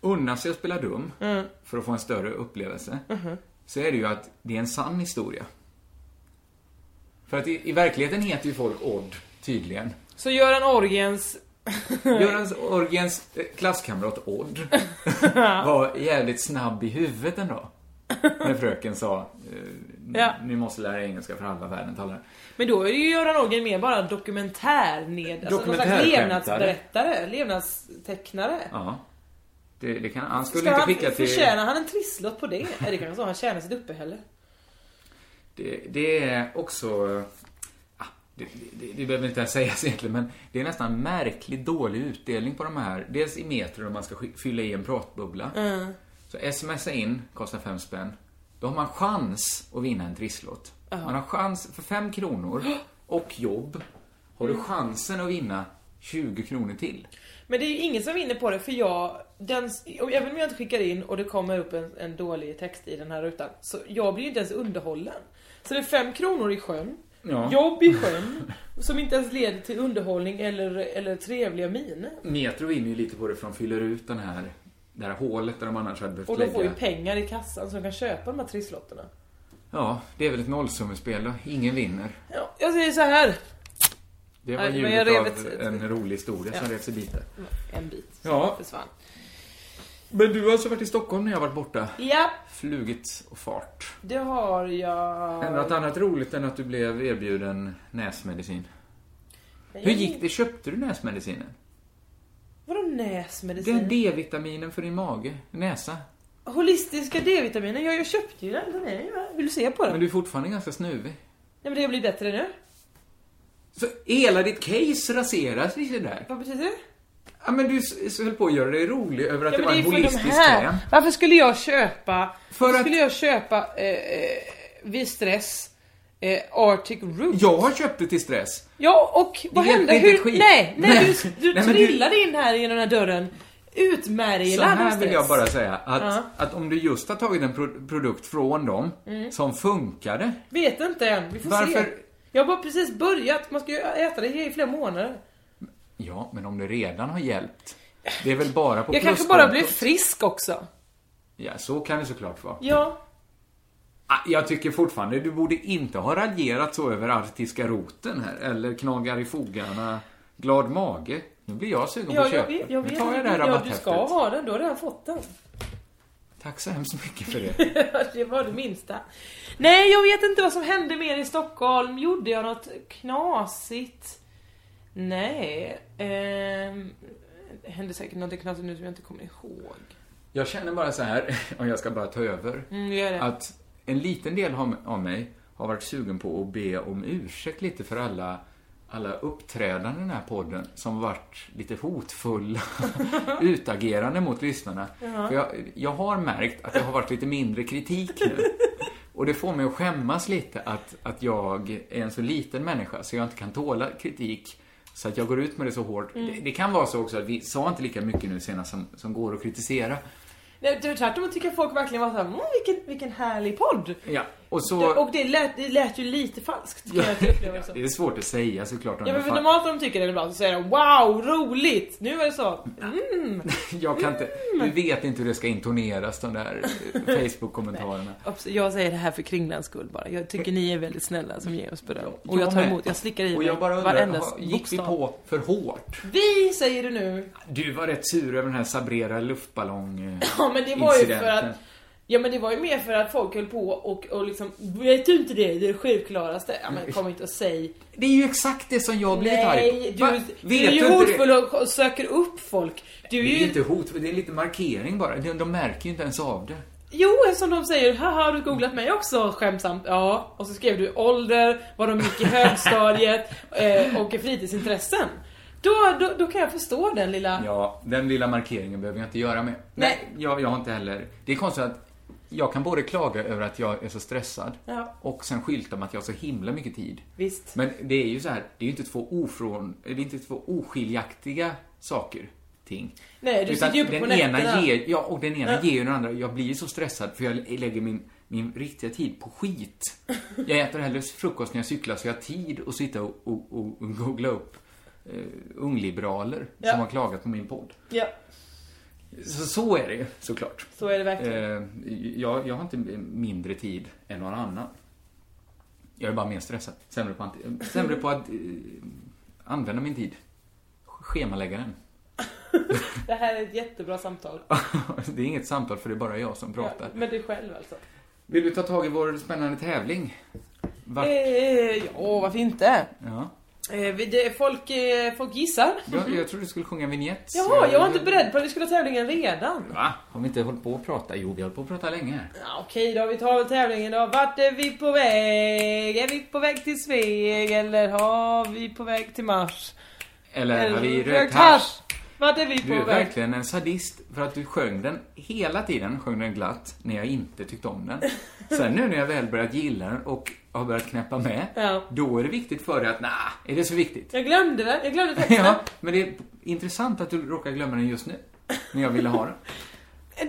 [SPEAKER 8] unnar sig att spela dum
[SPEAKER 9] Mm.
[SPEAKER 8] för att få en större upplevelse.
[SPEAKER 9] Mm-hmm.
[SPEAKER 8] Så är det ju att det är en sann historia. För att i, i verkligheten heter ju folk Odd, tydligen.
[SPEAKER 9] Så Göran Orgens,
[SPEAKER 8] Görans Orgens eh, klasskamrat Odd var jävligt snabb i huvudet ändå. När fröken sa eh, ni-
[SPEAKER 9] Ja.
[SPEAKER 8] ni måste lära er engelska för halva världen talar.
[SPEAKER 9] men då är ju Göran Orgen mer bara dokumentär ned, alltså någon slags
[SPEAKER 8] Dokumentärskämtare.
[SPEAKER 9] levnadsberättare, levnadstecknare.
[SPEAKER 8] Ja. Det, det kan, han skulle
[SPEAKER 9] Ska
[SPEAKER 8] inte
[SPEAKER 9] han,
[SPEAKER 8] skicka till...
[SPEAKER 9] förtjänar han en trisslott på det? Är det kanske så han tjänar sitt uppehälle?
[SPEAKER 8] Det, det är också... ah, Det, det, det behöver inte ens sägas egentligen, men det är nästan märkligt dålig utdelning på de här. Dels i meter om man ska sk- fylla i en pratbubbla.
[SPEAKER 9] Mm.
[SPEAKER 8] Så smsa in, kostar fem spänn. Då har man chans att vinna en trisslott. Man har chans, för fem kronor och jobb, har
[SPEAKER 9] Mm.
[SPEAKER 8] du chansen att vinna 20 kronor till.
[SPEAKER 9] Men det är ju ingen som vinner på det för jag, den, och även om jag inte skickar in och det kommer upp en, en dålig text i den här rutan, så jag blir ju inte ens underhållen. Så det är fem kronor i sjön,
[SPEAKER 8] Ja.
[SPEAKER 9] jobb i sjön, som inte ens leder till underhållning eller, eller trevliga miner.
[SPEAKER 8] Metro vinner ju lite på det för de fyller ut den här, det här hålet där de annars hade behövt
[SPEAKER 9] Och de
[SPEAKER 8] lägga.
[SPEAKER 9] får ju pengar i kassan så de kan köpa de här trisslotterna.
[SPEAKER 8] Ja, det är väl ett nollsummespel då. Ingen vinner.
[SPEAKER 9] Ja, jag säger så här.
[SPEAKER 8] Det var
[SPEAKER 9] Nej, men
[SPEAKER 8] ljudet
[SPEAKER 9] jag rev
[SPEAKER 8] av
[SPEAKER 9] ett-
[SPEAKER 8] en rolig historia som revs i bitar.
[SPEAKER 9] En bit
[SPEAKER 8] Ja,
[SPEAKER 9] försvann.
[SPEAKER 8] men du har alltså varit i Stockholm när jag varit borta.
[SPEAKER 9] Ja,
[SPEAKER 8] Flugit och fart.
[SPEAKER 9] det har
[SPEAKER 8] Äh,
[SPEAKER 9] jag.
[SPEAKER 8] Något annat roligt än att du blev erbjuden näsmedicin. Hur gick det? Köpte du näsmedicinen?
[SPEAKER 9] Vadå
[SPEAKER 8] Den
[SPEAKER 9] näsmedicin?
[SPEAKER 8] D-vitaminen för din mage, näsa.
[SPEAKER 9] Holistiska D-vitaminer, ja jag köpte ju den. den är ju här. Vill du se på den?
[SPEAKER 8] Men du är fortfarande ganska snuvig.
[SPEAKER 9] Nej men det har blivit bättre nu.
[SPEAKER 8] Så hela ditt case raseras vid det där.
[SPEAKER 9] Vad betyder det?
[SPEAKER 8] Ja, men du s- s- höll på att göra dig rolig över att
[SPEAKER 9] Ja,
[SPEAKER 8] det
[SPEAKER 9] men
[SPEAKER 8] var en
[SPEAKER 9] det är för de
[SPEAKER 8] holistisk
[SPEAKER 9] här.
[SPEAKER 8] kräm.
[SPEAKER 9] Varför skulle jag köpa...
[SPEAKER 8] För
[SPEAKER 9] varför
[SPEAKER 8] att-
[SPEAKER 9] skulle jag köpa eh, eh, vid stress eh, Arctic Root?
[SPEAKER 8] Jag har köpt det till stress.
[SPEAKER 9] Ja, och vad
[SPEAKER 8] hjälpte
[SPEAKER 9] hände?
[SPEAKER 8] inte ett
[SPEAKER 9] Hur...
[SPEAKER 8] skit.
[SPEAKER 9] Nej, nej, du,
[SPEAKER 8] Nej.
[SPEAKER 9] du
[SPEAKER 8] Nej, men du-
[SPEAKER 9] trillade in här genom den här dörren.
[SPEAKER 8] Så
[SPEAKER 9] Utmärglad av
[SPEAKER 8] här vill
[SPEAKER 9] stress.
[SPEAKER 8] jag bara säga att,
[SPEAKER 9] Ja.
[SPEAKER 8] att om du just har tagit en pro- produkt från dem
[SPEAKER 9] Mm.
[SPEAKER 8] som funkade.
[SPEAKER 9] Vet inte än, vi får se.
[SPEAKER 8] Varför-
[SPEAKER 9] Jag har bara precis börjat, man ska ju äta det i flera månader.
[SPEAKER 8] Ja, men om det redan har hjälpt. Det är väl bara på
[SPEAKER 9] Jag kanske
[SPEAKER 8] pluskontot.
[SPEAKER 9] bara blir frisk också.
[SPEAKER 8] Ja, så kan det såklart vara.
[SPEAKER 9] Ja.
[SPEAKER 8] Ah, Jag tycker fortfarande du borde inte ha raljerat så över arktiska roten här. Eller knagar i fogarna, glad mage. Nu blir jag sugen på
[SPEAKER 9] Ja,
[SPEAKER 8] att
[SPEAKER 9] jag
[SPEAKER 8] köpa.
[SPEAKER 9] vet, jag
[SPEAKER 8] nu
[SPEAKER 9] vet.
[SPEAKER 8] tar jag det här
[SPEAKER 9] ja, du
[SPEAKER 8] rabatthäftet.
[SPEAKER 9] ska ha den, du har redan fått den.
[SPEAKER 8] Tack så hemskt mycket för det.
[SPEAKER 9] det var det minsta. Nej, jag vet inte vad som hände mer i Stockholm. Gjorde jag något knasigt? Nej. ehm, det hände säkert något knasigt nu som jag inte kommer ihåg.
[SPEAKER 8] Jag känner bara så här, om jag ska bara ta över.
[SPEAKER 9] Mm, gör det.
[SPEAKER 8] att en liten del av- av mig har varit sugen på att be om ursäkt lite för alla, alla uppträdanden i den här podden som varit lite hotfulla, utagerande mot lyssnarna. För jag, jag har märkt att det har varit lite mindre kritik nu. Och det får mig att skämmas lite att, att jag är en så liten människa så jag inte kan tåla kritik. Så att jag går ut med det så hårt.
[SPEAKER 9] Mm.
[SPEAKER 8] Det, det kan vara så också att vi sa inte lika mycket nu senast som, som går att kritisera.
[SPEAKER 9] Nej, det var tvärtom tycker folk verkligen var såhär, mm, vilken, vilken härlig podd.
[SPEAKER 8] Ja, och så...
[SPEAKER 9] Och det lät, det lät ju lite falskt. kan jag uppleva det som.
[SPEAKER 8] Det är svårt att säga såklart. om
[SPEAKER 9] Ja
[SPEAKER 8] det
[SPEAKER 9] men för
[SPEAKER 8] fa-
[SPEAKER 9] normalt om de tycker det är bra så säger de wow, roligt! Nu är det så, mm,
[SPEAKER 8] Jag kan inte, vi vet inte hur det ska intoneras, de där eh, Facebook-kommentarerna.
[SPEAKER 9] Abs- Jag säger det här för kringlans skull bara. Jag tycker ni är väldigt snälla som ger oss beröm. Och jag
[SPEAKER 8] Jag
[SPEAKER 9] tar
[SPEAKER 8] med.
[SPEAKER 9] emot, jag slickar i
[SPEAKER 8] Och
[SPEAKER 9] mig
[SPEAKER 8] jag bara
[SPEAKER 9] varenda
[SPEAKER 8] undrar, har- gick vi
[SPEAKER 9] bokstav.
[SPEAKER 8] på för hårt?
[SPEAKER 9] Vi säger det nu.
[SPEAKER 8] Du var rätt sur över den här Sabrera luftballong eh,
[SPEAKER 9] Ja men det var ju för att
[SPEAKER 8] incidenten.
[SPEAKER 9] Ja men det var ju mer för att folk höll på och, och liksom Vet du inte det? Det är det självklaraste. Ja men kom inte och säg
[SPEAKER 8] Det är ju exakt det som jag blivit
[SPEAKER 9] Nej,
[SPEAKER 8] arg
[SPEAKER 9] du,
[SPEAKER 8] Va?
[SPEAKER 9] du är ju
[SPEAKER 8] inte det?
[SPEAKER 9] hotfull och, och söker upp folk. Du är
[SPEAKER 8] Det är
[SPEAKER 9] ju...
[SPEAKER 8] inte hot, det är lite markering bara. De, de märker ju inte ens av det.
[SPEAKER 9] Jo, som de säger, haha har du googlat mig också? Skämtsamt. Ja. Och så skrev du ålder, vad de gick i högstadiet eh, och fritidsintressen. Då, då, då kan jag förstå den lilla...
[SPEAKER 8] Ja, den lilla markeringen behöver jag inte göra med.
[SPEAKER 9] Nej.
[SPEAKER 8] Jag, jag har inte heller... Det är konstigt att jag kan både klaga över att jag är så stressad
[SPEAKER 9] Ja.
[SPEAKER 8] och sen skylta med att jag har så himla mycket tid.
[SPEAKER 9] Visst.
[SPEAKER 8] Men det är ju så här, det är ju inte två ofrån... Det är inte två oskiljaktiga saker, ting.
[SPEAKER 9] Nej, du sitter ju uppe
[SPEAKER 8] den
[SPEAKER 9] på nätterna.
[SPEAKER 8] ena ger, Ja, och den ena
[SPEAKER 9] Ja.
[SPEAKER 8] ger ju den andra. Jag blir ju så stressad för jag lägger min, min riktiga tid på skit. Jag äter hellre frukost när jag cyklar så jag har tid att sitta och, och, och, och googla upp eh, ungliberaler
[SPEAKER 9] Ja.
[SPEAKER 8] som har klagat på min podd.
[SPEAKER 9] Ja,
[SPEAKER 8] Så, så är det ju, såklart.
[SPEAKER 9] så är det verkligen.
[SPEAKER 8] Eh, jag, jag har inte mindre tid än någon annan. Jag är bara mer stressad. Sämre på, att- sämre på att eh, använda min tid. Schemalägga den. Eh.
[SPEAKER 9] Det här är ett jättebra samtal.
[SPEAKER 8] det är inget samtal för det är bara jag som
[SPEAKER 9] Ja,
[SPEAKER 8] pratar.
[SPEAKER 9] med dig själv alltså.
[SPEAKER 8] Vill du ta tag i vår spännande tävling? Va?
[SPEAKER 9] Eh, ja, varför inte?
[SPEAKER 8] Ja.
[SPEAKER 9] Eh, vi, det, folk, eh, folk gissar.
[SPEAKER 8] Jag, jag trodde du skulle sjunga en vignett.
[SPEAKER 9] Jaha, jag var
[SPEAKER 8] Eh.
[SPEAKER 9] inte beredd på att vi skulle ha tävlingen redan.
[SPEAKER 8] Va? Har vi inte hållit på att prata? Jo, vi har hållit på att prata länge här.
[SPEAKER 9] Ja, okej då, vi tar väl tävlingen då. Vart är vi på väg? Är vi på väg till Sveg eller har vi på väg till Mars?
[SPEAKER 8] Eller har vi
[SPEAKER 9] Eller
[SPEAKER 8] rökt hasch?
[SPEAKER 9] Vart är vi
[SPEAKER 8] Du är
[SPEAKER 9] på väg?
[SPEAKER 8] verkligen en sadist för att du sjöng den hela tiden, sjöng den glatt, när jag inte tyckte om den. Sen nu när jag väl börjat gilla den och har börjat knäppa med,
[SPEAKER 9] Ja.
[SPEAKER 8] då är det viktigt för dig att, nah, är det så viktigt?
[SPEAKER 9] Jag glömde den, jag glömde texten.
[SPEAKER 8] Ja, men det är intressant att du råkar glömma den just nu, när jag ville ha den.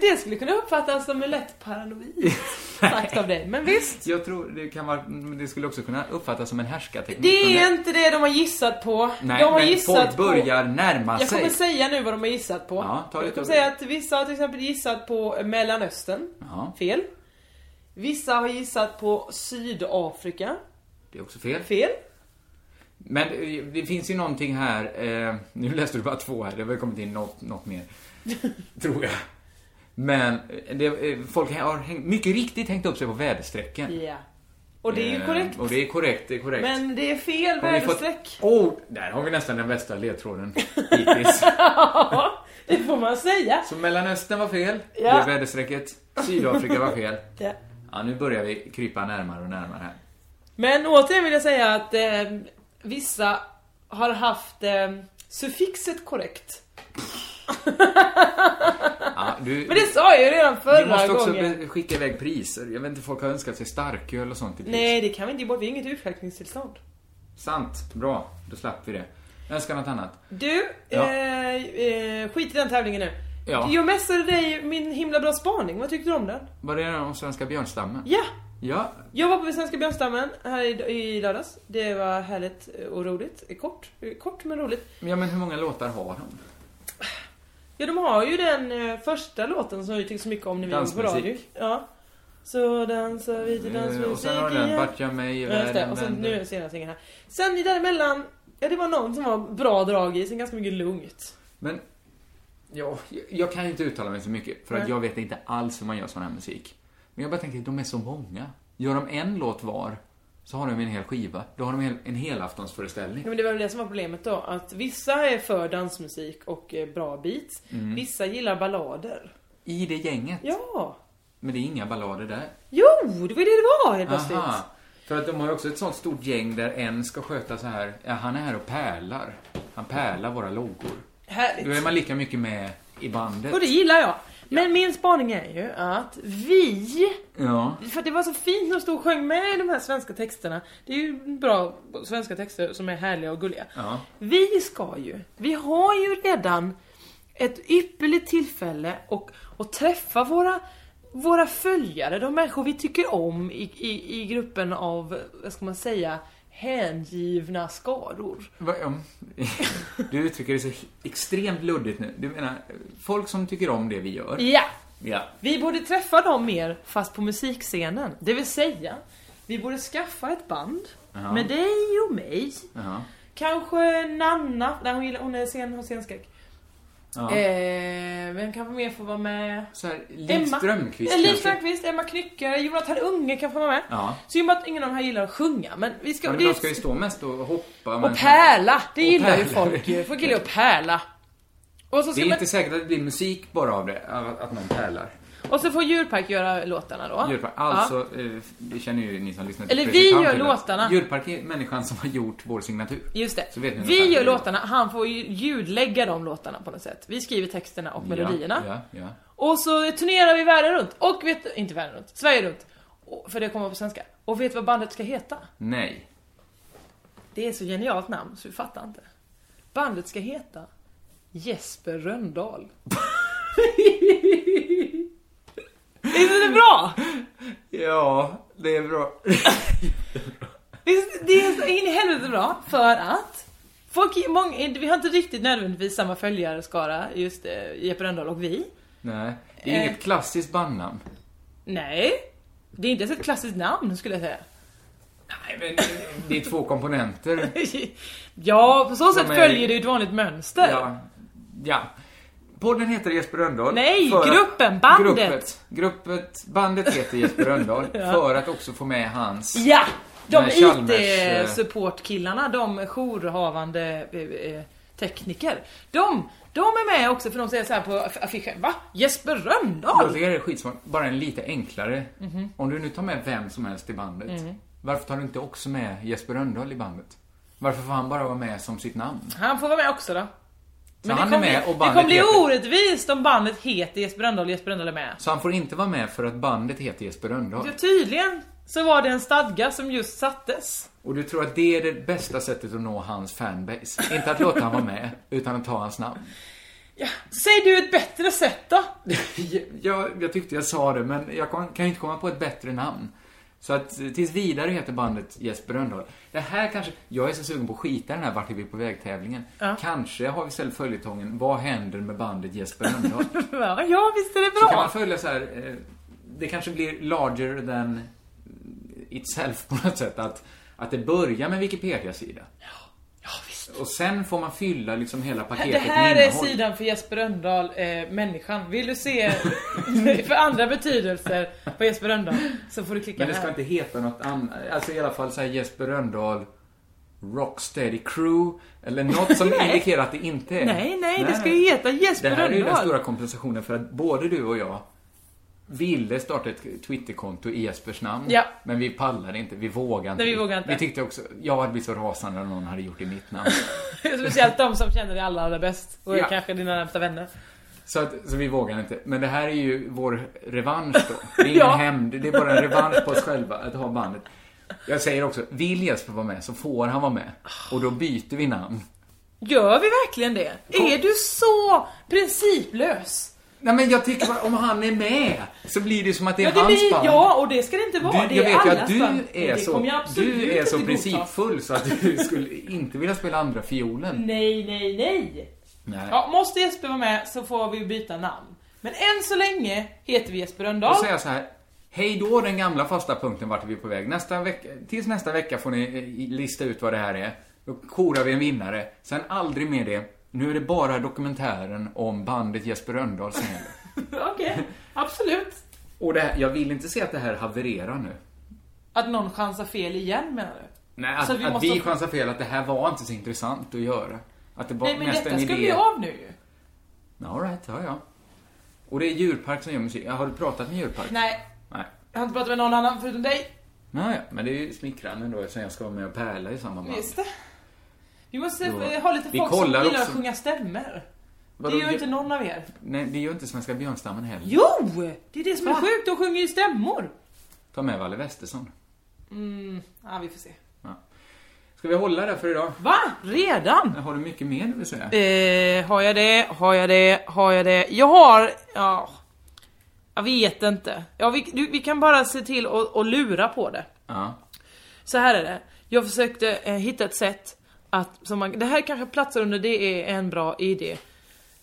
[SPEAKER 9] Det skulle kunna uppfattas som en lätt paranoid sagt av dig, men visst.
[SPEAKER 8] Jag tror det kan vara, men det skulle också kunna uppfattas som en härskarteknik.
[SPEAKER 9] Det är
[SPEAKER 8] Men-
[SPEAKER 9] inte det de har gissat på.
[SPEAKER 8] Nej,
[SPEAKER 9] de har
[SPEAKER 8] men folk
[SPEAKER 9] gissat på...
[SPEAKER 8] börjar närma
[SPEAKER 9] Jag
[SPEAKER 8] sig.
[SPEAKER 9] kommer säga nu vad de har gissat på.
[SPEAKER 8] Ah, Ja, ta
[SPEAKER 9] jag
[SPEAKER 8] lite
[SPEAKER 9] kommer
[SPEAKER 8] av
[SPEAKER 9] säga
[SPEAKER 8] det.
[SPEAKER 9] att vissa har till exempel gissat på Mellanöstern.
[SPEAKER 8] Ja,
[SPEAKER 9] Fel. Vissa har gissat på Sydafrika.
[SPEAKER 8] det är också fel.
[SPEAKER 9] Fel.
[SPEAKER 8] Men eh, det finns ju någonting här, eh, nu läste du bara två här, det har väl kommit in något, något mer. tror jag. Men eh, det, eh, folk har häng, mycket riktigt hängt upp sig på väderstrecken.
[SPEAKER 9] Ja. Och det är ju
[SPEAKER 8] Eh,
[SPEAKER 9] korrekt.
[SPEAKER 8] Och det är korrekt, det är korrekt.
[SPEAKER 9] Men det är fel
[SPEAKER 8] Har vi fått-
[SPEAKER 9] väderstreck.
[SPEAKER 8] Oh, där har vi nästan den bästa ledtråden hittills.
[SPEAKER 9] Ja, det får man säga.
[SPEAKER 8] Så Mellanöstern var fel,
[SPEAKER 9] Ja.
[SPEAKER 8] det är väderstrecket. Sydafrika var fel.
[SPEAKER 9] Ja.
[SPEAKER 8] Ja, nu börjar vi krypa närmare och närmare här.
[SPEAKER 9] Men återigen vill jag säga att eh, vissa har haft eh, suffixet korrekt.
[SPEAKER 8] Ja, du,
[SPEAKER 9] Men det sa jag ju redan
[SPEAKER 8] du
[SPEAKER 9] förra
[SPEAKER 8] måste också
[SPEAKER 9] gången.
[SPEAKER 8] be- skicka iväg priser. Jag vet inte, folk har önskat sig starköl och sånt i pris.
[SPEAKER 9] Nej, det kan vi inte ge bort. Vi är inget utskänkningstillstånd.
[SPEAKER 8] Sant, bra. Då slapp vi det. Jag önskar något annat.
[SPEAKER 9] Du,
[SPEAKER 8] Ja.
[SPEAKER 9] eh, eh, skit i den tävlingen nu.
[SPEAKER 8] Ja.
[SPEAKER 9] Jag messade dig min himla bra spaning. Vad tyckte du om den?
[SPEAKER 8] Var det om svenska björnstammen?
[SPEAKER 9] Ja!
[SPEAKER 8] Ja,
[SPEAKER 9] Jag var på Svenska björnstammen här i, i lördags. Det var härligt och roligt. Eh, Kort, kort men roligt.
[SPEAKER 8] ja, men hur många låtar har de?
[SPEAKER 9] Ja, de har ju den eh, första låten som vi tyckte så mycket om när vi var på
[SPEAKER 8] Dansmusik.
[SPEAKER 9] radio. Ja. Så dansar vi till
[SPEAKER 8] Eh,
[SPEAKER 9] dansmusik
[SPEAKER 8] och sen har den
[SPEAKER 9] igen.
[SPEAKER 8] Vart jag mig i
[SPEAKER 9] Ja, just det.
[SPEAKER 8] världen
[SPEAKER 9] Och sen, nu är
[SPEAKER 8] vänder.
[SPEAKER 9] den senaste ingen här. Sen i däremellan, ja det var någon som var bra drag i, sen ganska mycket lugnt.
[SPEAKER 8] Men, ja, jag- jag kan ju inte uttala mig så mycket. För att
[SPEAKER 9] Nej.
[SPEAKER 8] jag vet inte alls hur man gör sån här musik. Men jag bara tänker, de är så många. Gör de en låt var, så har de en hel skiva. Då har de en hel, en helaftonsföreställning.
[SPEAKER 9] Ja, men det var väl det som var problemet då, att vissa är för dansmusik och eh, bra beats.
[SPEAKER 8] Mm.
[SPEAKER 9] Vissa gillar ballader.
[SPEAKER 8] I det gänget.
[SPEAKER 9] Ja!
[SPEAKER 8] Men det är inga ballader där.
[SPEAKER 9] Jo, det var ju det det var helt
[SPEAKER 8] Aha.
[SPEAKER 9] plötsligt.
[SPEAKER 8] För att de har ju också ett sånt stort gäng där en ska sköta så här, ja, han är här och pärlar. Han pärlar våra loggor. Då
[SPEAKER 9] Härligt.
[SPEAKER 8] är man lika mycket med i bandet.
[SPEAKER 9] Och det gillar jag. Men min spaning är ju att vi
[SPEAKER 8] Ja.
[SPEAKER 9] För att det var så fint när de stod och sjöng med i de här svenska texterna. Det är ju bra svenska texter som är härliga och gulliga.
[SPEAKER 8] Ja.
[SPEAKER 9] Vi ska ju, vi har ju redan ett ypperligt tillfälle och, och träffa våra, våra följare, de människor vi tycker om i, i, i gruppen av, vad ska man säga, hängivna skaror.
[SPEAKER 8] Va, ja. Du uttrycker det så extremt luddigt nu. Du menar, folk som tycker om det vi gör.
[SPEAKER 9] Ja!
[SPEAKER 8] Ja.
[SPEAKER 9] Vi borde träffa dem mer, fast på musikscenen. Det vill säga, vi borde skaffa ett band med dig och mig.
[SPEAKER 8] Ja.
[SPEAKER 9] Kanske Nanna, nej, hon, gillar, hon är scen, har scenskräck.
[SPEAKER 8] Ja.
[SPEAKER 9] Eh, vem kan få mer få vara med?
[SPEAKER 8] Så här, Liv
[SPEAKER 9] Emma.
[SPEAKER 8] Strömquist
[SPEAKER 9] Eh, Liv
[SPEAKER 8] kanske.
[SPEAKER 9] Strömquist, Emma Knyckare, Jonathan Unge kan få vara med.
[SPEAKER 8] Ja.
[SPEAKER 9] Synd att ingen av de här gillar att sjunga, men vi ska...
[SPEAKER 8] Ja, men
[SPEAKER 9] det
[SPEAKER 8] de
[SPEAKER 9] är-
[SPEAKER 8] ska ju stå mest och hoppa. men-
[SPEAKER 9] och pärla! Det
[SPEAKER 8] Och
[SPEAKER 9] gillar ju
[SPEAKER 8] pärla.
[SPEAKER 9] folk ju. Folk gillar ju att pärla. Och så,
[SPEAKER 8] Det
[SPEAKER 9] ska
[SPEAKER 8] är
[SPEAKER 9] man,
[SPEAKER 8] inte säkert att det blir musik bara av det, av att någon pärlar.
[SPEAKER 9] och så får Djurpark göra låtarna då.
[SPEAKER 8] Djurpark,
[SPEAKER 9] Ja.
[SPEAKER 8] alltså, eh, det känner ju ni som lyssnar till
[SPEAKER 9] Eller vi
[SPEAKER 8] Presentant
[SPEAKER 9] gör
[SPEAKER 8] till att
[SPEAKER 9] låtarna.
[SPEAKER 8] Djurpark är människan som har gjort vår signatur.
[SPEAKER 9] Just det.
[SPEAKER 8] Så vet ni
[SPEAKER 9] Vi
[SPEAKER 8] ungefär
[SPEAKER 9] gör
[SPEAKER 8] hur det är.
[SPEAKER 9] låtarna, han får ju ljudlägga de låtarna på något sätt. Vi skriver texterna och melodierna.
[SPEAKER 8] Ja, ja, ja.
[SPEAKER 9] Och så turnerar vi världen runt. Och vet inte världen runt, Sverige runt. Och- För det kommer på svenska. Och vet vad bandet ska heta?
[SPEAKER 8] Nej.
[SPEAKER 9] Det är så genialt namn så vi fattar inte. Bandet ska heta Jesper Röndahl. Visst är det bra?
[SPEAKER 8] Ja, det är bra.
[SPEAKER 9] Visst, det är så in i helvete bra för att folk, många, vi har inte riktigt nödvändigtvis samma följare just eh, Jeppe Röndahl och vi.
[SPEAKER 8] Nej, det är
[SPEAKER 9] Eh.
[SPEAKER 8] inget klassiskt bandnamn.
[SPEAKER 9] Nej, det är inte ens ett klassiskt namn skulle jag säga.
[SPEAKER 8] Nej, men
[SPEAKER 9] eh,
[SPEAKER 8] det är två komponenter.
[SPEAKER 9] Ja, på så sätt
[SPEAKER 8] men-
[SPEAKER 9] följer det ju ett vanligt mönster.
[SPEAKER 8] Ja. ja. Podden heter Jesper Rönndahl.
[SPEAKER 9] Nej,
[SPEAKER 8] för att-
[SPEAKER 9] gruppen, bandet.
[SPEAKER 8] Gruppet, gruppet, bandet heter Jesper Rönndahl för att också få med hans...
[SPEAKER 9] Ja! De
[SPEAKER 8] Nej, Chalmers, eh,
[SPEAKER 9] IT-supportkillarna, de jourhavande eh, eh, tekniker. De, de är med också för de säger så här på aff- affischen, va? Jesper
[SPEAKER 8] Jag
[SPEAKER 9] Rönndahl?
[SPEAKER 8] tycker det är skitsmart. Bara en lite enklare. Om du nu tar med vem som helst i bandet, varför tar du inte också med Jesper Rönndahl i bandet? Varför får han bara vara med som sitt namn?
[SPEAKER 9] Han får vara med också då.
[SPEAKER 8] Så han är
[SPEAKER 9] kommer
[SPEAKER 8] med
[SPEAKER 9] bli,
[SPEAKER 8] och
[SPEAKER 9] det
[SPEAKER 8] bandet
[SPEAKER 9] kommer bli
[SPEAKER 8] heter-
[SPEAKER 9] orättvist om bandet heter Jesper Rönndahl och Jesper Rönndahl är med.
[SPEAKER 8] Så han får inte vara med för att bandet heter Jesper Rönndahl.
[SPEAKER 9] Ja, tydligen så var det en stadga som just sattes.
[SPEAKER 8] Och du tror att det är det bästa sättet att nå hans fanbase? Inte att låta han vara med, utan att ta hans namn.
[SPEAKER 9] Säg du ett bättre sätt då?
[SPEAKER 8] Jag, jag tyckte jag sa det, men jag kom, kan ju inte komma på ett bättre namn. Så att eh, tills vidare heter bandet Jesper Rönndahl. Det här kanske... Jag är så sugen på att skita i den här Vart är vi på väg-tävlingen. Kanske har vi istället följetongen Vad händer med bandet Jesper Rönndahl?
[SPEAKER 9] Ja, ja visst är det
[SPEAKER 8] Så kan man
[SPEAKER 9] bra.
[SPEAKER 8] följa så här, eh, det kanske blir larger than itself på något sätt. Att, att det börjar med en Wikipedia-sida.
[SPEAKER 9] Ja, visst.
[SPEAKER 8] Och sen får man fylla liksom hela paketet
[SPEAKER 9] Det här
[SPEAKER 8] med
[SPEAKER 9] är
[SPEAKER 8] innehåll.
[SPEAKER 9] sidan för Jesper Rönndahl, eh, människan. Vill du se för andra betydelser på Jesper Rönndahl så får du klicka
[SPEAKER 8] Men det ska
[SPEAKER 9] här.
[SPEAKER 8] inte heta något annat. Alltså i alla fall så här Jesper Rönndahl Rocksteady Crew eller något som
[SPEAKER 9] Nej.
[SPEAKER 8] indikerar att det inte är.
[SPEAKER 9] Nej, nej, det ska ju heta
[SPEAKER 8] Det
[SPEAKER 9] Jesper
[SPEAKER 8] här är ju den
[SPEAKER 9] Rönndahl.
[SPEAKER 8] stora kompensationen för att både du och jag ville starta ett Twitterkonto i Jespers namn.
[SPEAKER 9] Ja.
[SPEAKER 8] Men vi pallade inte, vi vågade inte.
[SPEAKER 9] Nej, vi vågade inte.
[SPEAKER 8] Vi tyckte också, jag hade blivit så rasande om någon hade gjort det i mitt namn.
[SPEAKER 9] Speciellt de som känner dig allra, allra bäst. Och är
[SPEAKER 8] Ja.
[SPEAKER 9] kanske dina närmsta vänner.
[SPEAKER 8] Så, att, så vi vågar inte. Men det här är ju vår revansch då. Det är ingen
[SPEAKER 9] Ja.
[SPEAKER 8] hämnd, det är bara en revansch på oss själva att ha bandet. Jag säger också, vill Jesper vara med så får han vara med. Och då byter vi namn.
[SPEAKER 9] Gör vi verkligen det? Är du så principlös?
[SPEAKER 8] Nej men jag tycker bara, om han är med så blir det ju som att det är
[SPEAKER 9] Ja, det
[SPEAKER 8] hans
[SPEAKER 9] blir,
[SPEAKER 8] band.
[SPEAKER 9] ja, och det ska det inte
[SPEAKER 8] Du,
[SPEAKER 9] vara. det
[SPEAKER 8] jag
[SPEAKER 9] är
[SPEAKER 8] vet ju att
[SPEAKER 9] allas
[SPEAKER 8] du
[SPEAKER 9] band.
[SPEAKER 8] är,
[SPEAKER 9] Det kommer jag
[SPEAKER 8] så,
[SPEAKER 9] absolut
[SPEAKER 8] du är
[SPEAKER 9] inte
[SPEAKER 8] så
[SPEAKER 9] godta.
[SPEAKER 8] principfull så att du skulle inte vilja spela andra fiolen.
[SPEAKER 9] Nej, nej, nej.
[SPEAKER 8] Nej.
[SPEAKER 9] Ja, måste Jesper vara med så får vi byta namn. Men än så länge heter vi Jesper
[SPEAKER 8] Då
[SPEAKER 9] Rönndahl.
[SPEAKER 8] säger jag så här. Hej då den gamla fasta punkten vart är vi på väg. Nästa vecka, tills nästa vecka får ni eh, lista ut vad det här är. Då korar vi en vinnare. Sen aldrig mer det. Nu är det bara dokumentären om bandet Jesper Rönndahl som gäller.
[SPEAKER 9] Okej, absolut.
[SPEAKER 8] Och det här, jag vill inte se att det här havererar nu.
[SPEAKER 9] Att någon chansar fel igen menar du?
[SPEAKER 8] Nej, att,
[SPEAKER 9] Så
[SPEAKER 8] vi,
[SPEAKER 9] vi
[SPEAKER 8] att
[SPEAKER 9] måste-
[SPEAKER 8] vi chansar fel att det här var inte så intressant att göra. Att det var
[SPEAKER 9] Nej men
[SPEAKER 8] mest
[SPEAKER 9] detta
[SPEAKER 8] en
[SPEAKER 9] ska
[SPEAKER 8] idé.
[SPEAKER 9] bli av nu ju.
[SPEAKER 8] All right, ja, ja. Och det är djurpark som gör musik. Ja, Har du pratat med djurpark?
[SPEAKER 9] Nej,
[SPEAKER 8] Nej.
[SPEAKER 9] jag har inte pratat med någon annan förutom dig.
[SPEAKER 8] Nej, men det är ju smickrande då eftersom jag ska vara med och pärla i samma band.
[SPEAKER 9] Visst det. Vi måste
[SPEAKER 8] Då-
[SPEAKER 9] eh, ha lite
[SPEAKER 8] vi
[SPEAKER 9] folk som
[SPEAKER 8] kollar
[SPEAKER 9] gillar att
[SPEAKER 8] också.
[SPEAKER 9] sjunga stämmer. Det gör inte någon av er.
[SPEAKER 8] Nej, det gör inte Svenska björnstammen heller.
[SPEAKER 9] Jo! Det är det som är sjukt, de sjunger ju stämmor. Mm,
[SPEAKER 8] Ta med Valle Westesson.
[SPEAKER 9] Ja, vi får se.
[SPEAKER 8] Ska vi hålla där för idag?
[SPEAKER 9] Va? Redan?
[SPEAKER 8] Har du mycket mer du vill säga?
[SPEAKER 9] Eh, har jag det? Har jag det? Har jag det? Jag har... Ja, jag vet inte. Ja, vi, du, vi kan bara se till att att lura på det.
[SPEAKER 8] Ja.
[SPEAKER 9] Så här är det. Jag försökte eh, hitta ett sätt att... Som man, det här kanske platsar under det är en bra idé.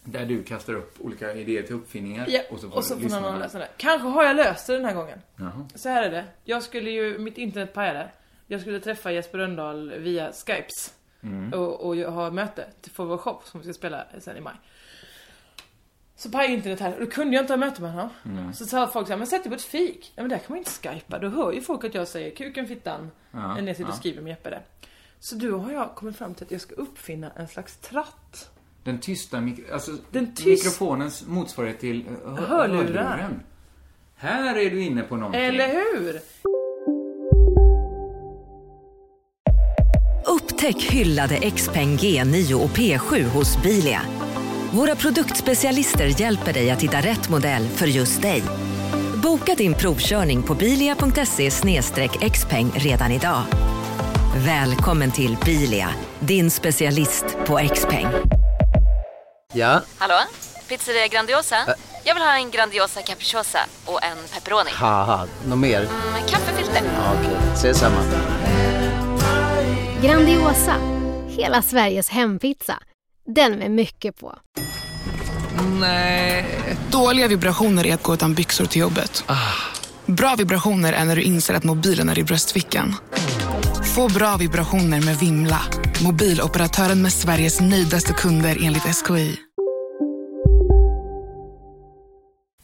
[SPEAKER 8] Där du kastar upp olika idéer till uppfinningar
[SPEAKER 9] Ja,
[SPEAKER 8] och så får,
[SPEAKER 9] och så får någon annan
[SPEAKER 8] lyssnarna-
[SPEAKER 9] lösa det. Kanske har jag löst det den här gången.
[SPEAKER 8] Jaha.
[SPEAKER 9] Så här är det. Jag skulle ju, mitt internet pajade. Jag skulle träffa Jesper Rönndahl via Skypes.
[SPEAKER 8] Mm.
[SPEAKER 9] Och, och jag har möte till- för vår shop som vi ska spela sen i maj. Så pajade internet här och då kunde jag inte ha möte med honom. Så sa folk så här, men sätt dig på ett fik. Ja men där kan man ju inte skypa, då hör ju folk att jag säger kuken, fittan.
[SPEAKER 8] Ja,
[SPEAKER 9] när jag sitter
[SPEAKER 8] ja.
[SPEAKER 9] och skriver med Jeppe där. Så då har jag kommit fram till att jag ska uppfinna en slags tratt.
[SPEAKER 8] Den tysta mik- alltså,
[SPEAKER 9] Den tyst-
[SPEAKER 8] mikrofonens motsvarighet till eh, hör-
[SPEAKER 9] Hörlurar.
[SPEAKER 8] hörluren. Här är du inne på någonting.
[SPEAKER 9] Eller hur?
[SPEAKER 10] Upptäck hyllade XPeng G9 och P7 hos Bilia. Våra produktspecialister hjälper dig att hitta rätt modell för just dig. Boka din provkörning på bilia.se xpeng redan idag. Välkommen till Bilia, din specialist på XPeng.
[SPEAKER 7] Ja,
[SPEAKER 11] Hallå? Pizzeria Grandiosa? Jag vill ha en Grandiosa capriciosa och en pepperoni.
[SPEAKER 7] haha, något mer?
[SPEAKER 11] Med kaffefilter.
[SPEAKER 7] Ja, Okej, ses samma.
[SPEAKER 11] Grandiosa, hela Sveriges hempizza. Den med mycket på.
[SPEAKER 10] Dåliga vibrationer är att gå utan byxor till jobbet.
[SPEAKER 12] Ah.
[SPEAKER 10] Bra vibrationer är när du inser att mobilen är i bröstfickan. Få bra vibrationer med Vimla. Mobiloperatören med Sveriges nöjdaste kunder enligt SKI.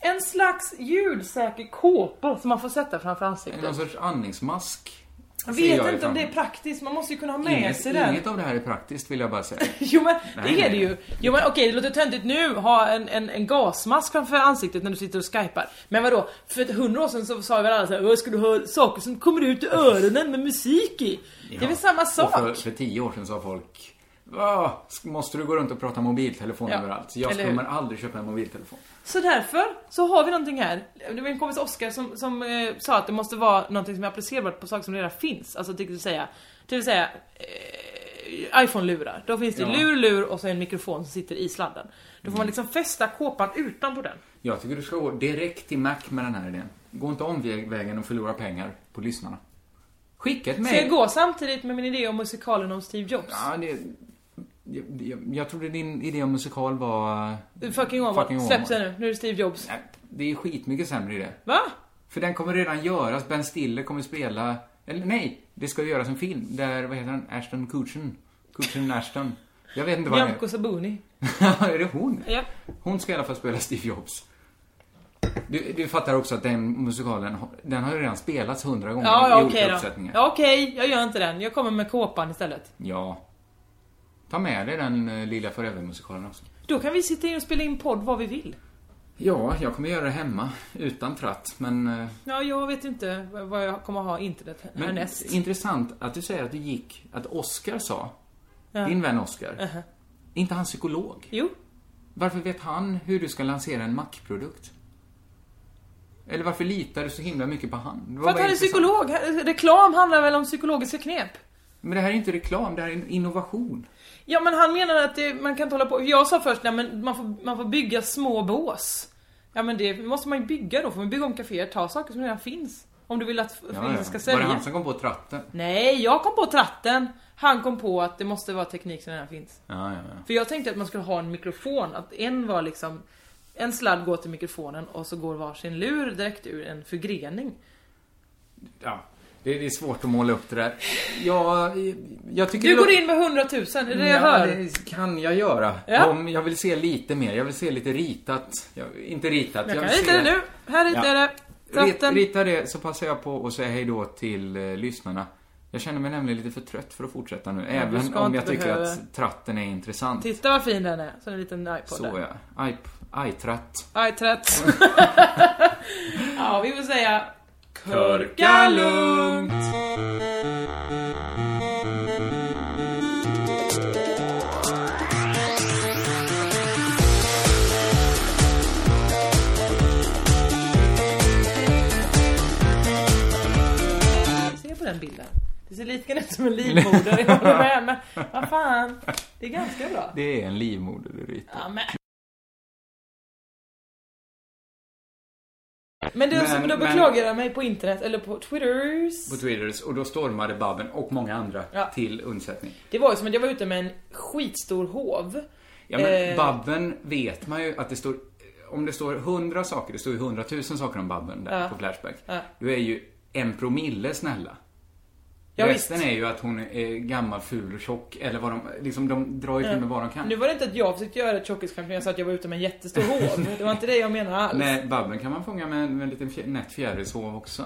[SPEAKER 9] En slags ljudsäker kåpa som man får sätta framför
[SPEAKER 8] Någon
[SPEAKER 9] ansiktet.
[SPEAKER 8] sorts andningsmask.
[SPEAKER 9] Jag
[SPEAKER 8] ser
[SPEAKER 9] vet
[SPEAKER 8] jag
[SPEAKER 9] inte om
[SPEAKER 8] ifrån.
[SPEAKER 9] det är praktiskt, man måste ju kunna ha med
[SPEAKER 8] Inget,
[SPEAKER 9] sig den.
[SPEAKER 8] inget av det här är praktiskt vill jag bara säga.
[SPEAKER 9] Jo men
[SPEAKER 8] Nej,
[SPEAKER 9] det är
[SPEAKER 8] nej.
[SPEAKER 9] det ju. Jo men okej, det låter töntigt nu ha en, en, en gasmask framför ansiktet när du sitter och skypar. Men vadå, för ett hundra år sedan så sa väl alla såhär ska du höra saker som kommer ut ur öronen med musik i? Det är väl samma sak?
[SPEAKER 8] Och för, för tio år sedan sa folk Va? Måste du gå runt och prata mobiltelefon
[SPEAKER 9] Ja,
[SPEAKER 8] överallt? Jag
[SPEAKER 9] eller hur?
[SPEAKER 8] kommer aldrig köpa en mobiltelefon.
[SPEAKER 9] Så därför så har vi någonting här. Det var en kompis Oskar som, som eh, sa att det måste vara någonting som är applicerbart på saker som redan finns. Alltså till vill säga, till vill säga eh, iPhone-lurar. Då finns det
[SPEAKER 8] Ja. Mm.
[SPEAKER 9] lur, lur och så en mikrofon som sitter i sladden. Då får man liksom fästa kåpan utanpå den.
[SPEAKER 8] Jag tycker du ska gå direkt till Mac med den här idén. Gå inte omvägen och förlora pengar på lyssnarna. Skicka ett
[SPEAKER 9] Ska jag
[SPEAKER 8] mejl.
[SPEAKER 9] gå samtidigt med min idé om musikalen om Steve Jobs?
[SPEAKER 8] Ja, det, jag, jag, jag trodde din idé om musikal var...
[SPEAKER 9] Fucking Åmål,
[SPEAKER 8] Åmål.
[SPEAKER 9] släpp den nu. Nu är det Steve Jobs.
[SPEAKER 8] Nej, Det är skitmycket sämre idé.
[SPEAKER 9] Va?
[SPEAKER 8] För den kommer redan göras. Ben Stiller kommer spela... Eller nej, det ska göras en film där, vad heter han? Ashton Kutchen. Kutchen Ashton. Jag vet inte vad han
[SPEAKER 9] Nyamko Sabuni.
[SPEAKER 8] är. är det hon?
[SPEAKER 9] Ja.
[SPEAKER 8] Hon ska i alla fall spela Steve Jobs. Du, du fattar också att den musikalen, har- den har ju redan spelats hundra gånger
[SPEAKER 9] Ja,
[SPEAKER 8] i
[SPEAKER 9] ja
[SPEAKER 8] olika
[SPEAKER 9] okej då.
[SPEAKER 8] uppsättningar.
[SPEAKER 9] Ja, okej, jag gör inte den. Jag kommer med kåpan istället.
[SPEAKER 8] Ja. Ta med dig den eh, lilla Forever-musikalen också.
[SPEAKER 9] Då kan vi sitta in och spela in podd vad vi vill.
[SPEAKER 8] Ja, jag kommer göra det hemma. Utan tratt, men... eh,
[SPEAKER 9] Ja, jag vet inte vad jag kommer ha internet
[SPEAKER 8] Men
[SPEAKER 9] härnäst.
[SPEAKER 8] Intressant att du säger att du gick, att Oscar sa, din vän Oscar, inte han psykolog?
[SPEAKER 9] Jo,
[SPEAKER 8] Varför vet han hur du ska lansera en Mac-produkt? Eller varför litar du så himla mycket på han? Det var
[SPEAKER 9] för att
[SPEAKER 8] bara
[SPEAKER 9] han är
[SPEAKER 8] intressant.
[SPEAKER 9] psykolog. Reklam handlar väl om psykologiska knep?
[SPEAKER 8] Men det här är inte reklam, det här är en innovation.
[SPEAKER 9] Ja, men han menar att det, man kan inte hålla på... Jag sa först, nej men man får, man får bygga små bås. Ja, men det måste man ju bygga då. Får man bygga om kaféer, ta saker som redan finns. Om du vill att ja,
[SPEAKER 8] Ja, ja.
[SPEAKER 9] ska
[SPEAKER 8] Var det
[SPEAKER 9] sälja.
[SPEAKER 8] han som kom på tratten?
[SPEAKER 9] Nej, jag kom på tratten. Han kom på att det måste vara teknik som redan finns.
[SPEAKER 8] Ja, ja, ja.
[SPEAKER 9] För jag tänkte att man skulle ha en mikrofon, att en var liksom en sladd går till mikrofonen och så går varsin lur direkt ur en förgrening.
[SPEAKER 8] ja. Det, det är svårt att måla upp det där. Jag, jag tycker
[SPEAKER 9] Du
[SPEAKER 8] det
[SPEAKER 9] går
[SPEAKER 8] låter-
[SPEAKER 9] in med 100 000, är det det
[SPEAKER 8] ja,
[SPEAKER 9] jag hör?
[SPEAKER 8] det kan jag göra.
[SPEAKER 9] Ja.
[SPEAKER 8] Om jag vill se lite mer. Jag vill se lite ritat. Jag, inte ritat.
[SPEAKER 9] Jag kan
[SPEAKER 8] vill
[SPEAKER 9] rita
[SPEAKER 8] se...
[SPEAKER 9] det nu, här ritar
[SPEAKER 8] Ja.
[SPEAKER 9] jag det.
[SPEAKER 8] Rit,
[SPEAKER 9] Tratten.
[SPEAKER 8] rita det så passar jag på att säga hej då till eh, lyssnarna. Jag känner mig nämligen lite för trött för att fortsätta nu. även
[SPEAKER 9] ska
[SPEAKER 8] om
[SPEAKER 9] inte
[SPEAKER 8] jag tycker
[SPEAKER 9] behöva.
[SPEAKER 8] att tratten är intressant.
[SPEAKER 9] Titta vad fin den är, så en liten iPod
[SPEAKER 8] Så
[SPEAKER 9] där.
[SPEAKER 8] ja. Aj, aj, tratt.
[SPEAKER 9] Aj, trött. ja, vi vill säga
[SPEAKER 8] Körka lugnt.
[SPEAKER 9] som en livmoder. Jag håller med, men vad fan. Det är ganska bra.
[SPEAKER 8] Det är en livmoder du ritar.
[SPEAKER 9] Ja, men. Men, det,
[SPEAKER 8] Men-
[SPEAKER 9] då
[SPEAKER 8] men-
[SPEAKER 9] beklagar jag mig på internet, eller på Twitters.
[SPEAKER 8] På Twitters och då stormade Babben och många andra
[SPEAKER 9] Ja.
[SPEAKER 8] till undsättning.
[SPEAKER 9] Det var ju som att jag var ute med en skitstor hov.
[SPEAKER 8] Ja men
[SPEAKER 9] Eh.
[SPEAKER 8] Babben vet man ju att det står, om det står hundra saker, det står ju hundratusen saker om Babben där
[SPEAKER 9] Ja.
[SPEAKER 8] på Flashback.
[SPEAKER 9] Ja.
[SPEAKER 8] Du är ju en promille snälla.
[SPEAKER 9] Ja,
[SPEAKER 8] Resten
[SPEAKER 9] visst.
[SPEAKER 8] är ju att hon är gammal, ful och tjock eller vad de, liksom de drar ju till med vad de kan.
[SPEAKER 9] Nu var det inte att jag försökte göra ett tjockisskämt men jag sa att jag var ute med en jättestor hov. Det var inte det jag menade alls.
[SPEAKER 8] Nej, Babben kan man fånga med, en- med en liten fjär, nätt fjärilshov också.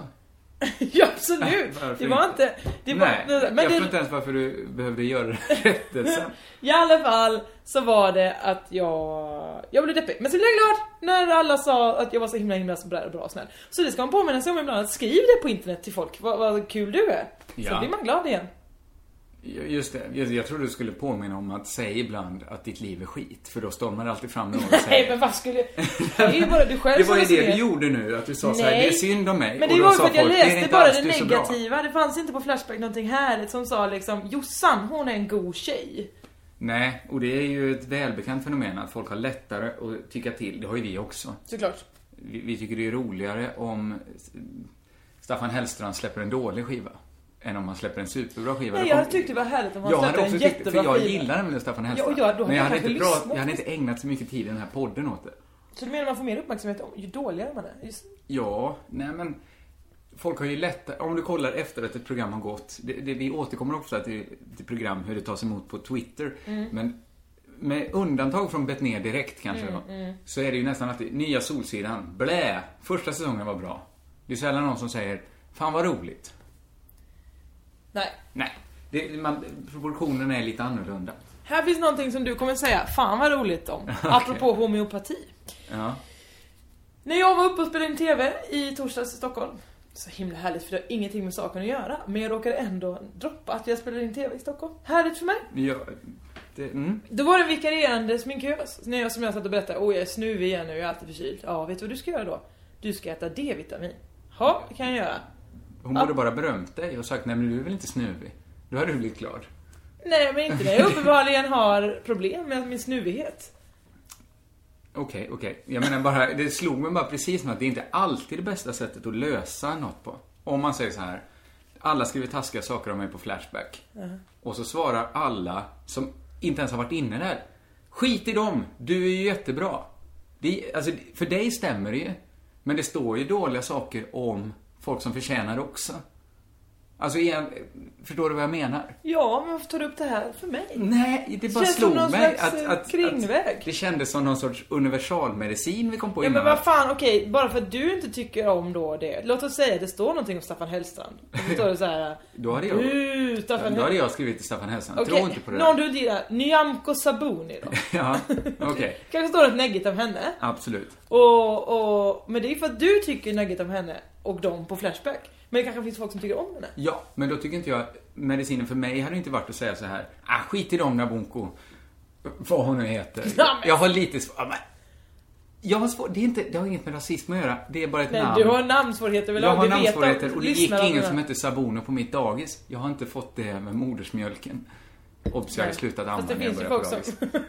[SPEAKER 9] Ja, absolut!
[SPEAKER 8] Varför
[SPEAKER 9] Det var inte... Det var,
[SPEAKER 8] Nej,
[SPEAKER 9] men
[SPEAKER 8] jag
[SPEAKER 9] det,
[SPEAKER 8] förstår inte ens varför du behövde göra rättelsen.
[SPEAKER 9] I alla fall så var det att jag... Jag blev deppig. Men så blev jag glad när alla sa att jag var så himla himla så bra och snäll. Så det ska man påminna sig om ibland. Att skriv det på internet till folk. Vad, vad kul du är. Så
[SPEAKER 8] Ja.
[SPEAKER 9] blir man glad igen.
[SPEAKER 8] Ju- Just det, jag, jag tror du skulle påminna om att säga ibland att ditt liv är skit, för då stormar det alltid fram någon och
[SPEAKER 9] Nej
[SPEAKER 8] säger
[SPEAKER 9] men vad skulle... Det är ju bara du själv
[SPEAKER 8] Det
[SPEAKER 9] som
[SPEAKER 8] var ju
[SPEAKER 9] har
[SPEAKER 8] det
[SPEAKER 9] skrivit.
[SPEAKER 8] du gjorde nu, att du sa såhär,
[SPEAKER 9] Nej.
[SPEAKER 8] det är synd om mig.
[SPEAKER 9] Men
[SPEAKER 8] och
[SPEAKER 9] det
[SPEAKER 8] då
[SPEAKER 9] var ju
[SPEAKER 8] sa
[SPEAKER 9] för att jag
[SPEAKER 8] folk, "Det är
[SPEAKER 9] läste
[SPEAKER 8] inte
[SPEAKER 9] bara
[SPEAKER 8] alls,
[SPEAKER 9] det
[SPEAKER 8] du är så bra."
[SPEAKER 9] negativa. Det fanns inte på Flashback någonting härligt som sa liksom Jossan, hon är en god tjej.
[SPEAKER 8] Nej, och det är ju ett välbekant fenomen att folk har lättare att tycka till. Det har ju vi också.
[SPEAKER 9] Såklart.
[SPEAKER 8] Vi, vi tycker det är roligare om Staffan Hellstrand släpper en dålig skiva, än om han släpper en superbra skiva.
[SPEAKER 9] Nej,
[SPEAKER 8] Då kom-
[SPEAKER 9] jag tyckte det var härligt om han
[SPEAKER 8] jag hade
[SPEAKER 9] släppte
[SPEAKER 8] också
[SPEAKER 9] en
[SPEAKER 8] tyckt,
[SPEAKER 9] jättebra
[SPEAKER 8] för jag
[SPEAKER 9] skiva.
[SPEAKER 8] gillar nämligen Staffan Hellstrand.
[SPEAKER 9] Ja, och jag- då hade
[SPEAKER 8] men jag
[SPEAKER 9] jag
[SPEAKER 8] hade,
[SPEAKER 9] kanske
[SPEAKER 8] inte prat-
[SPEAKER 9] lyssnat
[SPEAKER 8] jag hade inte ägnat så mycket tid i den här podden åt det.
[SPEAKER 9] Så du menar man får mer uppmärksamhet om ju dåligare man är? Just,
[SPEAKER 8] Ja, nej men Folk har ju lättare, om du kollar efter att ett program har gått, det, det, vi återkommer ofta till, till program hur det tas emot på Twitter, men med undantag från Betnér Direkt kanske då, så är det ju nästan alltid, nya Solsidan, blä, första säsongen var bra. Det är sällan någon som säger, fan vad roligt.
[SPEAKER 9] nej.
[SPEAKER 8] Nej, det, man, proportionerna är lite annorlunda.
[SPEAKER 9] Här finns någonting som du kommer säga, fan vad roligt om. Apropå homeopati.
[SPEAKER 8] Ja.
[SPEAKER 9] När jag var uppe och spelade in TV i torsdags i Stockholm. Så himla härligt för det har ingenting med saken att göra. Men jag råkade ändå droppa att jag spelade in TV i Stockholm. Härligt för mig.
[SPEAKER 8] ja det, mm.
[SPEAKER 9] Då var det en vikarierande sminkös när jag, som jag satt och berättade Åh jag är snuvig igen nu, jag är alltid förkyld. Ja, vet du vad du ska göra då? Du ska äta D-vitamin. Ja, det kan jag göra.
[SPEAKER 8] Hon borde bara berömt dig och sagt, nej men du är väl inte snuvig? Då hade du blivit glad.
[SPEAKER 9] Nej men inte när jag uppenbarligen har problem med min snuvighet.
[SPEAKER 8] Okej, okej. Jag menar bara, det slog mig bara precis med att det är inte alltid det bästa sättet att lösa något på. Om man säger så här, alla skriver taskiga saker om mig på Flashback. Och så svarar alla som inte ens har varit inne där. Skit i dem, du är ju jättebra. Det, alltså, för dig stämmer det ju. Men det står ju dåliga saker om folk som förtjänar det också. Alltså, igen, förstår du vad jag menar?
[SPEAKER 9] Ja, men varför tar du upp det här för mig?
[SPEAKER 8] Nej, det bara
[SPEAKER 9] Känns som
[SPEAKER 8] slog
[SPEAKER 9] någon
[SPEAKER 8] mig
[SPEAKER 9] slags,
[SPEAKER 8] att,
[SPEAKER 9] eh,
[SPEAKER 8] att,
[SPEAKER 9] kringväg.
[SPEAKER 8] att det kändes som någon sorts universalmedicin vi kom på
[SPEAKER 9] Ja
[SPEAKER 8] innan.
[SPEAKER 9] men vad fan, okej, bara för att du inte tycker om då det. Låt oss säga att det står någonting om Staffan Hellstrand. Och så står det så här.
[SPEAKER 8] Då hade jag-
[SPEAKER 9] "Uh, Staffan
[SPEAKER 8] Då hade
[SPEAKER 9] Hellstrand.
[SPEAKER 8] jag skrivit till Staffan Hellstrand.
[SPEAKER 9] Okej,
[SPEAKER 8] Tro inte på det
[SPEAKER 9] någon
[SPEAKER 8] där.
[SPEAKER 9] du gillar. Nyamko Sabuni då.
[SPEAKER 8] Ja, okej.
[SPEAKER 9] Kanske står det ett negget om henne.
[SPEAKER 8] Absolut.
[SPEAKER 9] Och, och, men det är för att du tycker negget om henne och dem på Flashback. Men det kanske finns folk som tycker om henne.
[SPEAKER 8] Ja, men då tycker inte jag... Medicinen för mig hade inte varit att säga så här. Ah, skit i dem Nabunko. Vad hon nu heter.
[SPEAKER 9] Ja, men-
[SPEAKER 8] Jag har lite sv- ja, men... Jag har svårt... Det, är inte... det har inget med rasism att göra. Det är bara ett
[SPEAKER 9] Nej,
[SPEAKER 8] namn.
[SPEAKER 9] du har namnsvårigheter överlag.
[SPEAKER 8] Jag har
[SPEAKER 9] Det vet
[SPEAKER 8] namnsvårigheter
[SPEAKER 9] de-
[SPEAKER 8] och det gick
[SPEAKER 9] lyssnarna
[SPEAKER 8] ingen
[SPEAKER 9] på
[SPEAKER 8] som
[SPEAKER 9] det här.
[SPEAKER 8] hette Sabono på mitt dagis. Jag har inte fått det med modersmjölken. Obs, jag hade
[SPEAKER 9] Nej.
[SPEAKER 8] slutat amma
[SPEAKER 9] Fast det
[SPEAKER 8] när jag
[SPEAKER 9] finns ju
[SPEAKER 8] började på
[SPEAKER 9] folk som...
[SPEAKER 8] dagis.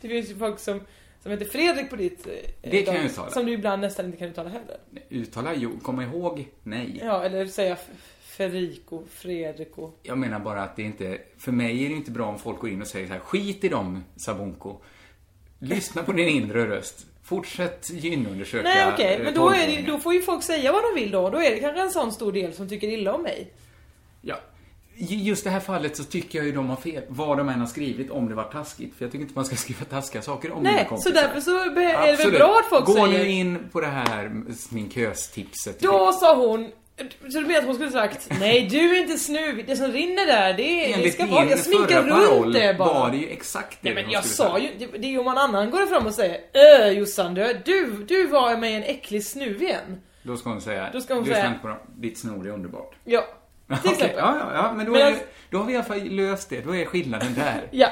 [SPEAKER 9] det finns ju folk som, som heter Fredrik på ditt... eh,
[SPEAKER 8] Det kan jag
[SPEAKER 9] dagis,
[SPEAKER 8] uttala.
[SPEAKER 9] Som du ibland nästan inte kan uttala heller.
[SPEAKER 8] Uttala jo, komma ihåg, nej.
[SPEAKER 9] Ja, eller säga F- Federico, Fredrico.
[SPEAKER 8] Jag menar bara att det inte, för mig är det inte bra om folk går in och säger så här, skit i dem Sabunko. Lyssna på din inre röst. Fortsätt gynundersöka
[SPEAKER 9] Nej okej,
[SPEAKER 8] eh,
[SPEAKER 9] men då, är det, ju-
[SPEAKER 8] tolvåringar.
[SPEAKER 9] då får ju folk säga vad de vill då. Då är det kanske en sån stor del som tycker illa om mig.
[SPEAKER 8] Ja. I just det här fallet så tycker jag ju de har fel, vad de än har skrivit, om det var taskigt. För jag tycker inte man ska skriva taskiga saker om mina
[SPEAKER 9] Nej, så
[SPEAKER 8] kompisar.
[SPEAKER 9] därför så be- är det väl
[SPEAKER 8] Absolut.
[SPEAKER 9] bra att folk
[SPEAKER 8] Gå
[SPEAKER 9] säger...
[SPEAKER 8] nu in på det här sminköstipset.
[SPEAKER 9] Då sa hon... Så du menar att hon skulle sagt Nej du är inte snuvig, det som rinner där det, är- det
[SPEAKER 8] Enligt
[SPEAKER 9] ska vara...
[SPEAKER 8] din
[SPEAKER 9] Jag sminkar
[SPEAKER 8] förra
[SPEAKER 9] runt
[SPEAKER 8] paroll
[SPEAKER 9] det bara.
[SPEAKER 8] var det ju exakt det
[SPEAKER 9] Nej men
[SPEAKER 8] de
[SPEAKER 9] jag
[SPEAKER 8] skulle
[SPEAKER 9] sa
[SPEAKER 8] säga.
[SPEAKER 9] ju, det- det är ju om någon annan går fram och säger Öh Jossan du, du, du var mig en äcklig snuv igen.
[SPEAKER 8] Då ska hon säga,
[SPEAKER 9] Då ska hon
[SPEAKER 8] lyssna
[SPEAKER 9] säga-
[SPEAKER 8] inte på dem, ditt snor är underbart.
[SPEAKER 9] Ja, till
[SPEAKER 8] Okej,
[SPEAKER 9] exempel.
[SPEAKER 8] ja, ja, ja, men då,
[SPEAKER 9] Men
[SPEAKER 8] är,
[SPEAKER 9] jag-
[SPEAKER 8] då har vi i alla fall löst det. Då är skillnaden där.
[SPEAKER 9] Ja.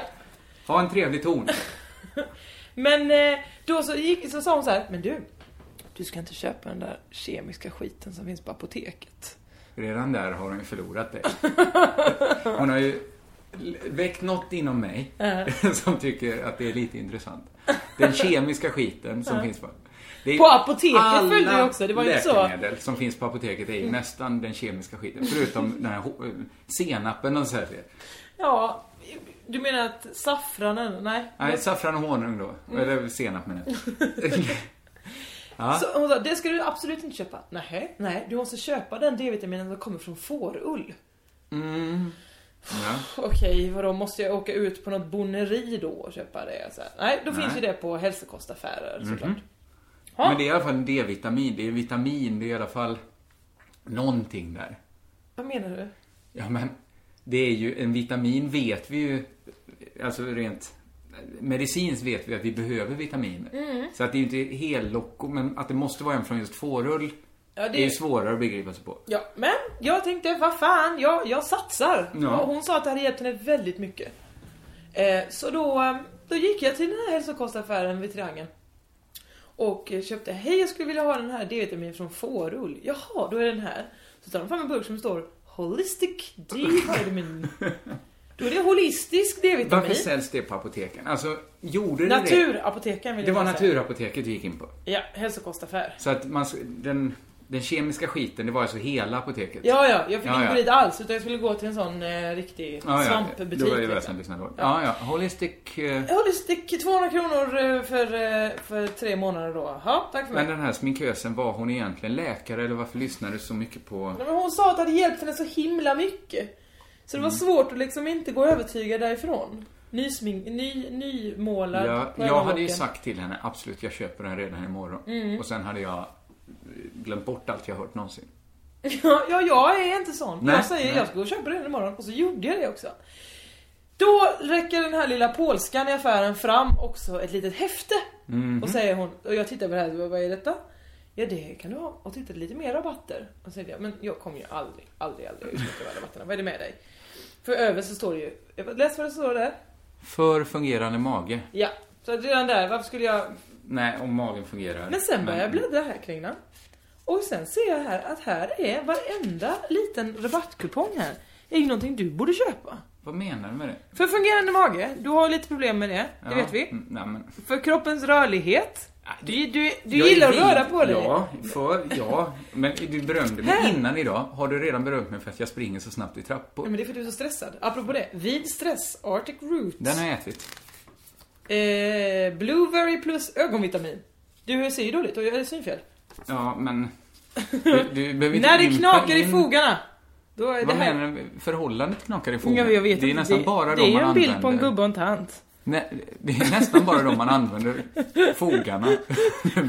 [SPEAKER 8] Ha en trevlig ton.
[SPEAKER 9] Men eh, då så, gick, så sa hon så här, men du, du ska inte köpa den där kemiska skiten som finns på apoteket.
[SPEAKER 8] Redan där har hon ju förlorat dig. Hon har ju l- väckt något inom mig
[SPEAKER 9] Uh-huh.
[SPEAKER 8] som tycker att det är lite intressant. Den kemiska skiten som finns på... det är-
[SPEAKER 9] Uh-huh. På apoteket
[SPEAKER 8] alla
[SPEAKER 9] följde vi också, det var ju inte så.
[SPEAKER 8] läkemedel som finns på apoteket är ju nästan den kemiska skiten. Förutom den här ho- eh, senapen de säljer.
[SPEAKER 9] Ja, du menar att saffranen, nej.
[SPEAKER 8] Nej, saffran och honung då.
[SPEAKER 9] Mm.
[SPEAKER 8] Eller senap menar jag. Ja.
[SPEAKER 9] Så hon sa, det ska du absolut inte köpa. Nej, nej, du måste köpa den D-vitaminen som kommer från fårull.
[SPEAKER 8] Ja.
[SPEAKER 9] Okej, vadå, måste jag åka ut på något boneri då och köpa det? Så här, nej, Mhm. då finns
[SPEAKER 8] Nej.
[SPEAKER 9] ju det på hälsokostaffärer såklart.
[SPEAKER 8] Men det är i alla fall en D-vitamin. Det är vitamin. Det är i alla fall någonting där.
[SPEAKER 9] Vad menar du?
[SPEAKER 8] Ja, men det är ju en vitamin vet vi ju, alltså rent medicinskt vet vi att vi behöver vitaminer.
[SPEAKER 9] Mm.
[SPEAKER 8] Så att det är ju inte helt locko, men att det måste vara en från just fårull
[SPEAKER 9] Ja, det-
[SPEAKER 8] är ju svårare att begripa sig på.
[SPEAKER 9] Ja, men jag tänkte, vad fan, jag, jag satsar.
[SPEAKER 8] Ja.
[SPEAKER 9] Och hon sa att det hade hjälpt henne väldigt mycket. Eh, så då, eh, då gick jag till den här hälsokostaffären vid Triangeln. Och eh, köpte, hej jag skulle vilja ha den här D-vitamin från Fårull. Jaha, då är den här. Så tar de fram en burk som står Holistic D-vitamin. då är det holistisk
[SPEAKER 8] Varför
[SPEAKER 9] D-vitamin.
[SPEAKER 8] säljs det på apoteken? Alltså, gjorde det det?
[SPEAKER 9] Naturopoteken vill
[SPEAKER 8] Det
[SPEAKER 9] jag
[SPEAKER 8] var
[SPEAKER 9] bara säga.
[SPEAKER 8] naturapoteket vi gick in på.
[SPEAKER 9] Ja, hälsokostaffär.
[SPEAKER 8] Så att man, den, den kemiska skiten, det var alltså hela apoteket.
[SPEAKER 9] Ja, ja, jag fick
[SPEAKER 8] Ja,
[SPEAKER 9] inte
[SPEAKER 8] ja.
[SPEAKER 9] gå dit alls utan jag skulle gå till en sån eh, riktig svampbutik.
[SPEAKER 8] Då var det
[SPEAKER 9] liksom.
[SPEAKER 8] väsentligt snabbare. Ja, ja. Holistic... eh,
[SPEAKER 9] Ja, det stick 200 kronor eh, för, eh, för tre månader då. Ja, tack för mig.
[SPEAKER 8] Men den här sminkösen, var hon egentligen läkare eller varför lyssnade du så mycket på...
[SPEAKER 9] Nej, men hon sa att det hade hjälpt henne så himla mycket. Så
[SPEAKER 8] Mm.
[SPEAKER 9] det var svårt att liksom inte gå övertygad därifrån. Ny smink, ny, nymålad.
[SPEAKER 8] Jag,
[SPEAKER 9] på
[SPEAKER 8] jag hade ju
[SPEAKER 9] ögonlocken.
[SPEAKER 8] sagt till henne, absolut jag köper den redan imorgon.
[SPEAKER 9] Mm.
[SPEAKER 8] Och sen hade jag eh, glömt bort allt jag hört någonsin.
[SPEAKER 9] Ja, ja, jag är inte sån.
[SPEAKER 8] Nej,
[SPEAKER 9] jag säger
[SPEAKER 8] nej.
[SPEAKER 9] jag ska gå och köpa den imorgon och så gjorde jag det också. Då räcker den här lilla polskan i affären fram också ett litet häfte.
[SPEAKER 8] Mhm.
[SPEAKER 9] Och säger hon, och jag tittar på det här, vad- vad är detta? Ja det kan du ha och titta lite mer rabatter. Och säger jag, men jag kommer ju aldrig, aldrig, aldrig utnyttja de här rabatterna. Vad är det med dig? För över så står det ju, läs vad det står där.
[SPEAKER 8] För fungerande mage.
[SPEAKER 9] Ja, så redan där, varför skulle jag
[SPEAKER 8] Nej, om magen fungerar.
[SPEAKER 9] men sen börjar jag bläddra här kring den. Och sen ser jag här att här är varenda liten rabattkupong här. Är ju någonting du borde köpa.
[SPEAKER 8] Vad menar du med det?
[SPEAKER 9] För fungerande mage, du har lite problem med det. Det
[SPEAKER 8] Ja,
[SPEAKER 9] vet vi.
[SPEAKER 8] mm, Nej, men,
[SPEAKER 9] För kroppens rörlighet. Du, du, du
[SPEAKER 8] Jag är
[SPEAKER 9] gillar att
[SPEAKER 8] vid-
[SPEAKER 9] röra på dig.
[SPEAKER 8] Ja, för, ja. Men du berömde mig
[SPEAKER 9] Här. Mm.
[SPEAKER 8] innan idag. Har du redan berömt mig för att jag springer så snabbt i trappor?
[SPEAKER 9] Nej, men det är för att du är så stressad. Apropå det, vid stress, Arctic Roots.
[SPEAKER 8] Den har jag ätit.
[SPEAKER 9] eh, Blueberry plus ögonvitamin. Du ser ju dåligt och jag är synfel.
[SPEAKER 8] Ja, men... Du, du behöver inte
[SPEAKER 9] När det
[SPEAKER 8] ympa
[SPEAKER 9] knakar i
[SPEAKER 8] in-
[SPEAKER 9] fogarna. Då är det
[SPEAKER 8] Vad
[SPEAKER 9] här...
[SPEAKER 8] menar du? Förhållandet knakar i fogen?
[SPEAKER 9] Ja, men jag vet
[SPEAKER 8] det är
[SPEAKER 9] inte.
[SPEAKER 8] nästan
[SPEAKER 9] det,
[SPEAKER 8] bara
[SPEAKER 9] Det är
[SPEAKER 8] de
[SPEAKER 9] ju
[SPEAKER 8] man
[SPEAKER 9] en bild på en
[SPEAKER 8] använder.
[SPEAKER 9] gubbe och en tant.
[SPEAKER 8] Nej, det är nästan bara de man använder. Fogarna.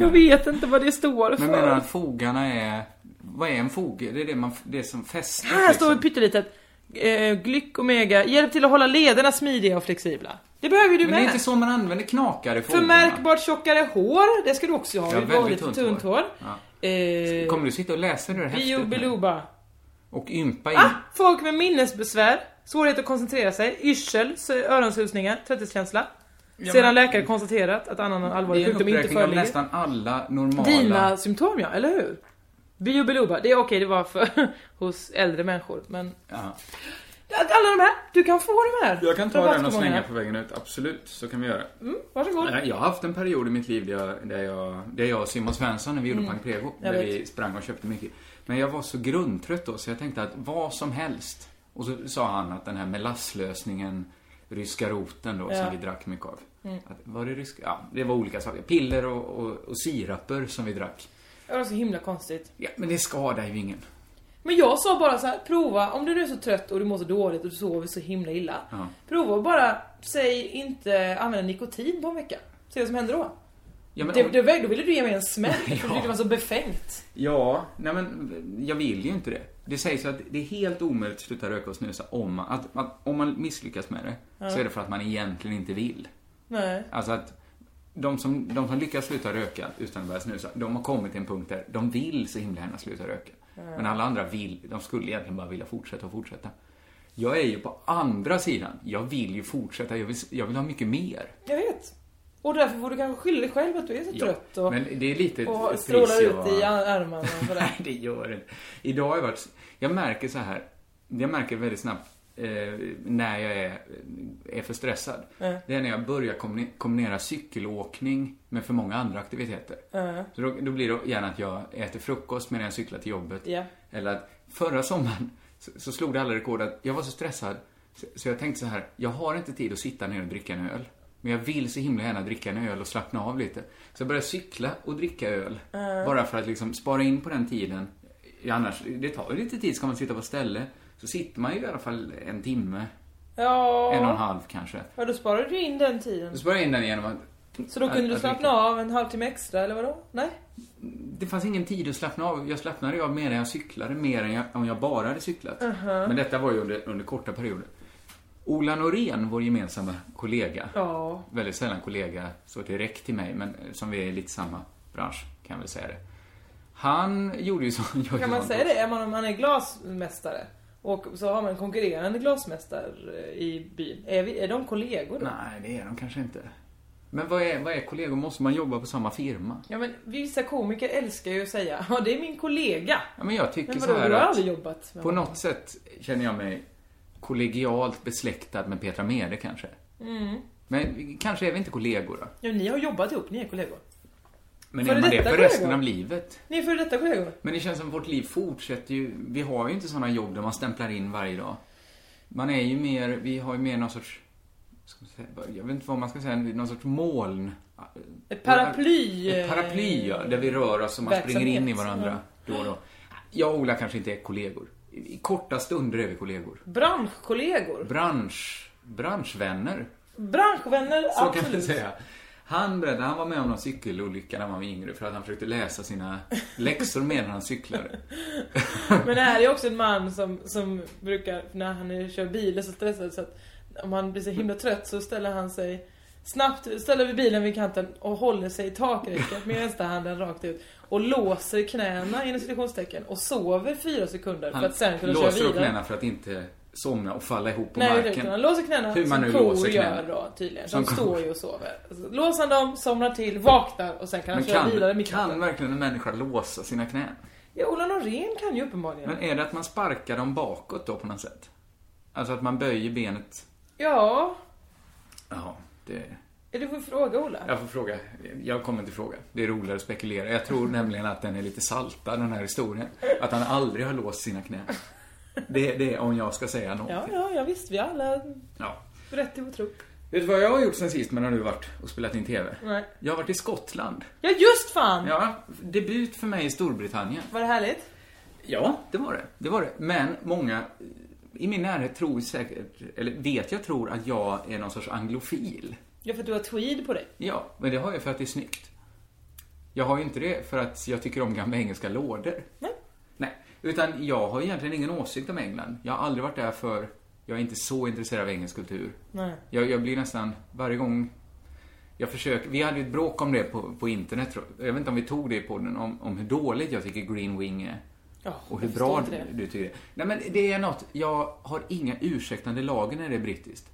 [SPEAKER 9] Jag vet inte vad det står för.
[SPEAKER 8] Men menar du att fogarna är... Vad är en foge? Det är det, man, det som liksom. fäster.
[SPEAKER 9] Här står det pyttelitet. Eh, glykomega, hjälp till att hålla lederna smidiga och flexibla. Det behöver ju du
[SPEAKER 8] Men det är
[SPEAKER 9] med.
[SPEAKER 8] inte så man använder knakar i fogarna.
[SPEAKER 9] Förmärkbart tjockare hår, det ska du också ha.
[SPEAKER 8] Ja,
[SPEAKER 9] Ja, du har
[SPEAKER 8] väldigt
[SPEAKER 9] lite
[SPEAKER 8] tunt
[SPEAKER 9] tunt
[SPEAKER 8] hår.
[SPEAKER 9] hår.
[SPEAKER 8] Ja.
[SPEAKER 9] Eh,
[SPEAKER 8] Kommer du sitta och läsa det här häftet
[SPEAKER 9] Bio
[SPEAKER 8] nu?
[SPEAKER 9] biloba.
[SPEAKER 8] Och ympa in?
[SPEAKER 9] Ah, folk med minnesbesvär, svårighet att koncentrera sig, yrsel, så- öronsusningar, trötthetskänsla. Sedan läkare konstaterat att annan
[SPEAKER 8] det
[SPEAKER 9] allvarlig
[SPEAKER 8] är en
[SPEAKER 9] sjukdom inte
[SPEAKER 8] uppräkning av
[SPEAKER 9] föreligger.
[SPEAKER 8] nästan alla normala...
[SPEAKER 9] Dina symptom ja, eller hur? Bio biloba, det är okej, det var för hos äldre människor, men
[SPEAKER 8] Ja.
[SPEAKER 9] Att Alla de här, du kan få de här.
[SPEAKER 8] Jag kan ta den och slänga
[SPEAKER 9] Rabattkupongerna.
[SPEAKER 8] på vägen ut, absolut. Så kan vi göra.
[SPEAKER 9] Mm, varsågod.
[SPEAKER 8] Nej, Jag har haft en period i mitt liv där jag, där jag, där jag och Simon Svensson, när vi gjorde Pang Prego,
[SPEAKER 9] Mm. jag
[SPEAKER 8] där
[SPEAKER 9] vet.
[SPEAKER 8] vi sprang och köpte mycket. Men jag var så grundtrött då, så jag tänkte att vad som helst. Och så sa han att den här melasslösningen, ryska roten då, som vi drack mycket av.
[SPEAKER 9] Mm.
[SPEAKER 8] Att, var det ryska? Ja, det var olika saker. Piller och, och, och siraper som vi drack.
[SPEAKER 9] Det var så himla konstigt.
[SPEAKER 8] Ja, men det skadar ju ingen.
[SPEAKER 9] Men jag sa bara så här, prova, om du nu är så trött och du mår så dåligt och du sover så himla illa.
[SPEAKER 8] Ja.
[SPEAKER 9] Prova och bara, säg inte använda nikotin på en vecka. Se vad som händer då.
[SPEAKER 8] Ja, men,
[SPEAKER 9] Det,
[SPEAKER 8] om-
[SPEAKER 9] det, var- då ville du ge mig en smäll, för
[SPEAKER 8] Ja.
[SPEAKER 9] du tyckte det var så befängt.
[SPEAKER 8] Ja, nej men jag vill ju inte det. Det sägs ju att det är helt omöjligt att sluta röka och snusa om man, att, att, om man misslyckas med det. Så är det för att man egentligen inte vill.
[SPEAKER 9] Nej.
[SPEAKER 8] Alltså att de som, de som lyckas sluta röka utan att börja snusa, de har kommit till en punkt där de vill så himla gärna sluta röka. Men alla andra vill, de skulle egentligen bara vilja fortsätta och fortsätta. Jag är ju på andra sidan. Jag vill ju fortsätta, jag vill, jag vill ha mycket mer.
[SPEAKER 9] Jag vet. Och därför får du kanske skylla dig själv att du är så trött och,
[SPEAKER 8] Men det är lite
[SPEAKER 9] och
[SPEAKER 8] trist
[SPEAKER 9] strålar
[SPEAKER 8] att
[SPEAKER 9] ut
[SPEAKER 8] vara-
[SPEAKER 9] i ar- armarna och sådär.
[SPEAKER 8] Nej, det gör det inte. Idag har jag varit... Jag märker så här. Jag märker väldigt snabbt eh, när jag är, är för stressad.
[SPEAKER 9] Ja.
[SPEAKER 8] Det är när jag börjar kombine- kombinera cykelåkning med för många andra aktiviteter.
[SPEAKER 9] Ja.
[SPEAKER 8] Så då, då blir det gärna att jag äter frukost medan jag cyklar till jobbet.
[SPEAKER 9] Ja.
[SPEAKER 8] Eller att förra sommaren så, så slog det alla rekord att jag var så stressad så, så jag tänkte så här, jag har inte tid att sitta ner och dricka en öl. Men jag vill så himla gärna dricka en öl och slappna av lite. Så jag började cykla och dricka öl. Bara för att liksom spara in på den tiden. Ja, Annars, det tar ju lite tid, ska man sitta på ställe. Så sitter man ju i alla fall en timme, en och en
[SPEAKER 9] Ja,
[SPEAKER 8] halv kanske.
[SPEAKER 9] ja, då sparar du in den tiden.
[SPEAKER 8] Så sparar jag in den genom att...
[SPEAKER 9] Så då
[SPEAKER 8] att-
[SPEAKER 9] kunde du
[SPEAKER 8] att
[SPEAKER 9] slappna
[SPEAKER 8] dricka.
[SPEAKER 9] av en halvtimme extra eller vadå? Nej?
[SPEAKER 8] Det fanns ingen tid att slappna av. Jag slappnade ju av mer än jag cyklade, mer än jag, om jag bara hade cyklat.
[SPEAKER 9] Uh-huh.
[SPEAKER 8] Men detta var ju under, under korta perioder. Ola Norén, vår gemensamma kollega.
[SPEAKER 9] Ja.
[SPEAKER 8] Väldigt sällan kollega så direkt till mig, men eh, som vi är i lite samma bransch, kan vi säga det. Han gjorde ju så.
[SPEAKER 9] Kan man säga det? Är man, om man är glasmästare och så har man en konkurrerande glasmästare eh, i byn. Är, vi, är de kollegor då?
[SPEAKER 8] Nej, det är de kanske inte. Men vad är, vad är kollegor? Måste man jobba på samma firma?
[SPEAKER 9] Ja men vissa komiker älskar ju att säga Ja det är min kollega.
[SPEAKER 8] Ja, men jag tycker
[SPEAKER 9] Men
[SPEAKER 8] så
[SPEAKER 9] vadå,
[SPEAKER 8] här
[SPEAKER 9] du har
[SPEAKER 8] att-
[SPEAKER 9] aldrig jobbat med
[SPEAKER 8] På
[SPEAKER 9] honom?
[SPEAKER 8] något sätt känner jag mig kollegialt besläktad med Petra Mede kanske.
[SPEAKER 9] Mm.
[SPEAKER 8] Men vi- kanske är vi inte kollegor då?
[SPEAKER 9] Ja, ni har jobbat ihop, ni är kollegor.
[SPEAKER 8] Men
[SPEAKER 9] Före
[SPEAKER 8] är man det
[SPEAKER 9] detta
[SPEAKER 8] för resten
[SPEAKER 9] kollegor?
[SPEAKER 8] av livet?
[SPEAKER 9] Ni är före detta kollegor.
[SPEAKER 8] Men det känns som vårt liv fortsätter ju. Vi har ju inte sådana jobb där man stämplar in varje dag. Man är ju mer, vi har ju mer någon sorts, ska man säga, jag vet inte vad man ska säga, någon sorts moln.
[SPEAKER 9] Ett paraply. eh,
[SPEAKER 8] Ett paraply, ja. Där vi rör oss och man
[SPEAKER 9] verksamhet.
[SPEAKER 8] springer in i varandra då och då. Jag och Ola kanske inte är kollegor. I i korta stunder är vi kollegor.
[SPEAKER 9] Branschkollegor.
[SPEAKER 8] bransch, branschvänner.
[SPEAKER 9] Branschvänner,
[SPEAKER 8] Så kan man
[SPEAKER 9] absolut.
[SPEAKER 8] säga. Han berättade, han var med om någon cykelolycka när han var yngre för att han försökte läsa sina läxor medan han cyklade.
[SPEAKER 9] Men det här är också en man som, som brukar, när han är- kör bil, är så stressad så att om han blir så himla trött så ställer han sig snabbt, ställer vi bilen vid kanten och håller sig i takräcket med vänsterhanden rakt ut och låser knäna inom citationstecken och sover fyra sekunder
[SPEAKER 8] Han
[SPEAKER 9] för att sen kunna köra
[SPEAKER 8] låser upp
[SPEAKER 9] vidare.
[SPEAKER 8] knäna för att inte somna och falla ihop på
[SPEAKER 9] Nej, utan han
[SPEAKER 8] marken.
[SPEAKER 9] låser knäna
[SPEAKER 8] Hur man
[SPEAKER 9] som
[SPEAKER 8] nu
[SPEAKER 9] kor
[SPEAKER 8] låser
[SPEAKER 9] gör
[SPEAKER 8] knäna.
[SPEAKER 9] då tydligen.
[SPEAKER 8] Som
[SPEAKER 9] De
[SPEAKER 8] kor.
[SPEAKER 9] står ju och sover. Så låser han dem, somnar till, vaknar och sen kan han
[SPEAKER 8] Men
[SPEAKER 9] köra vidare
[SPEAKER 8] kan,
[SPEAKER 9] mitt Alltså, i natten.
[SPEAKER 8] kan verkligen en människa låsa sina knän?
[SPEAKER 9] Ja, Ola Norén kan ju uppenbarligen.
[SPEAKER 8] Men är det att man sparkar dem bakåt då på något sätt? Alltså att man böjer benet?
[SPEAKER 9] Ja,
[SPEAKER 8] Ja, det...
[SPEAKER 9] du får fråga Ola.
[SPEAKER 8] Jag får fråga. Jag kommer inte fråga. Det är roligare att spekulera. Jag tror nämligen att den är lite saltad, den här historien. Att han aldrig har låst sina knän. Det, det är om jag ska säga någonting.
[SPEAKER 9] Ja, ja, ja visst. Vi har alla
[SPEAKER 8] Ja.
[SPEAKER 9] rätt till att tro.
[SPEAKER 8] Vet du vad jag har gjort sen sist medan du varit och spelat in TV?
[SPEAKER 9] Nej.
[SPEAKER 8] Jag har varit i Skottland.
[SPEAKER 9] Ja, just fan!
[SPEAKER 8] Ja, debut för mig i Storbritannien.
[SPEAKER 9] Var det härligt?
[SPEAKER 8] Ja, det var det. Det var det. Men många i min närhet tror säkert, eller vet jag tror att jag är någon sorts anglofil.
[SPEAKER 9] Ja, för att du har tweed på dig.
[SPEAKER 8] Ja, men det har jag för att det är snyggt. Jag har ju inte det för att jag tycker om gamla engelska lådor.
[SPEAKER 9] Nej.
[SPEAKER 8] Nej, utan jag har egentligen ingen åsikt om England. Jag har aldrig varit där för jag är inte så intresserad av engelsk kultur.
[SPEAKER 9] Nej.
[SPEAKER 8] Jag, jag blir nästan, varje gång jag försöker, vi hade ju ett bråk om det på, på internet, tror jag. jag vet inte om vi tog det i podden, om, om hur dåligt jag tycker Green Wing är.
[SPEAKER 9] Ja,
[SPEAKER 8] och hur
[SPEAKER 9] jag förstår
[SPEAKER 8] bra
[SPEAKER 9] inte det.
[SPEAKER 8] du tycker det är. Nej men det är något, jag har inga ursäktande lager när det är brittiskt.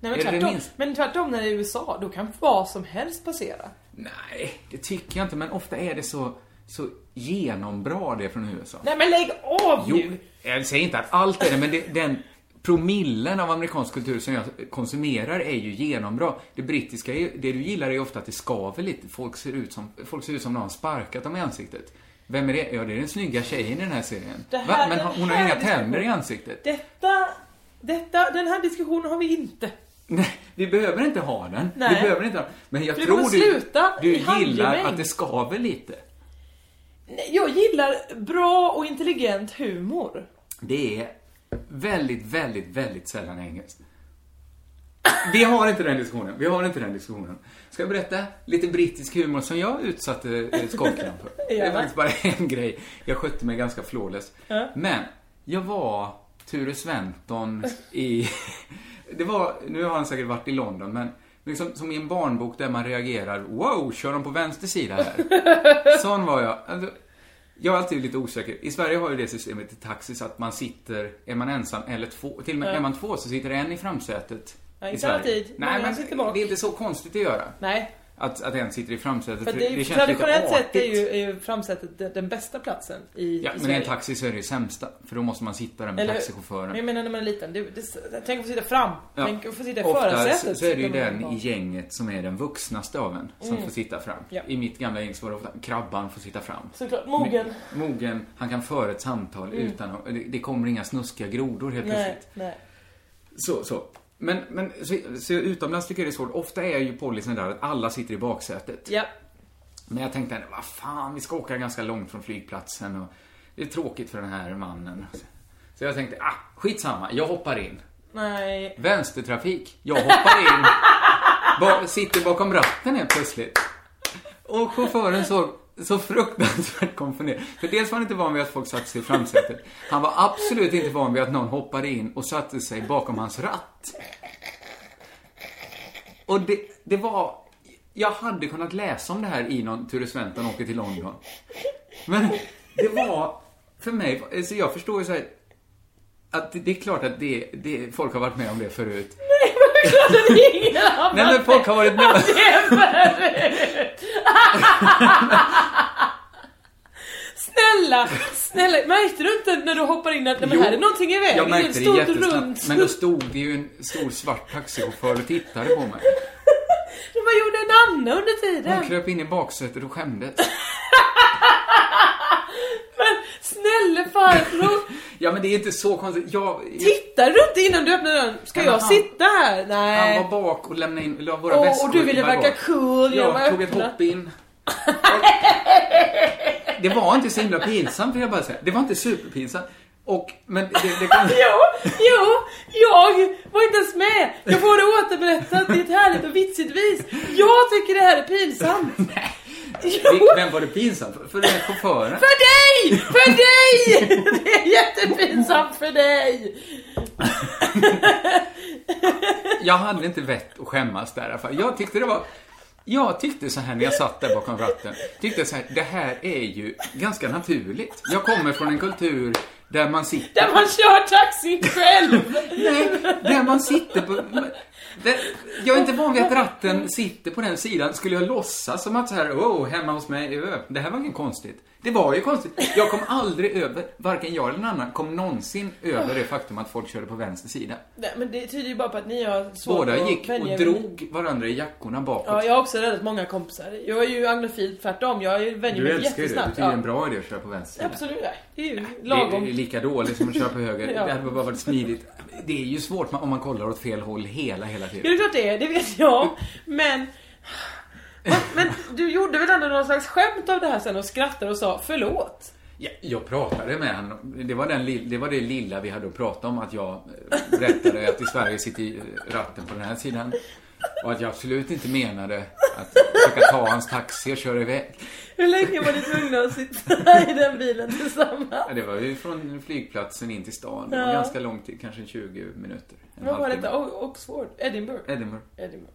[SPEAKER 9] Nej,
[SPEAKER 8] Är
[SPEAKER 9] men
[SPEAKER 8] det det
[SPEAKER 9] tvärtom.
[SPEAKER 8] minst-
[SPEAKER 9] Men tvärtom, när det är USA, då kan vad som helst passera.
[SPEAKER 8] Nej, det tycker jag inte, men ofta är det så, så genombra det från USA.
[SPEAKER 9] Nej, men lägg av
[SPEAKER 8] Jo,
[SPEAKER 9] nu!
[SPEAKER 8] jag säger inte att allt är det, men det, den promillen av amerikansk kultur som jag konsumerar är ju genombra. Det brittiska, är, ju- det du gillar är ju ofta att det skaver lite. Folk ser ut som, folk ser ut som någon har sparkat dem i ansiktet. Vem är det? Ja, det är den snygga tjejen i den här serien.
[SPEAKER 9] Det här-
[SPEAKER 8] Va? Men
[SPEAKER 9] den
[SPEAKER 8] hon- hon har
[SPEAKER 9] här
[SPEAKER 8] inga
[SPEAKER 9] diskussionen-
[SPEAKER 8] tänder i ansiktet.
[SPEAKER 9] Detta, detta, den här diskussionen har vi inte.
[SPEAKER 8] Nej, vi behöver inte ha den.
[SPEAKER 9] Nej.
[SPEAKER 8] Vi behöver inte ha den. Men jag
[SPEAKER 9] Du
[SPEAKER 8] tror
[SPEAKER 9] kommer
[SPEAKER 8] du,
[SPEAKER 9] sluta i
[SPEAKER 8] du
[SPEAKER 9] handgemäng.
[SPEAKER 8] gillar att det skaver lite.
[SPEAKER 9] Nej, Jag gillar bra och intelligent humor.
[SPEAKER 8] Det är väldigt, väldigt, väldigt sällan engelskt. Vi har inte den diskussionen. Vi har inte den diskussionen. Ska jag berätta lite brittisk humor som jag utsatte eh, Skottland för? Det är
[SPEAKER 9] Ja.
[SPEAKER 8] faktiskt bara en grej. Jag skötte mig ganska flawless. Men, jag var Ture Sventon i... Det var, nu har han säkert varit i London, men liksom som i en barnbok där man reagerar. Wow, kör de på vänster sida här? Sån var jag. Alltså, jag är alltid lite osäker. I Sverige har ju det systemet i taxi så att man sitter, är man ensam eller två, till och med är man två så sitter en i framsätet.
[SPEAKER 9] Ja,
[SPEAKER 8] i
[SPEAKER 9] inte
[SPEAKER 8] Sverige.
[SPEAKER 9] alltid.
[SPEAKER 8] Nej,
[SPEAKER 9] Många sitter
[SPEAKER 8] men
[SPEAKER 9] bak.
[SPEAKER 8] det är inte så konstigt att göra.
[SPEAKER 9] Nej.
[SPEAKER 8] Att, att en sitter i framsätet.
[SPEAKER 9] För
[SPEAKER 8] för
[SPEAKER 9] det är ju,
[SPEAKER 8] känns lite
[SPEAKER 9] traditionellt sett är
[SPEAKER 8] artigt.
[SPEAKER 9] ju, är ju framsätet den, den bästa platsen i,
[SPEAKER 8] Ja, men i
[SPEAKER 9] i
[SPEAKER 8] en
[SPEAKER 9] Sverige.
[SPEAKER 8] taxi så är det ju sämsta. För då måste man sitta där med
[SPEAKER 9] Eller hur? Men
[SPEAKER 8] taxichauffören.
[SPEAKER 9] jag menar när man är liten, det, det, tänk att få sitta fram.
[SPEAKER 8] Ja.
[SPEAKER 9] Tänk att få sitta i
[SPEAKER 8] Ofta så,
[SPEAKER 9] förarsätet.
[SPEAKER 8] så är det ju
[SPEAKER 9] sitter man
[SPEAKER 8] den i
[SPEAKER 9] bak.
[SPEAKER 8] gänget som är den vuxnaste av en som
[SPEAKER 9] Mm.
[SPEAKER 8] får sitta fram.
[SPEAKER 9] Ja.
[SPEAKER 8] I mitt gamla gäng så var det ofta krabban får sitta fram.
[SPEAKER 9] Såklart, mogen.
[SPEAKER 8] Men, mogen, han kan föra ett samtal
[SPEAKER 9] Mm.
[SPEAKER 8] utan att, det, det kommer inga snuskiga grodor helt
[SPEAKER 9] Nej,
[SPEAKER 8] plötsligt.
[SPEAKER 9] nej.
[SPEAKER 8] Så, så. Men, men så, så utomlands tycker jag det är svårt. Ofta är ju policyn där att alla sitter i baksätet.
[SPEAKER 9] Ja.
[SPEAKER 8] Men jag tänkte, vad fan, vi ska åka ganska långt från flygplatsen och det är tråkigt för den här mannen. Så jag tänkte, ah, skitsamma, jag hoppar in.
[SPEAKER 9] Nej.
[SPEAKER 8] Vänstertrafik, jag hoppar in. Ba, sitter bakom ratten helt plötsligt. Och chauffören såg så fruktansvärt konfunderad. För dels var han inte van vid att folk satte sig i framsätet. Han var absolut inte van vid att någon hoppade in och satte sig bakom hans ratt. Och det, det var... Jag hade kunnat läsa om det här i någon Ture Sventon åker till London. Men det var... För mig, alltså jag förstår ju så här att det, det är klart att det, det, folk har varit med om det förut. Nej, men folk har varit med
[SPEAKER 9] Snälla, snälla. Märkte du inte när du hoppar in att nej, men
[SPEAKER 8] Jo,
[SPEAKER 9] här är någonting i vägen?
[SPEAKER 8] Jag
[SPEAKER 9] är
[SPEAKER 8] märkte det
[SPEAKER 9] stort
[SPEAKER 8] jättesnabbt,
[SPEAKER 9] runt.
[SPEAKER 8] men då stod det ju en stor svart taxichaufför och tittade på mig.
[SPEAKER 9] Men Vad gjorde Nanne under tiden?
[SPEAKER 8] Hon kröp in i baksätet och skämdes.
[SPEAKER 9] Men snälla farbror,
[SPEAKER 8] Ja, men det är inte så konstigt. Jag,
[SPEAKER 9] tittar du inte innan du öppnar dörren? Ska
[SPEAKER 8] Nej, men
[SPEAKER 9] jag
[SPEAKER 8] han-
[SPEAKER 9] sitta här? Nej.
[SPEAKER 8] han var bak och lämnade in la våra
[SPEAKER 9] Åh,
[SPEAKER 8] väskor
[SPEAKER 9] och du ville
[SPEAKER 8] i bagage.
[SPEAKER 9] verka cool genom
[SPEAKER 8] Jag
[SPEAKER 9] att
[SPEAKER 8] tog ett
[SPEAKER 9] öppna.
[SPEAKER 8] hopp in. Det var inte så himla pinsamt, vill jag bara säga. Det var inte superpinsamt. Och, men det, det kan...
[SPEAKER 9] Jo, jo, jag var inte ens med. Jag får det återberättat i ett härligt och vitsigt vis. Jag tycker det här är pinsamt. Jo,
[SPEAKER 8] Vem var det pinsamt för? För den här chauffören?
[SPEAKER 9] för dig! För dig! Det är jättepinsamt för dig.
[SPEAKER 8] Jag hade inte vett att skämmas där i alla fall. Jag tyckte det var... Jag tyckte så här när jag satt där bakom ratten. Tyckte så här, det här är ju ganska naturligt. Jag kommer från en kultur där man sitter...
[SPEAKER 9] Där man kör taxi själv.
[SPEAKER 8] Nej, där man sitter på... Där, jag är inte van vid att ratten sitter på den sidan. Skulle jag låtsas som att så här, oh, hemma hos mig, ö, det här var inget konstigt. Det var ju konstigt. Jag kom aldrig över, varken jag eller någon annan kom någonsin över det faktum att folk körde på vänster sida.
[SPEAKER 9] Nej, men det tyder ju bara på att ni har svårt
[SPEAKER 8] Båda
[SPEAKER 9] att
[SPEAKER 8] gick
[SPEAKER 9] vänja
[SPEAKER 8] och
[SPEAKER 9] er vid-
[SPEAKER 8] drog varandra i jackorna bakåt.
[SPEAKER 9] Ja, jag har också räddat många kompisar. Jag är ju anglofil tvärtom. Jag är ju- vänjer
[SPEAKER 8] Du
[SPEAKER 9] mig
[SPEAKER 8] älskar ju det. Du
[SPEAKER 9] jättesnabbt.
[SPEAKER 8] tycker det är en bra idé att köra på vänster.
[SPEAKER 9] Ja, absolut. ja. Det är ju
[SPEAKER 8] Det är det är
[SPEAKER 9] lagom.
[SPEAKER 8] lika dåligt som att köra på höger.
[SPEAKER 9] Ja.
[SPEAKER 8] Det hade bara varit smidigt. Det är ju svårt om man kollar åt fel håll hela, hela
[SPEAKER 9] Ja,
[SPEAKER 8] tiden.
[SPEAKER 9] det är klart det är. Det vet jag. Men... Men du gjorde väl ändå någon slags skämt av det här sen och skrattade och sa förlåt?
[SPEAKER 8] Ja, jag pratade med honom. Det var, den, lill- det var det lilla vi hade att prata om. Att jag eh, berättade att i Sverige sitter eh, ratten på den här sidan. Och att jag absolut inte menade att försöka ta hans taxi och köra iväg.
[SPEAKER 9] Hur länge var ni tvungna att sitta i den bilen tillsammans?
[SPEAKER 8] Ja, det var ju från flygplatsen in till stan. Det var
[SPEAKER 9] Ja.
[SPEAKER 8] ganska lång tid, kanske 20 minuter. En
[SPEAKER 9] Vad var
[SPEAKER 8] halvtimme.
[SPEAKER 9] detta? O- Oxford? Edinburgh?
[SPEAKER 8] Edinburgh.
[SPEAKER 9] Edinburgh.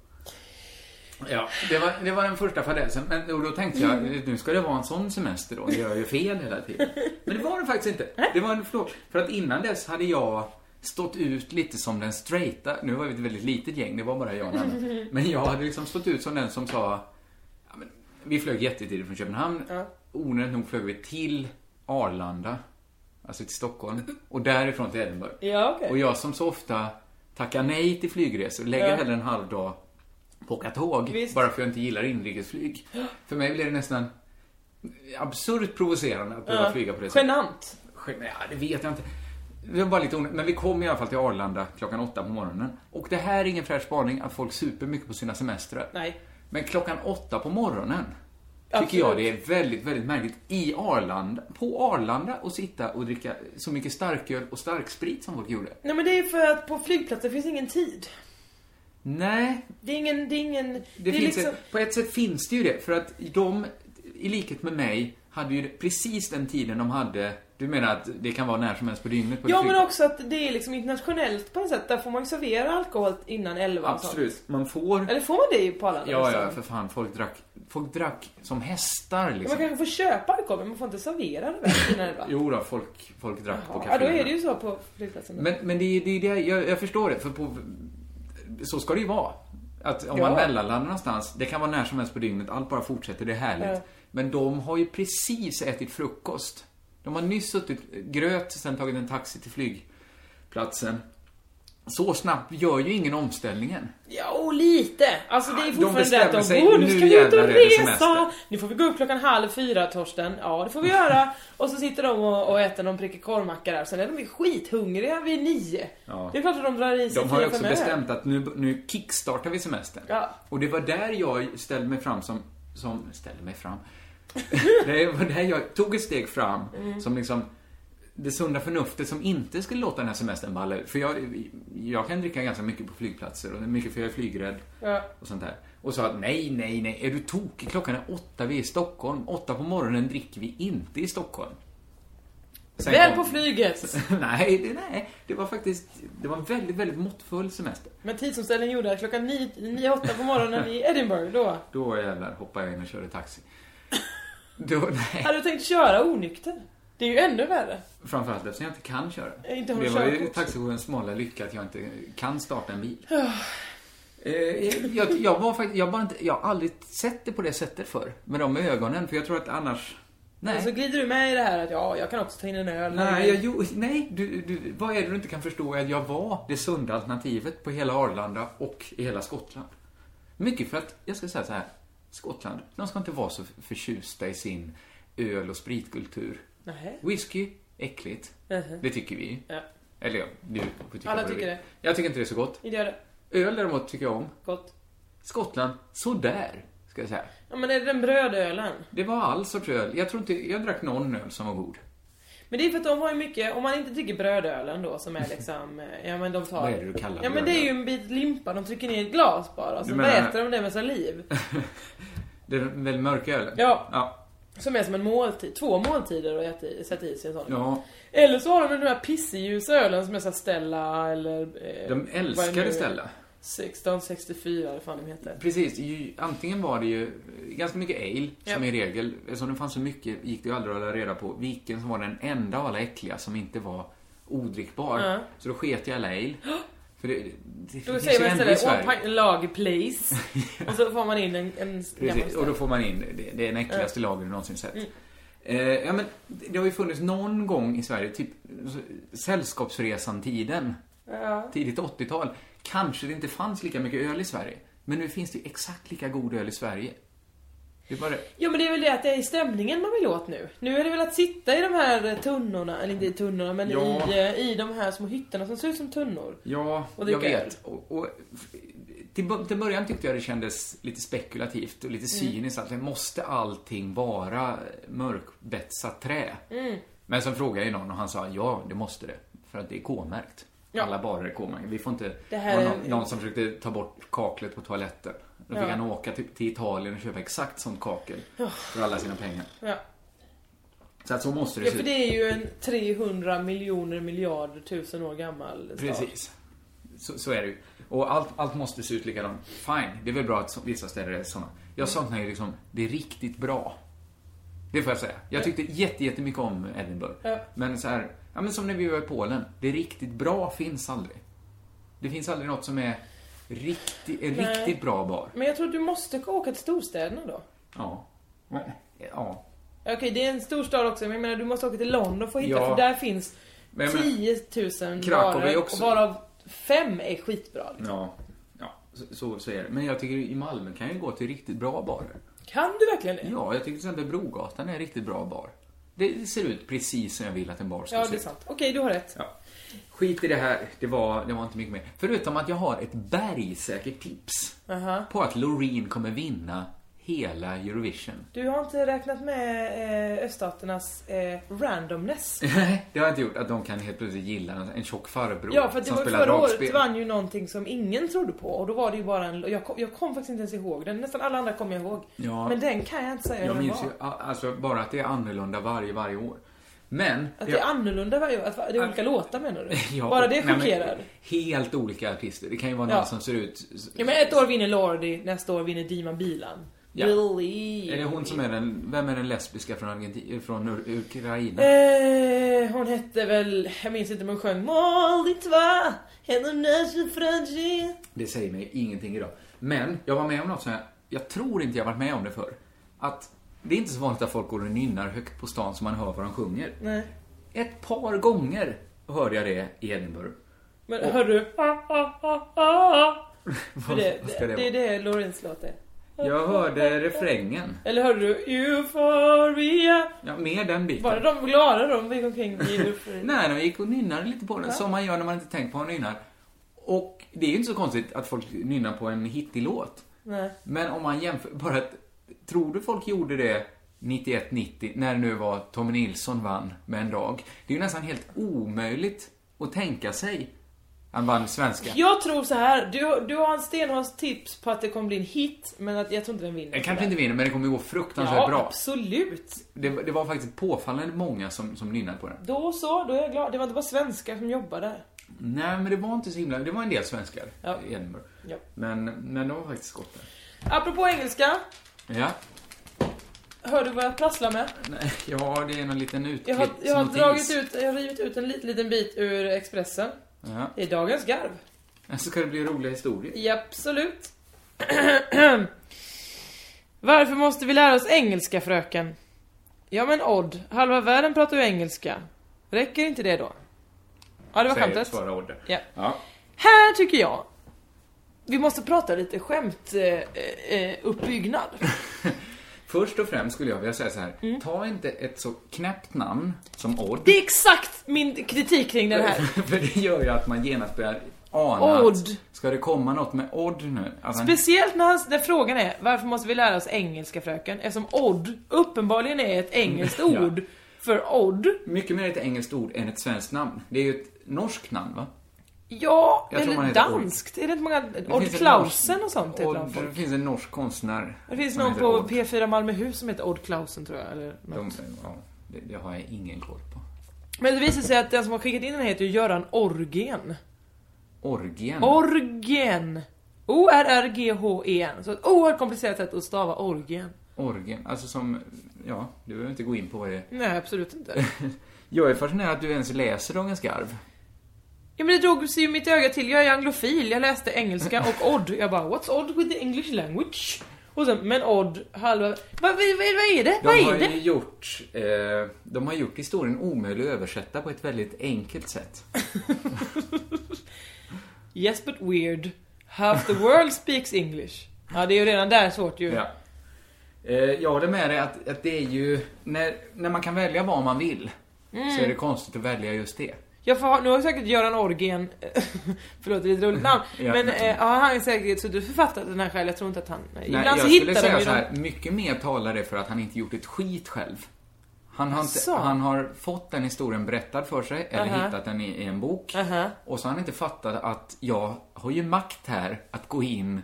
[SPEAKER 8] Ja, det var, det var den första fadäsen. Men och då tänkte jag, nu ska det vara en sån semester då. Jag gör ju fel hela tiden. Men det var det faktiskt inte. Det var en förlåt. För att innan dess hade jag stått ut lite som den straighta. Nu var vi ett väldigt litet gäng, det var bara jag och en annan. Men jag hade liksom stått ut som den som sa, ja, men, vi flög jättetidigt från Köpenhamn.
[SPEAKER 9] Ja.
[SPEAKER 8] Onödigt nog flög vi till Arlanda, alltså till Stockholm. Och därifrån till Edinburgh.
[SPEAKER 9] Ja, okej.
[SPEAKER 8] Och jag som så ofta tackar nej till flygresor, lägger
[SPEAKER 9] Ja.
[SPEAKER 8] hellre en halv dag på att åka tåg,
[SPEAKER 9] Visst.
[SPEAKER 8] bara för att jag inte gillar inrikesflyg. För mig blir det nästan absurt provocerande att behöva
[SPEAKER 9] Ja.
[SPEAKER 8] flyga på det sättet.
[SPEAKER 9] Genant.
[SPEAKER 8] Gen- Ja, det vet jag inte. Det var bara lite onödigt. Men vi kom i alla fall till Arlanda klockan åtta på morgonen. Och det här är ingen fräsch spaning att folk super mycket på sina semestrar.
[SPEAKER 9] Nej.
[SPEAKER 8] Men klockan åtta på morgonen tycker
[SPEAKER 9] Absolut.
[SPEAKER 8] jag det är väldigt, väldigt märkligt i Arlanda, på Arlanda och sitta och dricka så mycket starköl och starksprit som folk gjorde.
[SPEAKER 9] Nej men det är för att på flygplatsen finns ingen tid.
[SPEAKER 8] Nej,
[SPEAKER 9] Det är ingen, det är ingen...
[SPEAKER 8] det
[SPEAKER 9] är liksom-
[SPEAKER 8] finns ett, på ett sätt finns det ju det, för att de, i likhet med mig, hade ju precis den tiden de hade, du menar att det kan vara när som helst på dygnet? På
[SPEAKER 9] Ja
[SPEAKER 8] ett
[SPEAKER 9] men
[SPEAKER 8] flyg?
[SPEAKER 9] också att det är liksom internationellt på något sätt. Där får man ju servera alkohol innan 11 och sånt.
[SPEAKER 8] Absolut, man får...
[SPEAKER 9] Eller Alltså- får man det på alla
[SPEAKER 8] Ja, ja,
[SPEAKER 9] restauranger?
[SPEAKER 8] för fan, folk drack, folk drack som hästar
[SPEAKER 9] Man
[SPEAKER 8] liksom.
[SPEAKER 9] kanske får köpa alkohol men man får inte servera det väl innan 11?
[SPEAKER 8] Jo då, folk, folk drack på
[SPEAKER 9] Ja, då
[SPEAKER 8] kaféerna.
[SPEAKER 9] är det ju så på flygplatsen.
[SPEAKER 8] Men, men det är det, är det jag, jag förstår det, för på, så ska det ju vara. Att om
[SPEAKER 9] Ja.
[SPEAKER 8] man mellanlandar någonstans, det kan vara när som helst på dygnet, allt bara fortsätter, det är härligt.
[SPEAKER 9] Ja.
[SPEAKER 8] Men de har ju precis ätit frukost. De har nyss suttit gröt, sen tagit en taxi till flygplatsen. Så snabbt gör ju ingen omställningen.
[SPEAKER 9] Ja, och lite. Alltså det är
[SPEAKER 8] Ah,
[SPEAKER 9] fortfarande det
[SPEAKER 8] bestämmer
[SPEAKER 9] att de
[SPEAKER 8] sig,
[SPEAKER 9] "Åh, nu
[SPEAKER 8] nu
[SPEAKER 9] ska vi ut
[SPEAKER 8] jävlar
[SPEAKER 9] och
[SPEAKER 8] är det semester."
[SPEAKER 9] resa. Nu får vi gå upp klockan halv fyra Torsten. Ja, det får vi göra. Och så sitter de och, och äter någon prickig korvmacka där. Sen är de ju skithungriga vid nio.
[SPEAKER 8] Ja.
[SPEAKER 9] Det är klart att de drar i sig
[SPEAKER 8] De har ju
[SPEAKER 9] fyra,
[SPEAKER 8] också
[SPEAKER 9] fem öl.
[SPEAKER 8] bestämt att nu, nu kickstartar vi semestern.
[SPEAKER 9] Ja.
[SPEAKER 8] Och det var där jag ställde mig fram som... som ställde mig fram. det var där jag tog ett steg fram
[SPEAKER 9] Mm.
[SPEAKER 8] som liksom det sunda förnuftet som inte skulle låta den här semestern balla ur. För jag, jag kan dricka ganska mycket på flygplatser och det är mycket för jag är flygrädd
[SPEAKER 9] Ja.
[SPEAKER 8] och sånt där. Och sa att nej, nej, nej, är du tokig? Klockan är åtta, vi är i Stockholm. Åtta på morgonen dricker vi inte i Stockholm. Sen
[SPEAKER 9] Väl
[SPEAKER 8] kom-
[SPEAKER 9] på flyget.
[SPEAKER 8] nej, det, nej, det var faktiskt, det var en väldigt, väldigt måttfull semester.
[SPEAKER 9] Men tidsomställningen gjorde att klockan nio, nio, åtta på morgonen i Edinburgh då.
[SPEAKER 8] Då jävlar hoppade jag in och körde taxi. Då, nej,
[SPEAKER 9] Hade du tänkt köra onykter? Det är ju ännu värre.
[SPEAKER 8] framförallt eftersom jag inte kan köra.
[SPEAKER 9] Jag inte har
[SPEAKER 8] det var ju
[SPEAKER 9] körkort.
[SPEAKER 8] taxichaufförens smala lycka att jag inte kan starta en bil. Eh, jag, jag, var faktiskt, jag, bara inte, jag har aldrig sett det på det sättet förr. Med de ögonen, för jag tror att annars...
[SPEAKER 9] Och så
[SPEAKER 8] Nej,
[SPEAKER 9] glider du med i det här att ja, jag kan också ta in en öl.
[SPEAKER 8] nej, jag, jo, nej du, du, vad är det du inte kan förstå är att jag var det sunda alternativet på hela Arlanda och i hela Skottland. Mycket för att, jag ska säga så här, Skottland, de ska inte vara så förtjusta i sin öl och spritkultur.
[SPEAKER 9] Nej.
[SPEAKER 8] Whisky, äckligt. Det tycker vi.
[SPEAKER 9] Ja.
[SPEAKER 8] Eller ja, du får tycka
[SPEAKER 9] Alla
[SPEAKER 8] vad du
[SPEAKER 9] tycker
[SPEAKER 8] vill.
[SPEAKER 9] det.
[SPEAKER 8] Jag tycker inte det är så gott.
[SPEAKER 9] Inte gör det.
[SPEAKER 8] Öl däremot tycker jag om.
[SPEAKER 9] Gott.
[SPEAKER 8] Skottland, sådär, ska jag säga.
[SPEAKER 9] Ja men är det den brödölen?
[SPEAKER 8] Det var all sorts öl. Jag tror inte, jag drack någon öl som var god.
[SPEAKER 9] Men det är för att de har ju mycket, om man inte dricker brödölen då som är liksom, eh, ja men de tar...
[SPEAKER 8] Vad är det du kallar
[SPEAKER 9] Ja men det är ju en bit limpa, de trycker ner i ett glas bara och
[SPEAKER 8] Du
[SPEAKER 9] sen
[SPEAKER 8] menar-
[SPEAKER 9] äter de det med saliv.
[SPEAKER 8] Det är väl mörka ölen?
[SPEAKER 9] Ja.
[SPEAKER 8] Ja.
[SPEAKER 9] Som är som en måltid, två måltider och äta i, sätta i sig en sån.
[SPEAKER 8] ja.
[SPEAKER 9] Eller så har de den här pissljusa ölen som är såhär Stella eller... eh,
[SPEAKER 8] De
[SPEAKER 9] vad är det nu?
[SPEAKER 8] älskade Stella.
[SPEAKER 9] 1664 eller vad fan de heter.
[SPEAKER 8] Precis, ju, antingen var det ju eh, ganska mycket ale, som
[SPEAKER 9] Ja.
[SPEAKER 8] i regel, eftersom det fanns så mycket gick det ju aldrig att hålla reda på vilken som var den enda av alla äckliga som inte var odrickbar.
[SPEAKER 9] Ja.
[SPEAKER 8] Så då sket jag i alla ale. För det, det
[SPEAKER 9] Då
[SPEAKER 8] finns ju
[SPEAKER 9] säger man
[SPEAKER 8] ändå i
[SPEAKER 9] istället
[SPEAKER 8] Sverige.
[SPEAKER 9] One pint lager please. och så får man in en, en gammal
[SPEAKER 8] Precis,
[SPEAKER 9] Stella.
[SPEAKER 8] och då får man in, det, det är den äckligaste lagen du någonsin sett. Eh, ja, men det har ju funnits någon gång i Sverige, typ eh, Sällskapsresan-tiden,
[SPEAKER 9] Ja.
[SPEAKER 8] tidigt 80-tal, kanske det inte fanns lika mycket öl i Sverige. Men nu finns det ju exakt lika god öl i Sverige. Det är bara det.
[SPEAKER 9] Jo men det är väl det att det är stämningen man vill åt nu. Nu är det väl att sitta i de här eh, tunnorna, eller inte i tunnorna men
[SPEAKER 8] Ja.
[SPEAKER 9] i, eh, i de här små hytterna som ser ut som tunnor.
[SPEAKER 8] Ja,
[SPEAKER 9] Och
[SPEAKER 8] jag
[SPEAKER 9] dricka
[SPEAKER 8] vet. Och, och, till, bo- till början tyckte jag det kändes lite spekulativt och lite
[SPEAKER 9] Mm.
[SPEAKER 8] cyniskt att det måste allting vara mörkbetsat trä?
[SPEAKER 9] Mm.
[SPEAKER 8] Men sen frågade jag någon och han sa ja, det måste det. För att det är K-märkt.
[SPEAKER 9] Ja.
[SPEAKER 8] Alla barer är K-märkta. Vi får inte...
[SPEAKER 9] Det
[SPEAKER 8] Det
[SPEAKER 9] här
[SPEAKER 8] var
[SPEAKER 9] är-
[SPEAKER 8] någon, någon som försökte ta bort kaklet på toaletten. Då fick
[SPEAKER 9] Ja.
[SPEAKER 8] han åka till, till Italien och köpa exakt sånt kakel för alla sina pengar.
[SPEAKER 9] Ja.
[SPEAKER 8] Så att så måste det
[SPEAKER 9] ja
[SPEAKER 8] se
[SPEAKER 9] för
[SPEAKER 8] ut.
[SPEAKER 9] det är ju en 300 miljoner miljarder tusen år gammal stad.
[SPEAKER 8] Precis. Så, så är det ju. Och allt, allt måste se ut likadant. Fine, det är väl bra att så, vissa städer är såna. Jag saknar ju liksom det riktigt bra. Det får jag säga. Jag tyckte jätte, jättemycket om Edinburgh.
[SPEAKER 9] Ja.
[SPEAKER 8] Men så här, ja men som när vi var i Polen. Det riktigt bra finns aldrig. Det finns aldrig något som är riktigt, en
[SPEAKER 9] Nej.
[SPEAKER 8] riktigt bra bar.
[SPEAKER 9] Men jag tror att du måste åka till storstäderna då.
[SPEAKER 8] Ja. Ja.
[SPEAKER 9] Okej det är en stor stad också men jag menar du måste åka till London för att hitta,
[SPEAKER 8] Ja.
[SPEAKER 9] för där finns
[SPEAKER 8] Men jag menar-
[SPEAKER 9] 10 000
[SPEAKER 8] Krakow är
[SPEAKER 9] barer och
[SPEAKER 8] också-
[SPEAKER 9] varav fem är skitbra. Liksom.
[SPEAKER 8] Ja. Ja, så, så, så är det. Men jag tycker i Malmö kan jag ju gå till riktigt bra barer.
[SPEAKER 9] Kan du verkligen det?
[SPEAKER 8] Ja, jag tycker till exempel Brogatan är en riktigt bra bar. Det ser ut precis som jag vill att en bar ska
[SPEAKER 9] Ja,
[SPEAKER 8] se
[SPEAKER 9] det är
[SPEAKER 8] ut.
[SPEAKER 9] sant. Okej, du har rätt.
[SPEAKER 8] Ja. Skit i det här, det var, det var inte mycket mer. Förutom att jag har ett bergsäkert tips
[SPEAKER 9] Aha.
[SPEAKER 8] på att Loreen kommer vinna hela Eurovision.
[SPEAKER 9] Du har inte räknat med eh, öststaternas eh, randomness.
[SPEAKER 8] Nej, det har jag inte gjort. Att de kan helt plötsligt gilla en- en tjock farbror
[SPEAKER 9] Ja, för att det
[SPEAKER 8] som
[SPEAKER 9] var ju
[SPEAKER 8] spelar
[SPEAKER 9] förra
[SPEAKER 8] dragspel.
[SPEAKER 9] året vann ju någonting som ingen trodde på och då var det ju bara en... Jag kom, jag kom faktiskt inte ens ihåg den. Nästan alla andra kommer jag ihåg.
[SPEAKER 8] Ja.
[SPEAKER 9] Men den kan jag inte säga
[SPEAKER 8] Jag
[SPEAKER 9] hur den
[SPEAKER 8] minns
[SPEAKER 9] var.
[SPEAKER 8] ju a- alltså, bara att det är annorlunda varje, varje år. Men...
[SPEAKER 9] Att det är annorlunda varje år. Att det är olika låtar menar du?
[SPEAKER 8] Ja,
[SPEAKER 9] Bara det
[SPEAKER 8] nej, men
[SPEAKER 9] chockerar.
[SPEAKER 8] Helt olika artister. Det kan ju vara
[SPEAKER 9] Ja.
[SPEAKER 8] någon som ser ut...
[SPEAKER 9] Ja men ett år vinner Lordi, nästa år vinner Dima Bilan.
[SPEAKER 8] Ja.
[SPEAKER 9] Believe.
[SPEAKER 8] Är det hon som är den, vem är den lesbiska från, Argenti- från Ur- Ukraina?
[SPEAKER 9] Eh, hon hette väl, jag minns inte men hon sjöng Mål ditt va, henne nöje frangé.
[SPEAKER 8] Det säger mig ingenting idag. Men jag var med om något som jag, jag tror inte jag varit med om det förr. Att det är inte så vanligt att folk går och nynnar högt på stan så man hör vad de sjunger.
[SPEAKER 9] Nej.
[SPEAKER 8] Ett par gånger hörde jag det i Edinburgh.
[SPEAKER 9] Men
[SPEAKER 8] Och-
[SPEAKER 9] hör du? Ah, ah, ah, ah. För
[SPEAKER 8] Vad,
[SPEAKER 9] det,
[SPEAKER 8] vad ska
[SPEAKER 9] det,
[SPEAKER 8] det
[SPEAKER 9] det är
[SPEAKER 8] vara?
[SPEAKER 9] det Lorens låt är.
[SPEAKER 8] Jag hörde refrängen.
[SPEAKER 9] Eller hörde du Euphoria?
[SPEAKER 8] Ja, med den biten.
[SPEAKER 9] Bara de glada de gick omkring i Euphoria.
[SPEAKER 8] Nej, de gick och nynnade lite på den, som man gör när man inte tänker på vad man nynnar. Och det är ju inte så konstigt att folk nynnar på en hittig låt.
[SPEAKER 9] Nej.
[SPEAKER 8] Men om man jämför, bara att, tror du folk gjorde det 91-90, när det nu var Tommy Nilsson vann med en dag? Det är ju nästan helt omöjligt att tänka sig. Han vann svenska.
[SPEAKER 9] Jag tror så här. Du, du har en stenhårds tips på att det kommer bli en hit, men att jag tror inte den vinner.
[SPEAKER 8] Jag kanske inte vinner, men det kommer ju gå fruktansvärt
[SPEAKER 9] Ja,
[SPEAKER 8] bra.
[SPEAKER 9] absolut.
[SPEAKER 8] Det, det var faktiskt påfallande många som, som nynnade på den.
[SPEAKER 9] Då så, då är jag glad. Det var inte bara svenskar som jobbade.
[SPEAKER 8] Nej, men det var inte så himla... Det var en del svenskar
[SPEAKER 9] Ja.
[SPEAKER 8] i Edinburgh.
[SPEAKER 9] Ja.
[SPEAKER 8] Men, men de var faktiskt skottar.
[SPEAKER 9] Apropå engelska.
[SPEAKER 8] Ja.
[SPEAKER 9] Hör du vad jag prasslar med?
[SPEAKER 8] Nej, ja, det är någon liten utklipp
[SPEAKER 9] Jag har, jag har
[SPEAKER 8] som
[SPEAKER 9] dragit
[SPEAKER 8] finns.
[SPEAKER 9] ut, jag har rivit ut en liten, liten bit ur Expressen.
[SPEAKER 8] Ja.
[SPEAKER 9] Det är dagens garv.
[SPEAKER 8] Så ska det bli roliga historier.
[SPEAKER 9] Ja, absolut. Varför måste vi lära oss engelska, fröken? Ja men Odd, halva världen pratar ju engelska. Räcker inte det då? Ja, det var
[SPEAKER 8] Säger-
[SPEAKER 9] skämtet.
[SPEAKER 8] svarar Odde.
[SPEAKER 9] Ja.
[SPEAKER 8] Ja.
[SPEAKER 9] Här tycker jag vi måste prata lite skämt eh, eh, uppbyggnad.
[SPEAKER 8] Först och främst skulle jag vilja säga så här. Ta inte ett så knäppt namn som Odd.
[SPEAKER 9] Mm. Det är exakt min kritik kring den här.
[SPEAKER 8] För det gör ju att man genast börjar ana
[SPEAKER 9] Odd.
[SPEAKER 8] att, ska det komma något med Odd nu? Alltså, Att han-
[SPEAKER 9] Speciellt när, hans, när frågan är varför måste vi lära oss engelska fröken? Eftersom odd uppenbarligen är ett engelskt
[SPEAKER 8] Mm, Ja.
[SPEAKER 9] ord för odd.
[SPEAKER 8] mycket mer ett engelskt ord än ett svenskt namn. Det är ju ett norskt namn, va?
[SPEAKER 9] Ja,
[SPEAKER 8] Jag tror man
[SPEAKER 9] eller
[SPEAKER 8] heter Odd.
[SPEAKER 9] danskt. Är det inte många...
[SPEAKER 8] Det
[SPEAKER 9] Odd
[SPEAKER 8] finns en
[SPEAKER 9] Clausen
[SPEAKER 8] norsk-
[SPEAKER 9] och sånt heter de
[SPEAKER 8] Odd, Det
[SPEAKER 9] folk.
[SPEAKER 8] finns en norsk konstnär.
[SPEAKER 9] Det finns
[SPEAKER 8] som
[SPEAKER 9] någon
[SPEAKER 8] heter
[SPEAKER 9] på
[SPEAKER 8] Odd.
[SPEAKER 9] P4 Malmöhus som heter Odd Clausen tror jag. Eller något.
[SPEAKER 8] De, ja, det, det har jag ingen koll på.
[SPEAKER 9] Men det visar sig att den som har skickat in den här heter ju Göran Orgen.
[SPEAKER 8] Orgien.
[SPEAKER 9] Orgen! O-R-R-G-H-E-N. E Så ett oerhört komplicerat sätt att stava orgen.
[SPEAKER 8] Orgien. Alltså som, ja, du behöver inte gå in på vad det är.
[SPEAKER 9] Nej, absolut inte.
[SPEAKER 8] Jag är fascinerad att du ens läser Dagens Garv.
[SPEAKER 9] Ja men det drog sig ju mitt öga till, jag är anglofil, jag läste engelska och odd. Jag bara what's odd with the English language? Och sen, men odd, halva... Vad, vad, vad är det?
[SPEAKER 8] De
[SPEAKER 9] Vad
[SPEAKER 8] har
[SPEAKER 9] är
[SPEAKER 8] ju
[SPEAKER 9] det?
[SPEAKER 8] gjort, eh, de har gjort historien omöjlig att översätta på ett väldigt enkelt sätt.
[SPEAKER 9] Yes but weird. Half the world speaks English. Ja det är ju redan där svårt ju.
[SPEAKER 8] Ja. Eh, jag håller med dig att, att det är ju, när, när man kan välja vad man vill, så är det konstigt att välja just det.
[SPEAKER 9] Jag får, ha- nu har säkert Göran Orgen, förlåt det är ett roligt namn,
[SPEAKER 8] Ja.
[SPEAKER 9] men eh, ja, han har säkert suttit och författat den här själv, jag tror inte att han...
[SPEAKER 8] jag
[SPEAKER 9] ibland så
[SPEAKER 8] skulle
[SPEAKER 9] hittar
[SPEAKER 8] säga
[SPEAKER 9] de ju
[SPEAKER 8] så
[SPEAKER 9] dem.
[SPEAKER 8] här, mycket mer talar det för att han inte gjort ett skit själv. Han har, inte,
[SPEAKER 9] Asså.
[SPEAKER 8] han har fått den historien berättad för sig, eller
[SPEAKER 9] Aha.
[SPEAKER 8] hittat den i, i en bok.
[SPEAKER 9] Aha.
[SPEAKER 8] Och så har han inte fattat att jag har ju makt här att gå in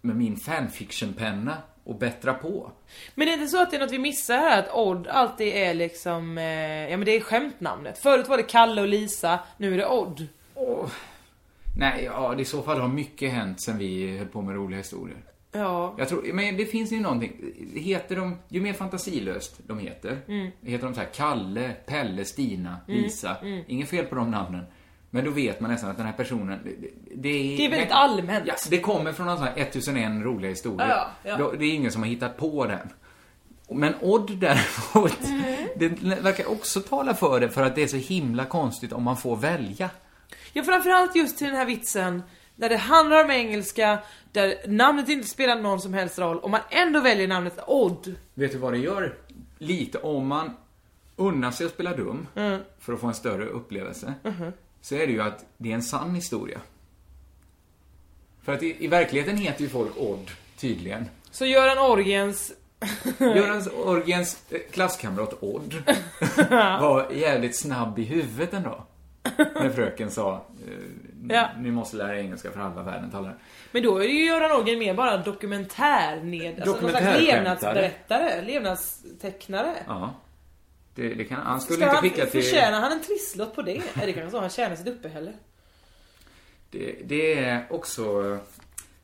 [SPEAKER 8] med min fanfiction-penna och bättra på.
[SPEAKER 9] Men det är inte så att det är något vi missar här, att Odd alltid är liksom, eh, ja men det är skämtnamnet. Förut var det Kalle och Lisa, nu är det Odd.
[SPEAKER 8] Nej, ja, i så fall har mycket hänt sen vi höll på med roliga historier.
[SPEAKER 9] Ja.
[SPEAKER 8] Jag tror, men det finns ju någonting. Heter de, ju mer fantasilöst de heter.
[SPEAKER 9] Mm.
[SPEAKER 8] Heter de så här Kalle, Pelle, Stina, Lisa.
[SPEAKER 9] mm.
[SPEAKER 8] Inget fel på de namnen. Men då vet man nästan att den här personen, det, det är...
[SPEAKER 9] Det är väldigt allmänt.
[SPEAKER 8] Ja, det kommer från någon sån här 1001 roliga historier.
[SPEAKER 9] Ja, ja.
[SPEAKER 8] Då- Det är ingen som har hittat på den. Men Odd däremot,
[SPEAKER 9] Mm.
[SPEAKER 8] det verkar också tala för det för att det är så himla konstigt om man får välja.
[SPEAKER 9] Ja, framförallt just till den här vitsen, där det handlar om engelska, där namnet inte spelar någon som helst roll, och man ändå väljer namnet Odd.
[SPEAKER 8] Vet du vad det gör? Lite om man unnar sig att spela dum
[SPEAKER 9] Mm.
[SPEAKER 8] för att få en större upplevelse.
[SPEAKER 9] Mm-hmm.
[SPEAKER 8] Så är det ju att det är en sann historia. För att i, i verkligheten heter ju folk Odd, tydligen.
[SPEAKER 9] Så Göran Orgens, Mm.
[SPEAKER 8] Görans Orgens eh, klasskamrat Odd var jävligt snabb i huvudet ändå. När fröken sa, eh,
[SPEAKER 9] Ja.
[SPEAKER 8] ni måste lära er engelska för halva världen talar.
[SPEAKER 9] men då är ju Göran Orgen mer bara dokumentär ned, alltså någon slags
[SPEAKER 8] Dokumentärskämtare.
[SPEAKER 9] levnadsberättare, levnadstecknare.
[SPEAKER 8] Ja. Det, det kan, han skulle
[SPEAKER 9] Ska
[SPEAKER 8] inte
[SPEAKER 9] han,
[SPEAKER 8] skicka till...
[SPEAKER 9] förtjänar han en trisslott på det? Är det kanske så han tjänar sitt uppehälle?
[SPEAKER 8] Det, det är också...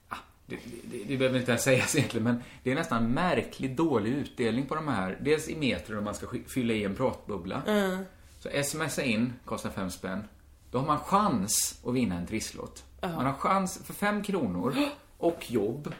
[SPEAKER 8] ah, Det, det, det behöver inte ens sägas egentligen, men det är nästan märkligt dålig utdelning på de här. Dels i meter om man ska sk- fylla i en pratbubbla.
[SPEAKER 9] Mm.
[SPEAKER 8] Så smsa in, kostar fem spänn. Då har man chans att vinna en trisslott. Man har chans, för fem kronor och jobb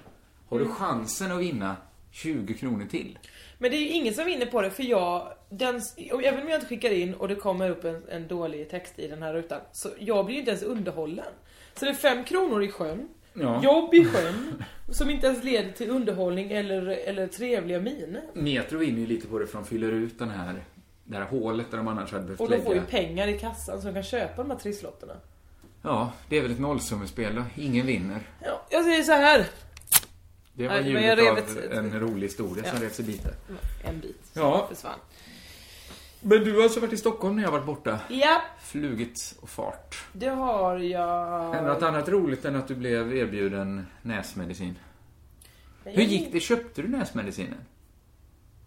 [SPEAKER 8] har
[SPEAKER 9] Mm.
[SPEAKER 8] du chansen att vinna 20 kronor till.
[SPEAKER 9] Men det är ju ingen som vinner på det för jag, den, och även om jag inte skickar in och det kommer upp en, en dålig text i den här rutan, så jag blir ju inte ens underhållen. Så det är fem kronor i sjön,
[SPEAKER 8] Ja.
[SPEAKER 9] jobb i sjön, som inte ens leder till underhållning eller, eller trevliga miner.
[SPEAKER 8] Metro vinner ju lite på det för de fyller ut den här, det här hålet där de annars hade behövt
[SPEAKER 9] Och de får ju
[SPEAKER 8] lägga.
[SPEAKER 9] pengar i kassan så de kan köpa de här trisslotterna.
[SPEAKER 8] Ja, det är väl ett nollsummespel då. Ingen vinner.
[SPEAKER 9] Ja, jag säger så här.
[SPEAKER 8] Det var
[SPEAKER 9] Nej, men
[SPEAKER 8] ljudet
[SPEAKER 9] jag rev
[SPEAKER 8] av
[SPEAKER 9] ett-
[SPEAKER 8] en rolig historia som
[SPEAKER 9] Ja.
[SPEAKER 8] revs i bitar.
[SPEAKER 9] En bit
[SPEAKER 8] Ja.
[SPEAKER 9] försvann.
[SPEAKER 8] Men du har alltså varit i Stockholm när jag varit borta?
[SPEAKER 9] Ja,
[SPEAKER 8] Flugit och fart.
[SPEAKER 9] det har jag.
[SPEAKER 8] Äh, Något annat roligt än att du blev erbjuden näsmedicin. Hur gick det? Köpte du näsmedicinen?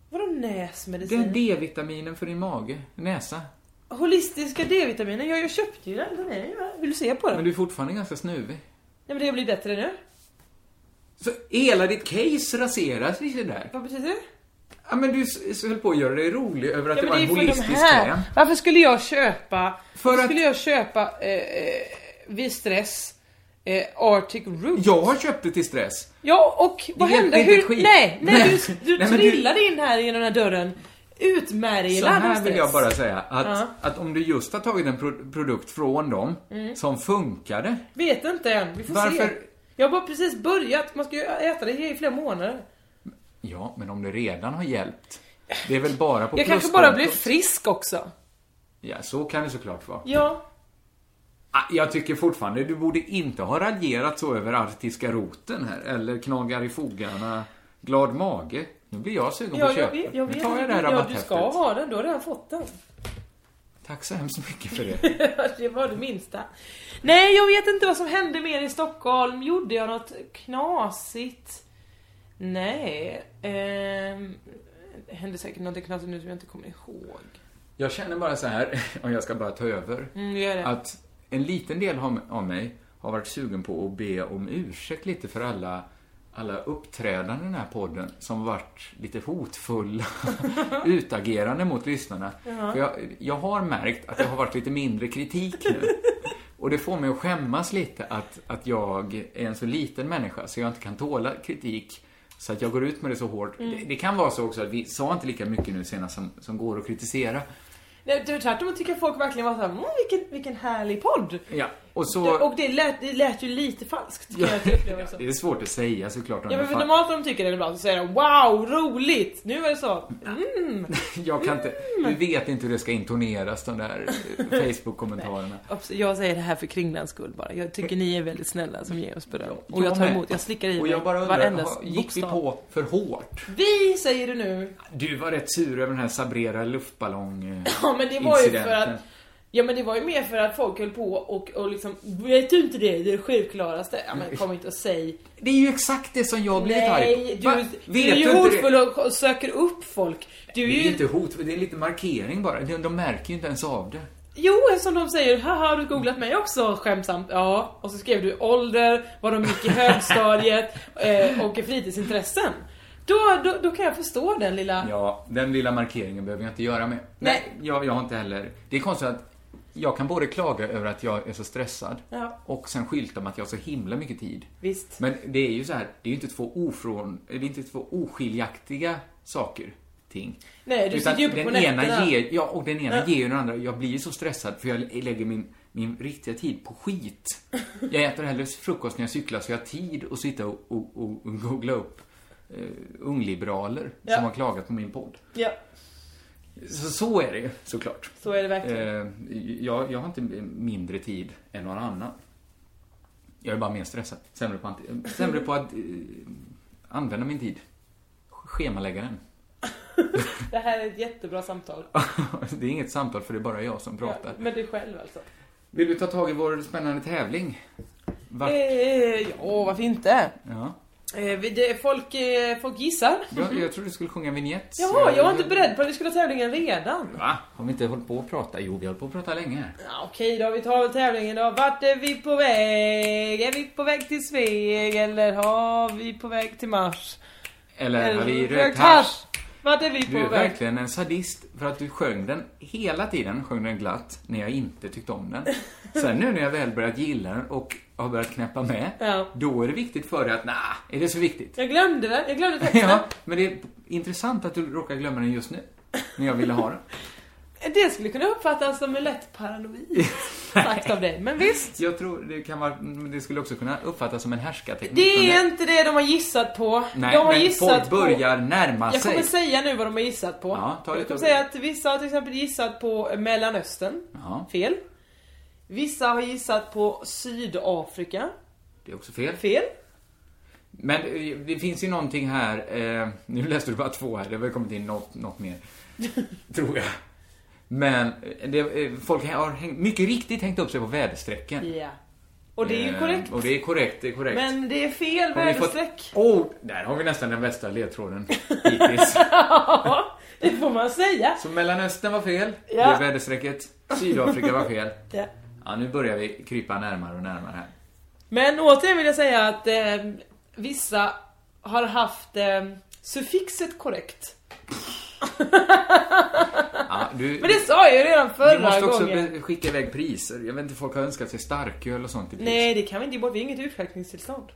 [SPEAKER 9] Vadå
[SPEAKER 8] Den
[SPEAKER 9] näsmedicin?
[SPEAKER 8] D-vitaminen för din mage, näsa.
[SPEAKER 9] Holistiska D-vitaminer? Ja, jag köpte ju den. den är, ju här. vill du se på den?
[SPEAKER 8] Men du är fortfarande ganska snuvig.
[SPEAKER 9] Nej men det blir bättre nu.
[SPEAKER 8] Så hela ditt case raseras vid det där.
[SPEAKER 9] Vad betyder det?
[SPEAKER 8] Ja, men du s- s- höll på att göra dig rolig över att
[SPEAKER 9] Ja,
[SPEAKER 8] det
[SPEAKER 9] men
[SPEAKER 8] var en
[SPEAKER 9] det är ju för de
[SPEAKER 8] holistisk
[SPEAKER 9] här.
[SPEAKER 8] kräm.
[SPEAKER 9] Varför skulle jag köpa...
[SPEAKER 8] För
[SPEAKER 9] Varför
[SPEAKER 8] att-
[SPEAKER 9] skulle jag köpa eh, eh, vid stress eh, Arctic Root?
[SPEAKER 8] Jag har köpt det till stress.
[SPEAKER 9] Ja, och vad
[SPEAKER 8] Det hjälper
[SPEAKER 9] hände?
[SPEAKER 8] inte ett
[SPEAKER 9] Hur...
[SPEAKER 8] skit.
[SPEAKER 9] Nej, nej, du, du
[SPEAKER 8] Nej, men du-
[SPEAKER 9] trillade in här genom den här dörren.
[SPEAKER 8] Så
[SPEAKER 9] Utmärglad av
[SPEAKER 8] här vill jag
[SPEAKER 9] stress.
[SPEAKER 8] bara säga att,
[SPEAKER 9] Ja.
[SPEAKER 8] att om du just har tagit en pro- produkt från dem
[SPEAKER 9] Mm.
[SPEAKER 8] som funkade.
[SPEAKER 9] Vet inte än, vi får se.
[SPEAKER 8] Varför-
[SPEAKER 9] Jag har bara precis börjat, man ska ju äta det i flera månader.
[SPEAKER 8] Ja, men om det redan har hjälpt. Det är väl bara på
[SPEAKER 9] Jag kanske
[SPEAKER 8] pluskontot.
[SPEAKER 9] bara blir frisk också.
[SPEAKER 8] Ja, så kan det såklart vara.
[SPEAKER 9] Ja,
[SPEAKER 8] Ah, Jag tycker fortfarande du borde inte ha raljerat så över arktiska roten här, eller knagar i fogarna, glad mage. Nu blir jag sugen på
[SPEAKER 9] ja
[SPEAKER 8] att
[SPEAKER 9] jag
[SPEAKER 8] köpa.
[SPEAKER 9] vet. Jag
[SPEAKER 8] nu
[SPEAKER 9] vet.
[SPEAKER 8] tar jag det här
[SPEAKER 9] ja, du
[SPEAKER 8] rabatthäftet.
[SPEAKER 9] ska ha den, du har redan fått den.
[SPEAKER 8] Tack så hemskt mycket för det.
[SPEAKER 9] det var det minsta. Nej, jag vet inte vad som hände mer i Stockholm. Gjorde jag något knasigt? Nej. ehm, det hände säkert något knasigt nu som jag inte kommer ihåg.
[SPEAKER 8] Jag känner bara så här, om jag ska bara ta över,
[SPEAKER 9] Mm, gör det.
[SPEAKER 8] att en liten del av av mig har varit sugen på att be om ursäkt lite för alla alla uppträdanden i den här podden som varit lite hotfulla, utagerande mot lyssnarna. För jag, jag har märkt att det har varit lite mindre kritik nu. Och det får mig att skämmas lite att, att jag är en så liten människa så jag inte kan tåla kritik. Så att jag går ut med det så hårt.
[SPEAKER 9] Mm.
[SPEAKER 8] Det, det kan vara så också att vi sa inte lika mycket nu senast som, som går att kritisera.
[SPEAKER 9] Nej, det var tvärtom tycker folk verkligen var såhär, mm, vilken, vilken härlig podd.
[SPEAKER 8] Ja, och så...
[SPEAKER 9] Och det lät, det lät ju lite falskt. Kan
[SPEAKER 8] Ja,
[SPEAKER 9] jag uppleva så.
[SPEAKER 8] det är svårt att säga såklart. om jag
[SPEAKER 9] Ja men för
[SPEAKER 8] fa-
[SPEAKER 9] normalt om de tycker det är bra så säger de wow, roligt! Nu är det så, mm.
[SPEAKER 8] Jag kan inte, du vet inte hur det ska intoneras, de där eh, Facebook-kommentarerna.
[SPEAKER 9] Abs- Jag säger det här för kringlans skull bara. Jag tycker ni är väldigt snälla som ger oss beröm. Och
[SPEAKER 8] Jag
[SPEAKER 9] jag tar
[SPEAKER 8] med.
[SPEAKER 9] emot, jag slickar i
[SPEAKER 8] Och jag
[SPEAKER 9] mig
[SPEAKER 8] bara
[SPEAKER 9] varenda
[SPEAKER 8] undrar, gick vi
[SPEAKER 9] bokstav.
[SPEAKER 8] på för hårt?
[SPEAKER 9] Vi säger det nu.
[SPEAKER 8] Du var rätt sur över den här Sabrera luftballong eh,
[SPEAKER 9] Ja men det var ju för
[SPEAKER 8] incidenten.
[SPEAKER 9] att Ja men det var ju mer för att folk höll på och, och liksom Vet du inte det? Det är det självklaraste. Ja men kom inte och säg
[SPEAKER 8] Det är ju exakt det som jag blivit
[SPEAKER 9] Nej,
[SPEAKER 8] arg
[SPEAKER 9] du,
[SPEAKER 8] Va?
[SPEAKER 9] du är ju
[SPEAKER 8] inte
[SPEAKER 9] hotfull
[SPEAKER 8] det?
[SPEAKER 9] och och söker upp folk. Du är
[SPEAKER 8] Det är
[SPEAKER 9] ju
[SPEAKER 8] inte hot, det är lite markering bara. De, de märker ju inte ens av det.
[SPEAKER 9] Jo, som de säger, haha har du googlat mig också skämtsamt? Ja, och så skrev du ålder, vad de gick i högstadiet eh, och fritidsintressen. Då, då, då kan jag förstå den lilla...
[SPEAKER 8] Ja, den lilla markeringen behöver jag inte göra med.
[SPEAKER 9] Nej.
[SPEAKER 8] Jag, jag har inte heller... Det är konstigt att jag kan både klaga över att jag är så stressad
[SPEAKER 9] Ja.
[SPEAKER 8] och sen skylta med att jag har så himla mycket tid.
[SPEAKER 9] Visst.
[SPEAKER 8] Men det är ju så här, det är ju inte två, ofrån, det är inte två oskiljaktiga saker, ting.
[SPEAKER 9] Nej, du
[SPEAKER 8] Utan
[SPEAKER 9] sitter ju uppe på
[SPEAKER 8] den
[SPEAKER 9] nätterna.
[SPEAKER 8] ena ger, ja, och den ena
[SPEAKER 9] Ja.
[SPEAKER 8] ger ju den andra. Jag blir ju så stressad för jag lägger min, min riktiga tid på skit. Jag äter hellre frukost när jag cyklar så jag har tid att sitta och, och, och, och googla upp eh, ungliberaler
[SPEAKER 9] Ja.
[SPEAKER 8] som har klagat på min podd.
[SPEAKER 9] Ja,
[SPEAKER 8] Så, så är det ju, såklart.
[SPEAKER 9] så är det verkligen.
[SPEAKER 8] Eh, jag, jag har inte mindre tid än någon annan. Jag är bara mer stressad. Sämre på, ant- sämre på att eh, använda min tid. Schemalägga den.
[SPEAKER 9] Det här är ett jättebra samtal.
[SPEAKER 8] det är inget samtal för det är bara jag som
[SPEAKER 9] Ja,
[SPEAKER 8] pratar.
[SPEAKER 9] med dig själv alltså.
[SPEAKER 8] Vill du ta tag i vår spännande tävling? Vart?
[SPEAKER 9] Eh, ja, varför inte?
[SPEAKER 8] Ja.
[SPEAKER 9] Eh, vi- det, folk, eh, folk gissar.
[SPEAKER 8] Jag, jag trodde du skulle sjunga en vignett.
[SPEAKER 9] Mhm. Jaha, jag var inte beredd på att vi skulle ha tävlingen redan.
[SPEAKER 8] Va? Har vi inte hållit på att prata? Jo, vi har hållit på att prata länge här.
[SPEAKER 9] Ja, Okej då, vi tar väl tävlingen då. Vart är vi på väg? Är vi på väg till Sveg eller har vi på väg till Mars?
[SPEAKER 8] Eller har vi
[SPEAKER 9] Eller
[SPEAKER 8] rökt hasch?
[SPEAKER 9] Vart är vi på
[SPEAKER 8] Du är
[SPEAKER 9] väg?
[SPEAKER 8] verkligen en sadist för att du sjöng den hela tiden, sjöng den glatt, när jag inte tyckte om den. Sen nu när jag väl börjat gilla den och har börjat knäppa med,
[SPEAKER 9] Ja.
[SPEAKER 8] då är det viktigt för dig att, nej, nah, är det så viktigt?
[SPEAKER 9] Jag glömde det. Jag glömde texten.
[SPEAKER 8] ja, men det är intressant att du råkar glömma den just nu, när jag ville ha den.
[SPEAKER 9] Det skulle kunna uppfattas som en lätt paranoid. sagt av dig, men visst.
[SPEAKER 8] Jag tror det kan vara, mm, det skulle också kunna uppfattas som en härskarteknik. från
[SPEAKER 9] Det
[SPEAKER 8] dig.
[SPEAKER 9] är inte det de har gissat på.
[SPEAKER 8] Nej,
[SPEAKER 9] de har
[SPEAKER 8] men folk börjar
[SPEAKER 9] på...
[SPEAKER 8] närma
[SPEAKER 9] Jag
[SPEAKER 8] sig.
[SPEAKER 9] kommer säga nu vad de har gissat på.
[SPEAKER 8] Ah, Ja, ta
[SPEAKER 9] jag
[SPEAKER 8] lite
[SPEAKER 9] kommer
[SPEAKER 8] av
[SPEAKER 9] säga
[SPEAKER 8] det.
[SPEAKER 9] att vissa har till exempel gissat på Mellanöstern.
[SPEAKER 8] Ja,
[SPEAKER 9] Fel. Vissa har gissat på Sydafrika.
[SPEAKER 8] det är också fel.
[SPEAKER 9] Fel.
[SPEAKER 8] Men eh, det finns ju någonting här, eh, nu läste du bara två här, det har väl kommit in något, något mer. tror jag. Men eh, det, eh, folk har hängt, mycket riktigt hängt upp sig på väderstrecken.
[SPEAKER 9] Ja. Och det är ju
[SPEAKER 8] Eh,
[SPEAKER 9] korrekt.
[SPEAKER 8] Och det är korrekt, det är korrekt.
[SPEAKER 9] Men det är fel
[SPEAKER 8] Har vi fått-
[SPEAKER 9] väderstreck.
[SPEAKER 8] Oh, där har vi nästan den bästa ledtråden hittills.
[SPEAKER 9] Ja, det får man säga.
[SPEAKER 8] Så Mellanöstern var fel,
[SPEAKER 9] Ja.
[SPEAKER 8] det är väderstrecket. Sydafrika var fel.
[SPEAKER 9] Ja.
[SPEAKER 8] Ja, nu börjar vi krypa närmare och närmare här.
[SPEAKER 9] Men återigen vill jag säga att eh, vissa har haft eh, suffixet korrekt.
[SPEAKER 8] Ja, du,
[SPEAKER 9] Men det sa jag ju redan
[SPEAKER 8] vi
[SPEAKER 9] förra
[SPEAKER 8] måste också
[SPEAKER 9] gången.
[SPEAKER 8] be- skicka iväg priser. Jag vet inte, folk har önskat sig starköl och sånt i pris.
[SPEAKER 9] Nej, det kan vi inte ge bort. Vi är inget utskänkningstillstånd.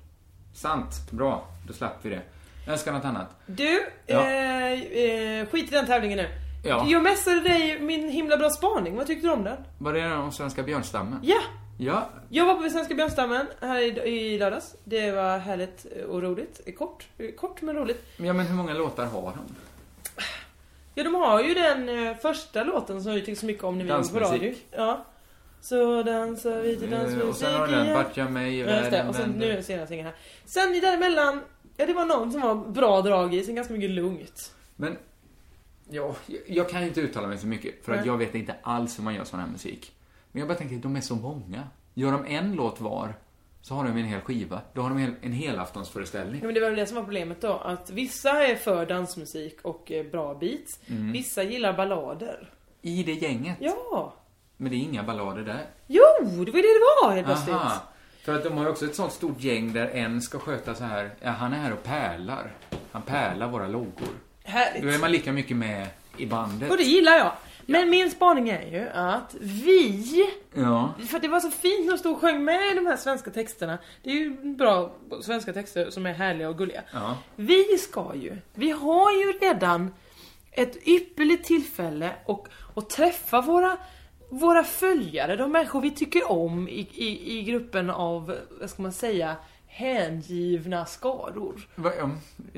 [SPEAKER 8] Sant, bra. Då slapp vi det. Jag önskar något annat.
[SPEAKER 9] Du,
[SPEAKER 8] Ja.
[SPEAKER 9] eh, eh, skit i den tävlingen nu.
[SPEAKER 8] Ja.
[SPEAKER 9] Jag messade dig min himla bra spaning. Vad tyckte du om den?
[SPEAKER 8] Var det den om svenska björnstammen?
[SPEAKER 9] Ja!
[SPEAKER 8] Ja,
[SPEAKER 9] Jag var på Svenska björnstammen här i, i lördags. Det var härligt och roligt. Eh, Kort, kort men roligt.
[SPEAKER 8] ja, men hur många låtar har de?
[SPEAKER 9] Ja, de har ju den eh, första låten som vi tycker så mycket om när vi var på
[SPEAKER 8] Dansmusik.
[SPEAKER 9] radio. Ja. Så dansar vi till
[SPEAKER 8] Eh,
[SPEAKER 9] dansmusik
[SPEAKER 8] och sen har du den,
[SPEAKER 9] igen.
[SPEAKER 8] Vart jag mig i
[SPEAKER 9] Ja, just det.
[SPEAKER 8] världen
[SPEAKER 9] Och sen nu är
[SPEAKER 8] vänder.
[SPEAKER 9] den senaste singeln här. Sen i däremellan, ja det var någon som var bra drag i, sen ganska mycket lugnt.
[SPEAKER 8] Men, ja, jag- jag kan ju inte uttala mig så mycket. För att
[SPEAKER 9] Nej.
[SPEAKER 8] jag vet inte alls hur man gör sån här musik. Men jag bara tänker, de är så många. Gör de en låt var, så har de en hel skiva. Då har de en, hel- en helaftonsföreställning.
[SPEAKER 9] Ja, men det var väl det som var problemet då, att vissa är för dansmusik och eh, bra beats.
[SPEAKER 8] Mm.
[SPEAKER 9] Vissa gillar ballader.
[SPEAKER 8] I det gänget.
[SPEAKER 9] Ja!
[SPEAKER 8] Men det är inga ballader där.
[SPEAKER 9] Jo, det var ju det det var helt plötsligt.
[SPEAKER 8] Aha. För att de har ju också ett sånt stort gäng där en ska sköta så här, ja, han är här och pärlar. Han pärlar våra loggor. Då är
[SPEAKER 9] Härligt.
[SPEAKER 8] man lika mycket med i bandet.
[SPEAKER 9] Och det gillar jag. Men min spaning är ju att vi
[SPEAKER 8] Ja.
[SPEAKER 9] För att det var så fint när de stod och sjöng med i de här svenska texterna. Det är ju bra svenska texter som är härliga och gulliga.
[SPEAKER 8] Ja.
[SPEAKER 9] Vi ska ju, vi har ju redan ett ypperligt tillfälle och, och träffa våra, våra följare, de människor vi tycker om i, i, i gruppen av, vad ska man säga, hängivna skaror.
[SPEAKER 8] Va, ja.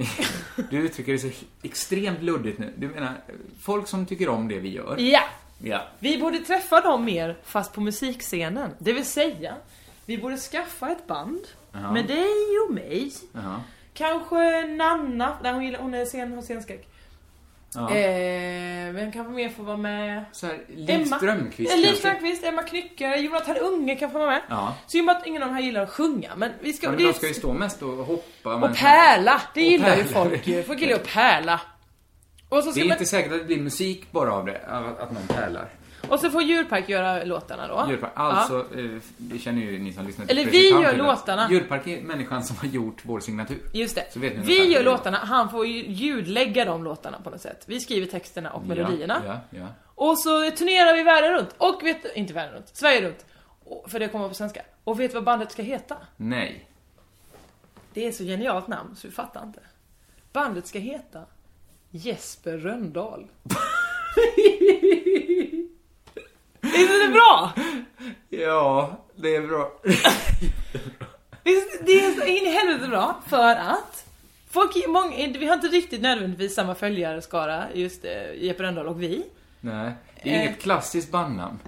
[SPEAKER 8] Du uttrycker det så extremt luddigt nu. Du menar, folk som tycker om det vi gör.
[SPEAKER 9] Ja!
[SPEAKER 8] Ja.
[SPEAKER 9] Vi borde träffa dem mer, fast på musikscenen. Det vill säga, vi borde skaffa ett band
[SPEAKER 8] Ja.
[SPEAKER 9] med dig och mig.
[SPEAKER 8] Ja.
[SPEAKER 9] Kanske Nanna, nej hon, gillar, hon är sen, har scenskräck.
[SPEAKER 8] ja.
[SPEAKER 9] Eh, vem kan få mer få vara med? Eh,
[SPEAKER 8] så här, Liv Strömquist
[SPEAKER 9] Liv
[SPEAKER 8] kanske.
[SPEAKER 9] Strömquist, Emma Knyckare, Jonathan Unge kan få vara med.
[SPEAKER 8] Ja.
[SPEAKER 9] Synd bara att ingen av de här gillar att sjunga, men vi ska...
[SPEAKER 8] Ja, men
[SPEAKER 9] det är-
[SPEAKER 8] de ska ju stå mest och hoppa. men-
[SPEAKER 9] och pärla! Det
[SPEAKER 8] Och
[SPEAKER 9] gillar ju
[SPEAKER 8] pärla.
[SPEAKER 9] folk ju. Folk gillar ju att pärla. Och så,
[SPEAKER 8] Det
[SPEAKER 9] ska
[SPEAKER 8] är
[SPEAKER 9] man,
[SPEAKER 8] inte säkert att det blir musik bara av det, av att någon pärlar.
[SPEAKER 9] och så får Djurpark göra låtarna då.
[SPEAKER 8] Djurpark.
[SPEAKER 9] Ja.
[SPEAKER 8] Alltså, eh, det känner ju ni som lyssnar till
[SPEAKER 9] Eller vi
[SPEAKER 8] Presentant
[SPEAKER 9] gör
[SPEAKER 8] till att
[SPEAKER 9] låtarna.
[SPEAKER 8] Djurpark är människan som har gjort vår signatur.
[SPEAKER 9] Just det.
[SPEAKER 8] Så vet ni
[SPEAKER 9] vi
[SPEAKER 8] ungefär
[SPEAKER 9] gör
[SPEAKER 8] hur det är.
[SPEAKER 9] låtarna, han får ju ljudlägga de låtarna på något sätt. Vi skriver texterna och melodierna.
[SPEAKER 8] Ja, ja, ja.
[SPEAKER 9] Och så turnerar vi världen runt. Och vet inte världen runt, Sverige runt. Och, för det kommer på svenska. Och vet vad bandet ska heta?
[SPEAKER 8] Nej.
[SPEAKER 9] Det är så genialt namn så vi fattar inte. Bandet ska heta Jesper Röndahl. Visst är det bra?
[SPEAKER 8] Ja, det är bra.
[SPEAKER 9] Visst, det är så in i helvete bra för att folk, många, vi har inte riktigt nödvändigtvis samma följarskara, just eh, Jesper Röndahl och vi.
[SPEAKER 8] Nej, det är
[SPEAKER 9] Eh.
[SPEAKER 8] inget klassiskt bandnamn.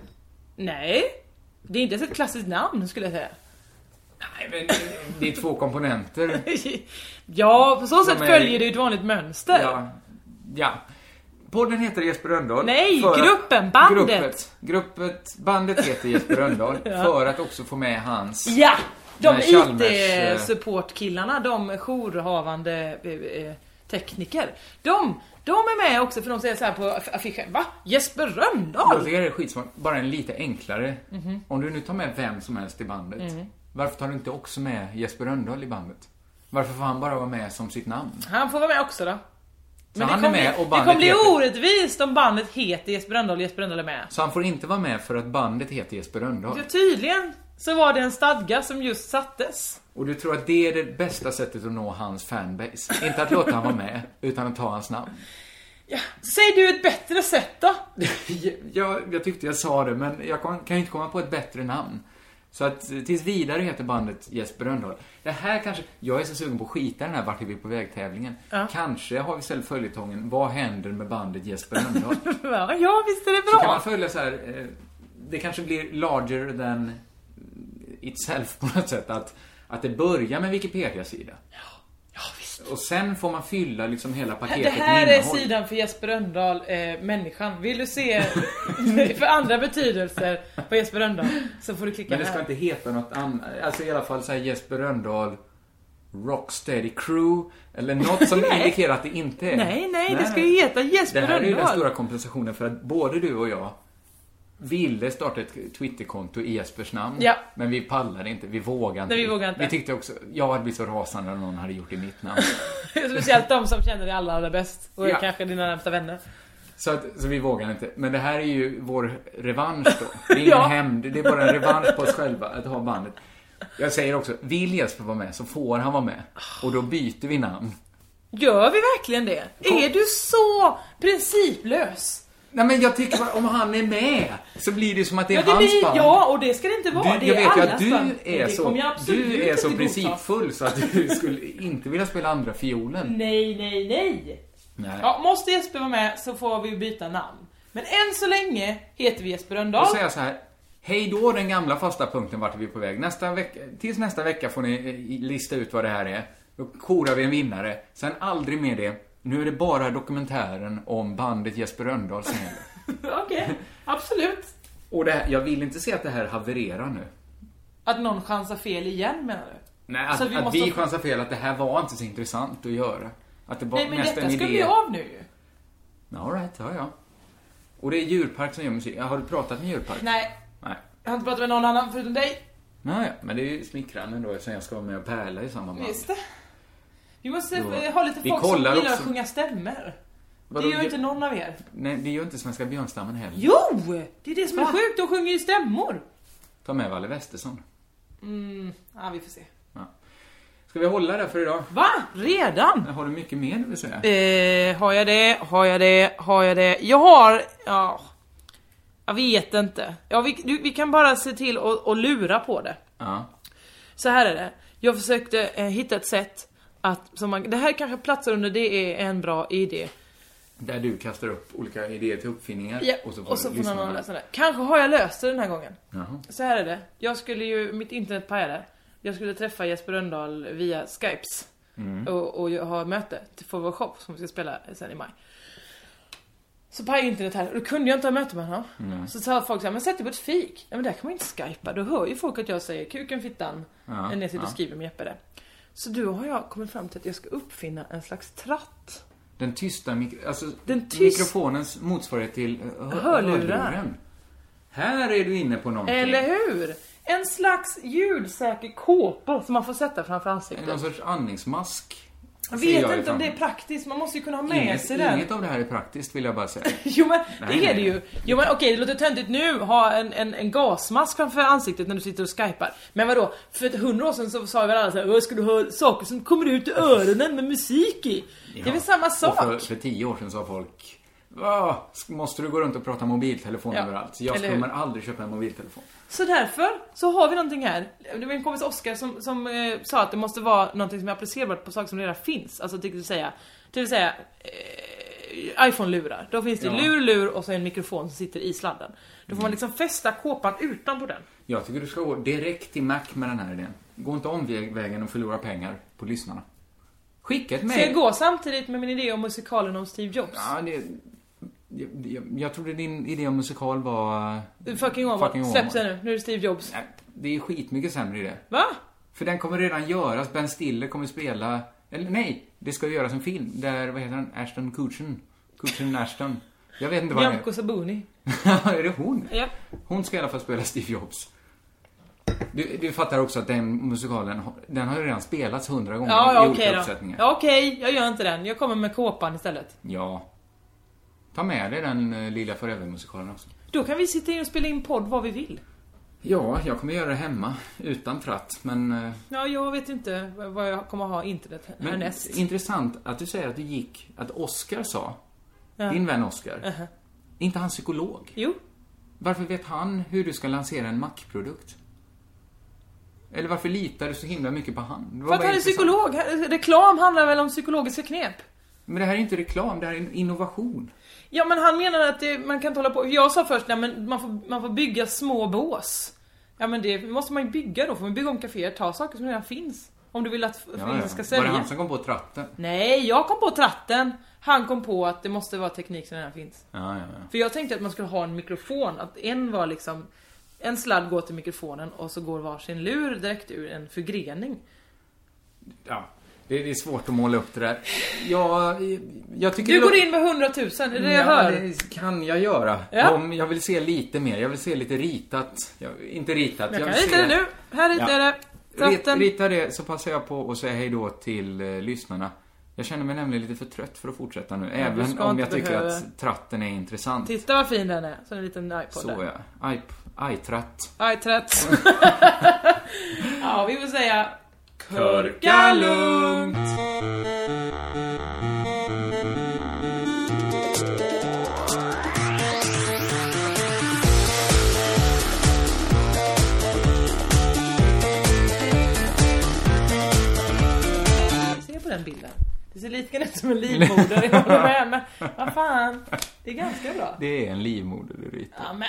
[SPEAKER 9] Nej, det är inte ens ett klassiskt namn skulle jag säga.
[SPEAKER 8] Nej, men eh, det är två komponenter.
[SPEAKER 9] Ja, på så sätt
[SPEAKER 8] är-
[SPEAKER 9] följer det ju ett vanligt mönster.
[SPEAKER 8] Ja. ja. Podden heter Jesper Rönndahl.
[SPEAKER 9] Nej,
[SPEAKER 8] för att-
[SPEAKER 9] gruppen, bandet.
[SPEAKER 8] Gruppet, gruppet, bandet heter Jesper Rönndahl för att också få med hans...
[SPEAKER 9] Ja! De
[SPEAKER 8] Nej, Chalmers, eh,
[SPEAKER 9] IT-supportkillarna, de jourhavande eh, eh, tekniker. De, de är med också för de säger så här på aff- affischen, va? Jesper
[SPEAKER 8] Jag
[SPEAKER 9] Rönndahl?
[SPEAKER 8] tycker det är skitsmart. Bara en lite enklare. Om du nu tar med vem som helst i bandet, varför tar du inte också med Jesper Rönndahl i bandet? Varför får han bara vara med som sitt namn?
[SPEAKER 9] Han får vara med också då.
[SPEAKER 8] Så han är med och
[SPEAKER 9] det
[SPEAKER 8] bandet
[SPEAKER 9] kommer bli
[SPEAKER 8] heter-
[SPEAKER 9] orättvist om bandet heter Jesper Rönndahl och Jesper Rönndahl är med.
[SPEAKER 8] Så han får inte vara med för att bandet heter Jesper Rönndahl.
[SPEAKER 9] Ja, tydligen så var det en stadga som just sattes.
[SPEAKER 8] Och du tror att det är det bästa sättet att nå hans fanbase? Inte att låta han vara med, utan att ta hans namn.
[SPEAKER 9] Säg du ett bättre sätt då?
[SPEAKER 8] Jag, jag tyckte jag sa det, men jag kan, kan ju inte komma på ett bättre namn. Så att eh, tills vidare heter bandet Jesper Rönndahl. Det här kanske, jag är så sugen på att skita i den här Vart är vi på väg-tävlingen. Kanske har vi istället följetongen Vad händer med bandet Jesper Rönndahl?
[SPEAKER 9] Ja, ja visst är det
[SPEAKER 8] Så kan man
[SPEAKER 9] bra.
[SPEAKER 8] följa så här, eh, det kanske blir larger than itself på något sätt. Att, att det börjar med Wikipedia-sida. Och sen får man fylla liksom hela paketet
[SPEAKER 9] Det här
[SPEAKER 8] med
[SPEAKER 9] är
[SPEAKER 8] innehåll.
[SPEAKER 9] sidan för Jesper Rönndahl, eh, människan. Vill du se för andra betydelser på Jesper Rönndahl så får du klicka
[SPEAKER 8] Men det ska
[SPEAKER 9] här.
[SPEAKER 8] inte heta något annat. Alltså i alla fall så här Jesper Rönndahl Rocksteady Crew eller något som
[SPEAKER 9] Nej.
[SPEAKER 8] indikerar att det inte är.
[SPEAKER 9] Nej, nej, det ska ju heta Jesper
[SPEAKER 8] Det här är ju den
[SPEAKER 9] Rönndahl.
[SPEAKER 8] stora kompensationen för att både du och jag ville starta ett Twitterkonto i Jespers namn.
[SPEAKER 9] Ja.
[SPEAKER 8] Men vi pallade inte, vi vågade inte.
[SPEAKER 9] Nej, vi vågade inte.
[SPEAKER 8] Vi tyckte också, jag hade blivit så rasande om någon hade gjort det i mitt namn.
[SPEAKER 9] Speciellt de som känner dig allra, allra bäst. Och
[SPEAKER 8] Ja.
[SPEAKER 9] kanske dina närmsta vänner.
[SPEAKER 8] Så, att, så vi vågade inte. Men det här är ju vår revansch då. Det är ingen
[SPEAKER 9] Ja.
[SPEAKER 8] hämnd, det är bara en revansch på oss själva att ha bandet. Jag säger också, vill Jesper vara med så får han vara med. Och då byter vi namn.
[SPEAKER 9] Gör vi verkligen det? Är du så principlös?
[SPEAKER 8] Nej men jag tycker bara, om han är med så blir det som att det är
[SPEAKER 9] Ja, det
[SPEAKER 8] hans
[SPEAKER 9] blir,
[SPEAKER 8] band.
[SPEAKER 9] ja, och det ska det inte vara.
[SPEAKER 8] Du,
[SPEAKER 9] det
[SPEAKER 8] jag
[SPEAKER 9] är
[SPEAKER 8] vet ju
[SPEAKER 9] allas
[SPEAKER 8] att du
[SPEAKER 9] band.
[SPEAKER 8] är,
[SPEAKER 9] det kommer
[SPEAKER 8] så,
[SPEAKER 9] jag absolut
[SPEAKER 8] du är så
[SPEAKER 9] inte godta.
[SPEAKER 8] principfull så att du skulle inte vilja spela andra fiolen.
[SPEAKER 9] Nej, nej, nej.
[SPEAKER 8] Nej.
[SPEAKER 9] Ja, måste Jesper vara med så får vi byta namn. Men än så länge heter vi Jesper Rönndahl.
[SPEAKER 8] Då säger jag så här. Hej då den gamla fasta punkten vart är vi på väg. Nästa vecka, tills nästa vecka får ni eh, lista ut vad det här är. Då korar vi en vinnare. Sen aldrig mer det. Nu är det bara dokumentären om bandet Jesper Rönndahl som gäller.
[SPEAKER 9] Okej, absolut.
[SPEAKER 8] Och det här, jag vill inte se att det här havererar nu.
[SPEAKER 9] Att någon chansar fel igen menar du?
[SPEAKER 8] Nej, att,
[SPEAKER 9] Så
[SPEAKER 8] vi,
[SPEAKER 9] vi
[SPEAKER 8] att
[SPEAKER 9] måste-
[SPEAKER 8] vi chansar fel att det här var inte så intressant att göra. Att det var
[SPEAKER 9] nej, men
[SPEAKER 8] mest
[SPEAKER 9] detta
[SPEAKER 8] en
[SPEAKER 9] ska
[SPEAKER 8] idé.
[SPEAKER 9] bli av nu ju.
[SPEAKER 8] All right, ja, ja. Och det är djurpark som gör musik. Ja, Har du pratat med djurpark?
[SPEAKER 9] Nej,
[SPEAKER 8] Nej.
[SPEAKER 9] jag har inte pratat med någon annan förutom dig.
[SPEAKER 8] Nej, ja, men det är ju smickrande ändå eftersom jag ska vara med och pärla i samma band.
[SPEAKER 9] Just det. Vi måste
[SPEAKER 8] Då-
[SPEAKER 9] eh, ha lite
[SPEAKER 8] vi
[SPEAKER 9] folk som
[SPEAKER 8] kollar
[SPEAKER 9] gillar att
[SPEAKER 8] också-
[SPEAKER 9] sjunga stämmer.
[SPEAKER 8] Vadå,
[SPEAKER 9] det gör
[SPEAKER 8] ju-
[SPEAKER 9] inte någon av er.
[SPEAKER 8] Nej, det gör inte Svenska Björnstammen heller.
[SPEAKER 9] Jo! Det är det som är sjukt, de sjunger ju stämmor.
[SPEAKER 8] Ta med Valle Westesson.
[SPEAKER 9] Mm, ja vi får se.
[SPEAKER 8] Ska vi hålla där för idag?
[SPEAKER 9] Va? Redan?
[SPEAKER 8] Har du mycket mer du vill säga?
[SPEAKER 9] Eh, har jag det? Har jag det? Har jag det? Jag har... Ja, jag vet inte. Ja, vi, du, vi kan bara se till att att lura på det.
[SPEAKER 8] Ja.
[SPEAKER 9] Så här är det. Jag försökte eh, hitta ett sätt att... Som man, det här kanske platsar under det är en bra idé.
[SPEAKER 8] Där du kastar upp olika idéer till uppfinningar
[SPEAKER 9] Ja,
[SPEAKER 8] och så får,
[SPEAKER 9] och så får någon annan
[SPEAKER 8] lyssnarna-
[SPEAKER 9] lösa det. Kanske har jag löst det den här gången.
[SPEAKER 8] Jaha.
[SPEAKER 9] Så här är det. Jag skulle ju... Mitt internet pajade. Jag skulle träffa Jesper Rönndahl via Skypes.
[SPEAKER 8] Mm.
[SPEAKER 9] Och, och jag har möte för vår shop som vi ska spela sen i maj. Så pajade internet här och då kunde jag inte ha möte med honom. Så sa folk såhär, men sätt dig på ett fik. Ja men där kan man ju inte skypa, då hör ju folk att jag säger kuken, fittan.
[SPEAKER 8] Ja,
[SPEAKER 9] när jag sitter och
[SPEAKER 8] ja.
[SPEAKER 9] skriver med Jeppe där. Så då har jag kommit fram till att jag ska uppfinna en slags tratt.
[SPEAKER 8] Den tysta mik- alltså,
[SPEAKER 9] Den tyst-
[SPEAKER 8] mikrofonens motsvarighet till eh, hör-
[SPEAKER 9] Hörlurar.
[SPEAKER 8] hörluren. Här är du inne på någonting.
[SPEAKER 9] Eller hur? En slags ljudsäker kåpa som man får sätta framför
[SPEAKER 8] Någon
[SPEAKER 9] ansiktet.
[SPEAKER 8] sorts andningsmask.
[SPEAKER 9] Jag
[SPEAKER 8] Alltså, ser jag
[SPEAKER 9] vet
[SPEAKER 8] ju
[SPEAKER 9] inte om
[SPEAKER 8] fram
[SPEAKER 9] det är
[SPEAKER 8] emot.
[SPEAKER 9] praktiskt, man måste ju kunna ha med
[SPEAKER 8] Inget,
[SPEAKER 9] sig den.
[SPEAKER 8] inget av det här är praktiskt vill jag bara säga.
[SPEAKER 9] Jo men
[SPEAKER 8] Nej,
[SPEAKER 9] det
[SPEAKER 8] nej,
[SPEAKER 9] är det ju. Jo men okej det låter töntigt nu ha en, en, en gasmask framför ansiktet när du sitter och skypar. Men vadå? För ett hundra år sedan så sa väl alla såhär "Åh, ska du höra saker som kommer ut ur öronen med musik i? Det är väl samma
[SPEAKER 8] Och för,
[SPEAKER 9] sak?
[SPEAKER 8] för tio år sedan sa folk "Va, Måste du gå runt och prata mobiltelefon
[SPEAKER 9] Ja,
[SPEAKER 8] överallt? Så jag
[SPEAKER 9] eller hur?
[SPEAKER 8] kommer aldrig köpa en mobiltelefon.
[SPEAKER 9] Så därför så har vi någonting här. Det var en kompis Oskar som, som eh, sa att det måste vara någonting som är applicerbart på saker som redan finns. Alltså till säga, till säga eh, iPhone-lurar. Då finns det
[SPEAKER 8] Ja. Mm.
[SPEAKER 9] lur, lur och så en mikrofon som sitter i sladden. Då får man liksom fästa kåpan utanpå den.
[SPEAKER 8] Jag tycker du ska gå direkt till Mac med den här idén. Gå inte omvägen och förlora pengar på lyssnarna. Skicka ett
[SPEAKER 9] Ska jag
[SPEAKER 8] mejl.
[SPEAKER 9] gå samtidigt med min idé om musikalen om Steve Jobs?
[SPEAKER 8] Ja, det, jag, jag, jag trodde din idé om musikal var...
[SPEAKER 9] Du, Fucking
[SPEAKER 8] Fucking
[SPEAKER 9] Åmål. Släpp
[SPEAKER 8] Åmål.
[SPEAKER 9] den nu, nu är det Steve Jobs.
[SPEAKER 8] Nej, Det är skitmycket sämre idé.
[SPEAKER 9] Va?
[SPEAKER 8] För den kommer redan göras. Ben Stiller kommer spela... Eller nej, det ska göras en film där, vad heter han? Ashton Kutchen. Kutchen Ashton. Jag vet inte vad han
[SPEAKER 9] Nyamko
[SPEAKER 8] är.
[SPEAKER 9] Sabuni.
[SPEAKER 8] är det hon?
[SPEAKER 9] Ja.
[SPEAKER 8] Hon ska i alla fall spela Steve Jobs. Du, du fattar också att den musikalen, har- den har ju redan spelats hundra gånger
[SPEAKER 9] Ja,
[SPEAKER 8] i
[SPEAKER 9] ja
[SPEAKER 8] olika
[SPEAKER 9] okej då.
[SPEAKER 8] uppsättningar.
[SPEAKER 9] Ja, okej, jag gör inte den. Jag kommer med kåpan istället.
[SPEAKER 8] Ja. Ta med dig den eh, lilla Forever-musikalen också.
[SPEAKER 9] Då kan vi sitta in och spela in podd vad vi vill.
[SPEAKER 8] Ja, jag kommer göra det hemma. Utan tratt, men... eh,
[SPEAKER 9] Ja, jag vet inte vad jag kommer ha internet här-
[SPEAKER 8] men
[SPEAKER 9] härnäst.
[SPEAKER 8] intressant att du säger att du gick... Att Oscar sa,
[SPEAKER 9] Ja.
[SPEAKER 8] din vän Oscar,
[SPEAKER 9] Uh-huh.
[SPEAKER 8] är inte han psykolog?
[SPEAKER 9] Jo.
[SPEAKER 8] Varför vet han hur du ska lansera en Mac-produkt? Eller varför litar du så himla mycket på han? Det var
[SPEAKER 9] För att
[SPEAKER 8] bara
[SPEAKER 9] han är
[SPEAKER 8] intressant.
[SPEAKER 9] psykolog. Han- Reklam handlar väl om psykologiska knep?
[SPEAKER 8] Men det här är inte reklam, det här är en innovation.
[SPEAKER 9] Ja men han menar att det, man kan inte hålla på, jag sa först nej men man får, man får bygga små bås. Ja men det måste man ju bygga då, får man bygga om kaféer, ta saker som redan finns. Om du vill att f-
[SPEAKER 8] Ja, ja.
[SPEAKER 9] ska
[SPEAKER 8] Var det
[SPEAKER 9] sälja.
[SPEAKER 8] han som kom på tratten?
[SPEAKER 9] Nej, jag kom på tratten. Han kom på att det måste vara teknik som redan finns.
[SPEAKER 8] Ja, ja, ja.
[SPEAKER 9] För jag tänkte att man skulle ha en mikrofon, att en var liksom en sladd går till mikrofonen och så går varsin lur direkt ur en förgrening.
[SPEAKER 8] ja. Det, det är svårt att måla upp det där. Jag, jag tycker
[SPEAKER 9] Du
[SPEAKER 8] det
[SPEAKER 9] går
[SPEAKER 8] låter-
[SPEAKER 9] in med 100 000, är det det
[SPEAKER 8] ja,
[SPEAKER 9] jag hör?
[SPEAKER 8] det kan jag göra.
[SPEAKER 9] Ja.
[SPEAKER 8] Om jag vill se lite mer. Jag vill se lite ritat. Jag, inte ritat.
[SPEAKER 9] Jag kan
[SPEAKER 8] vill
[SPEAKER 9] rita
[SPEAKER 8] se...
[SPEAKER 9] det nu, här ritar
[SPEAKER 8] Ja.
[SPEAKER 9] jag det.
[SPEAKER 8] Rit-
[SPEAKER 9] Tratten.
[SPEAKER 8] Rita det så passar jag på att säga hej då till eh, lyssnarna. Jag känner mig nämligen lite för trött för att fortsätta nu.
[SPEAKER 9] du
[SPEAKER 8] även
[SPEAKER 9] ska
[SPEAKER 8] om
[SPEAKER 9] inte
[SPEAKER 8] jag tycker
[SPEAKER 9] behöva-
[SPEAKER 8] att tratten är intressant.
[SPEAKER 9] Titta vad fin den är, så en liten iPod
[SPEAKER 8] Så
[SPEAKER 9] där.
[SPEAKER 8] ja. Aj, aj, tratt.
[SPEAKER 9] Aj, trött. ja, vi får säga...
[SPEAKER 8] Körka lugnt.
[SPEAKER 9] Se på den bilden. Det ser lite grann ut som en livmoder, jag håller med. Men vad fan, det är ganska bra.
[SPEAKER 8] Det är en livmoder du ritar.
[SPEAKER 9] Ja, men.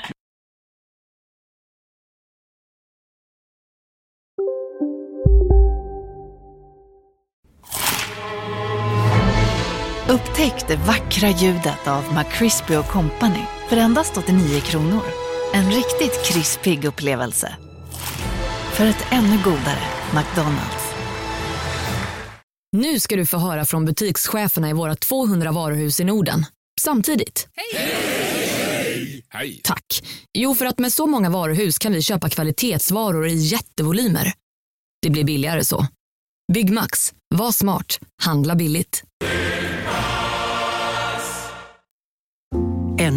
[SPEAKER 13] Upptäck det vackra ljudet av McCrispy Company för endast 89 kronor. En riktigt krispig upplevelse. För ett ännu godare McDonalds.
[SPEAKER 14] Nu ska du få höra från butikscheferna i våra 200 varuhus i Norden. Samtidigt.
[SPEAKER 15] Hej!
[SPEAKER 14] Tack. Jo, för att med så många varuhus kan vi köpa kvalitetsvaror i jättevolymer. Det blir billigare så. Byggmax. Var smart. Handla billigt.
[SPEAKER 6] En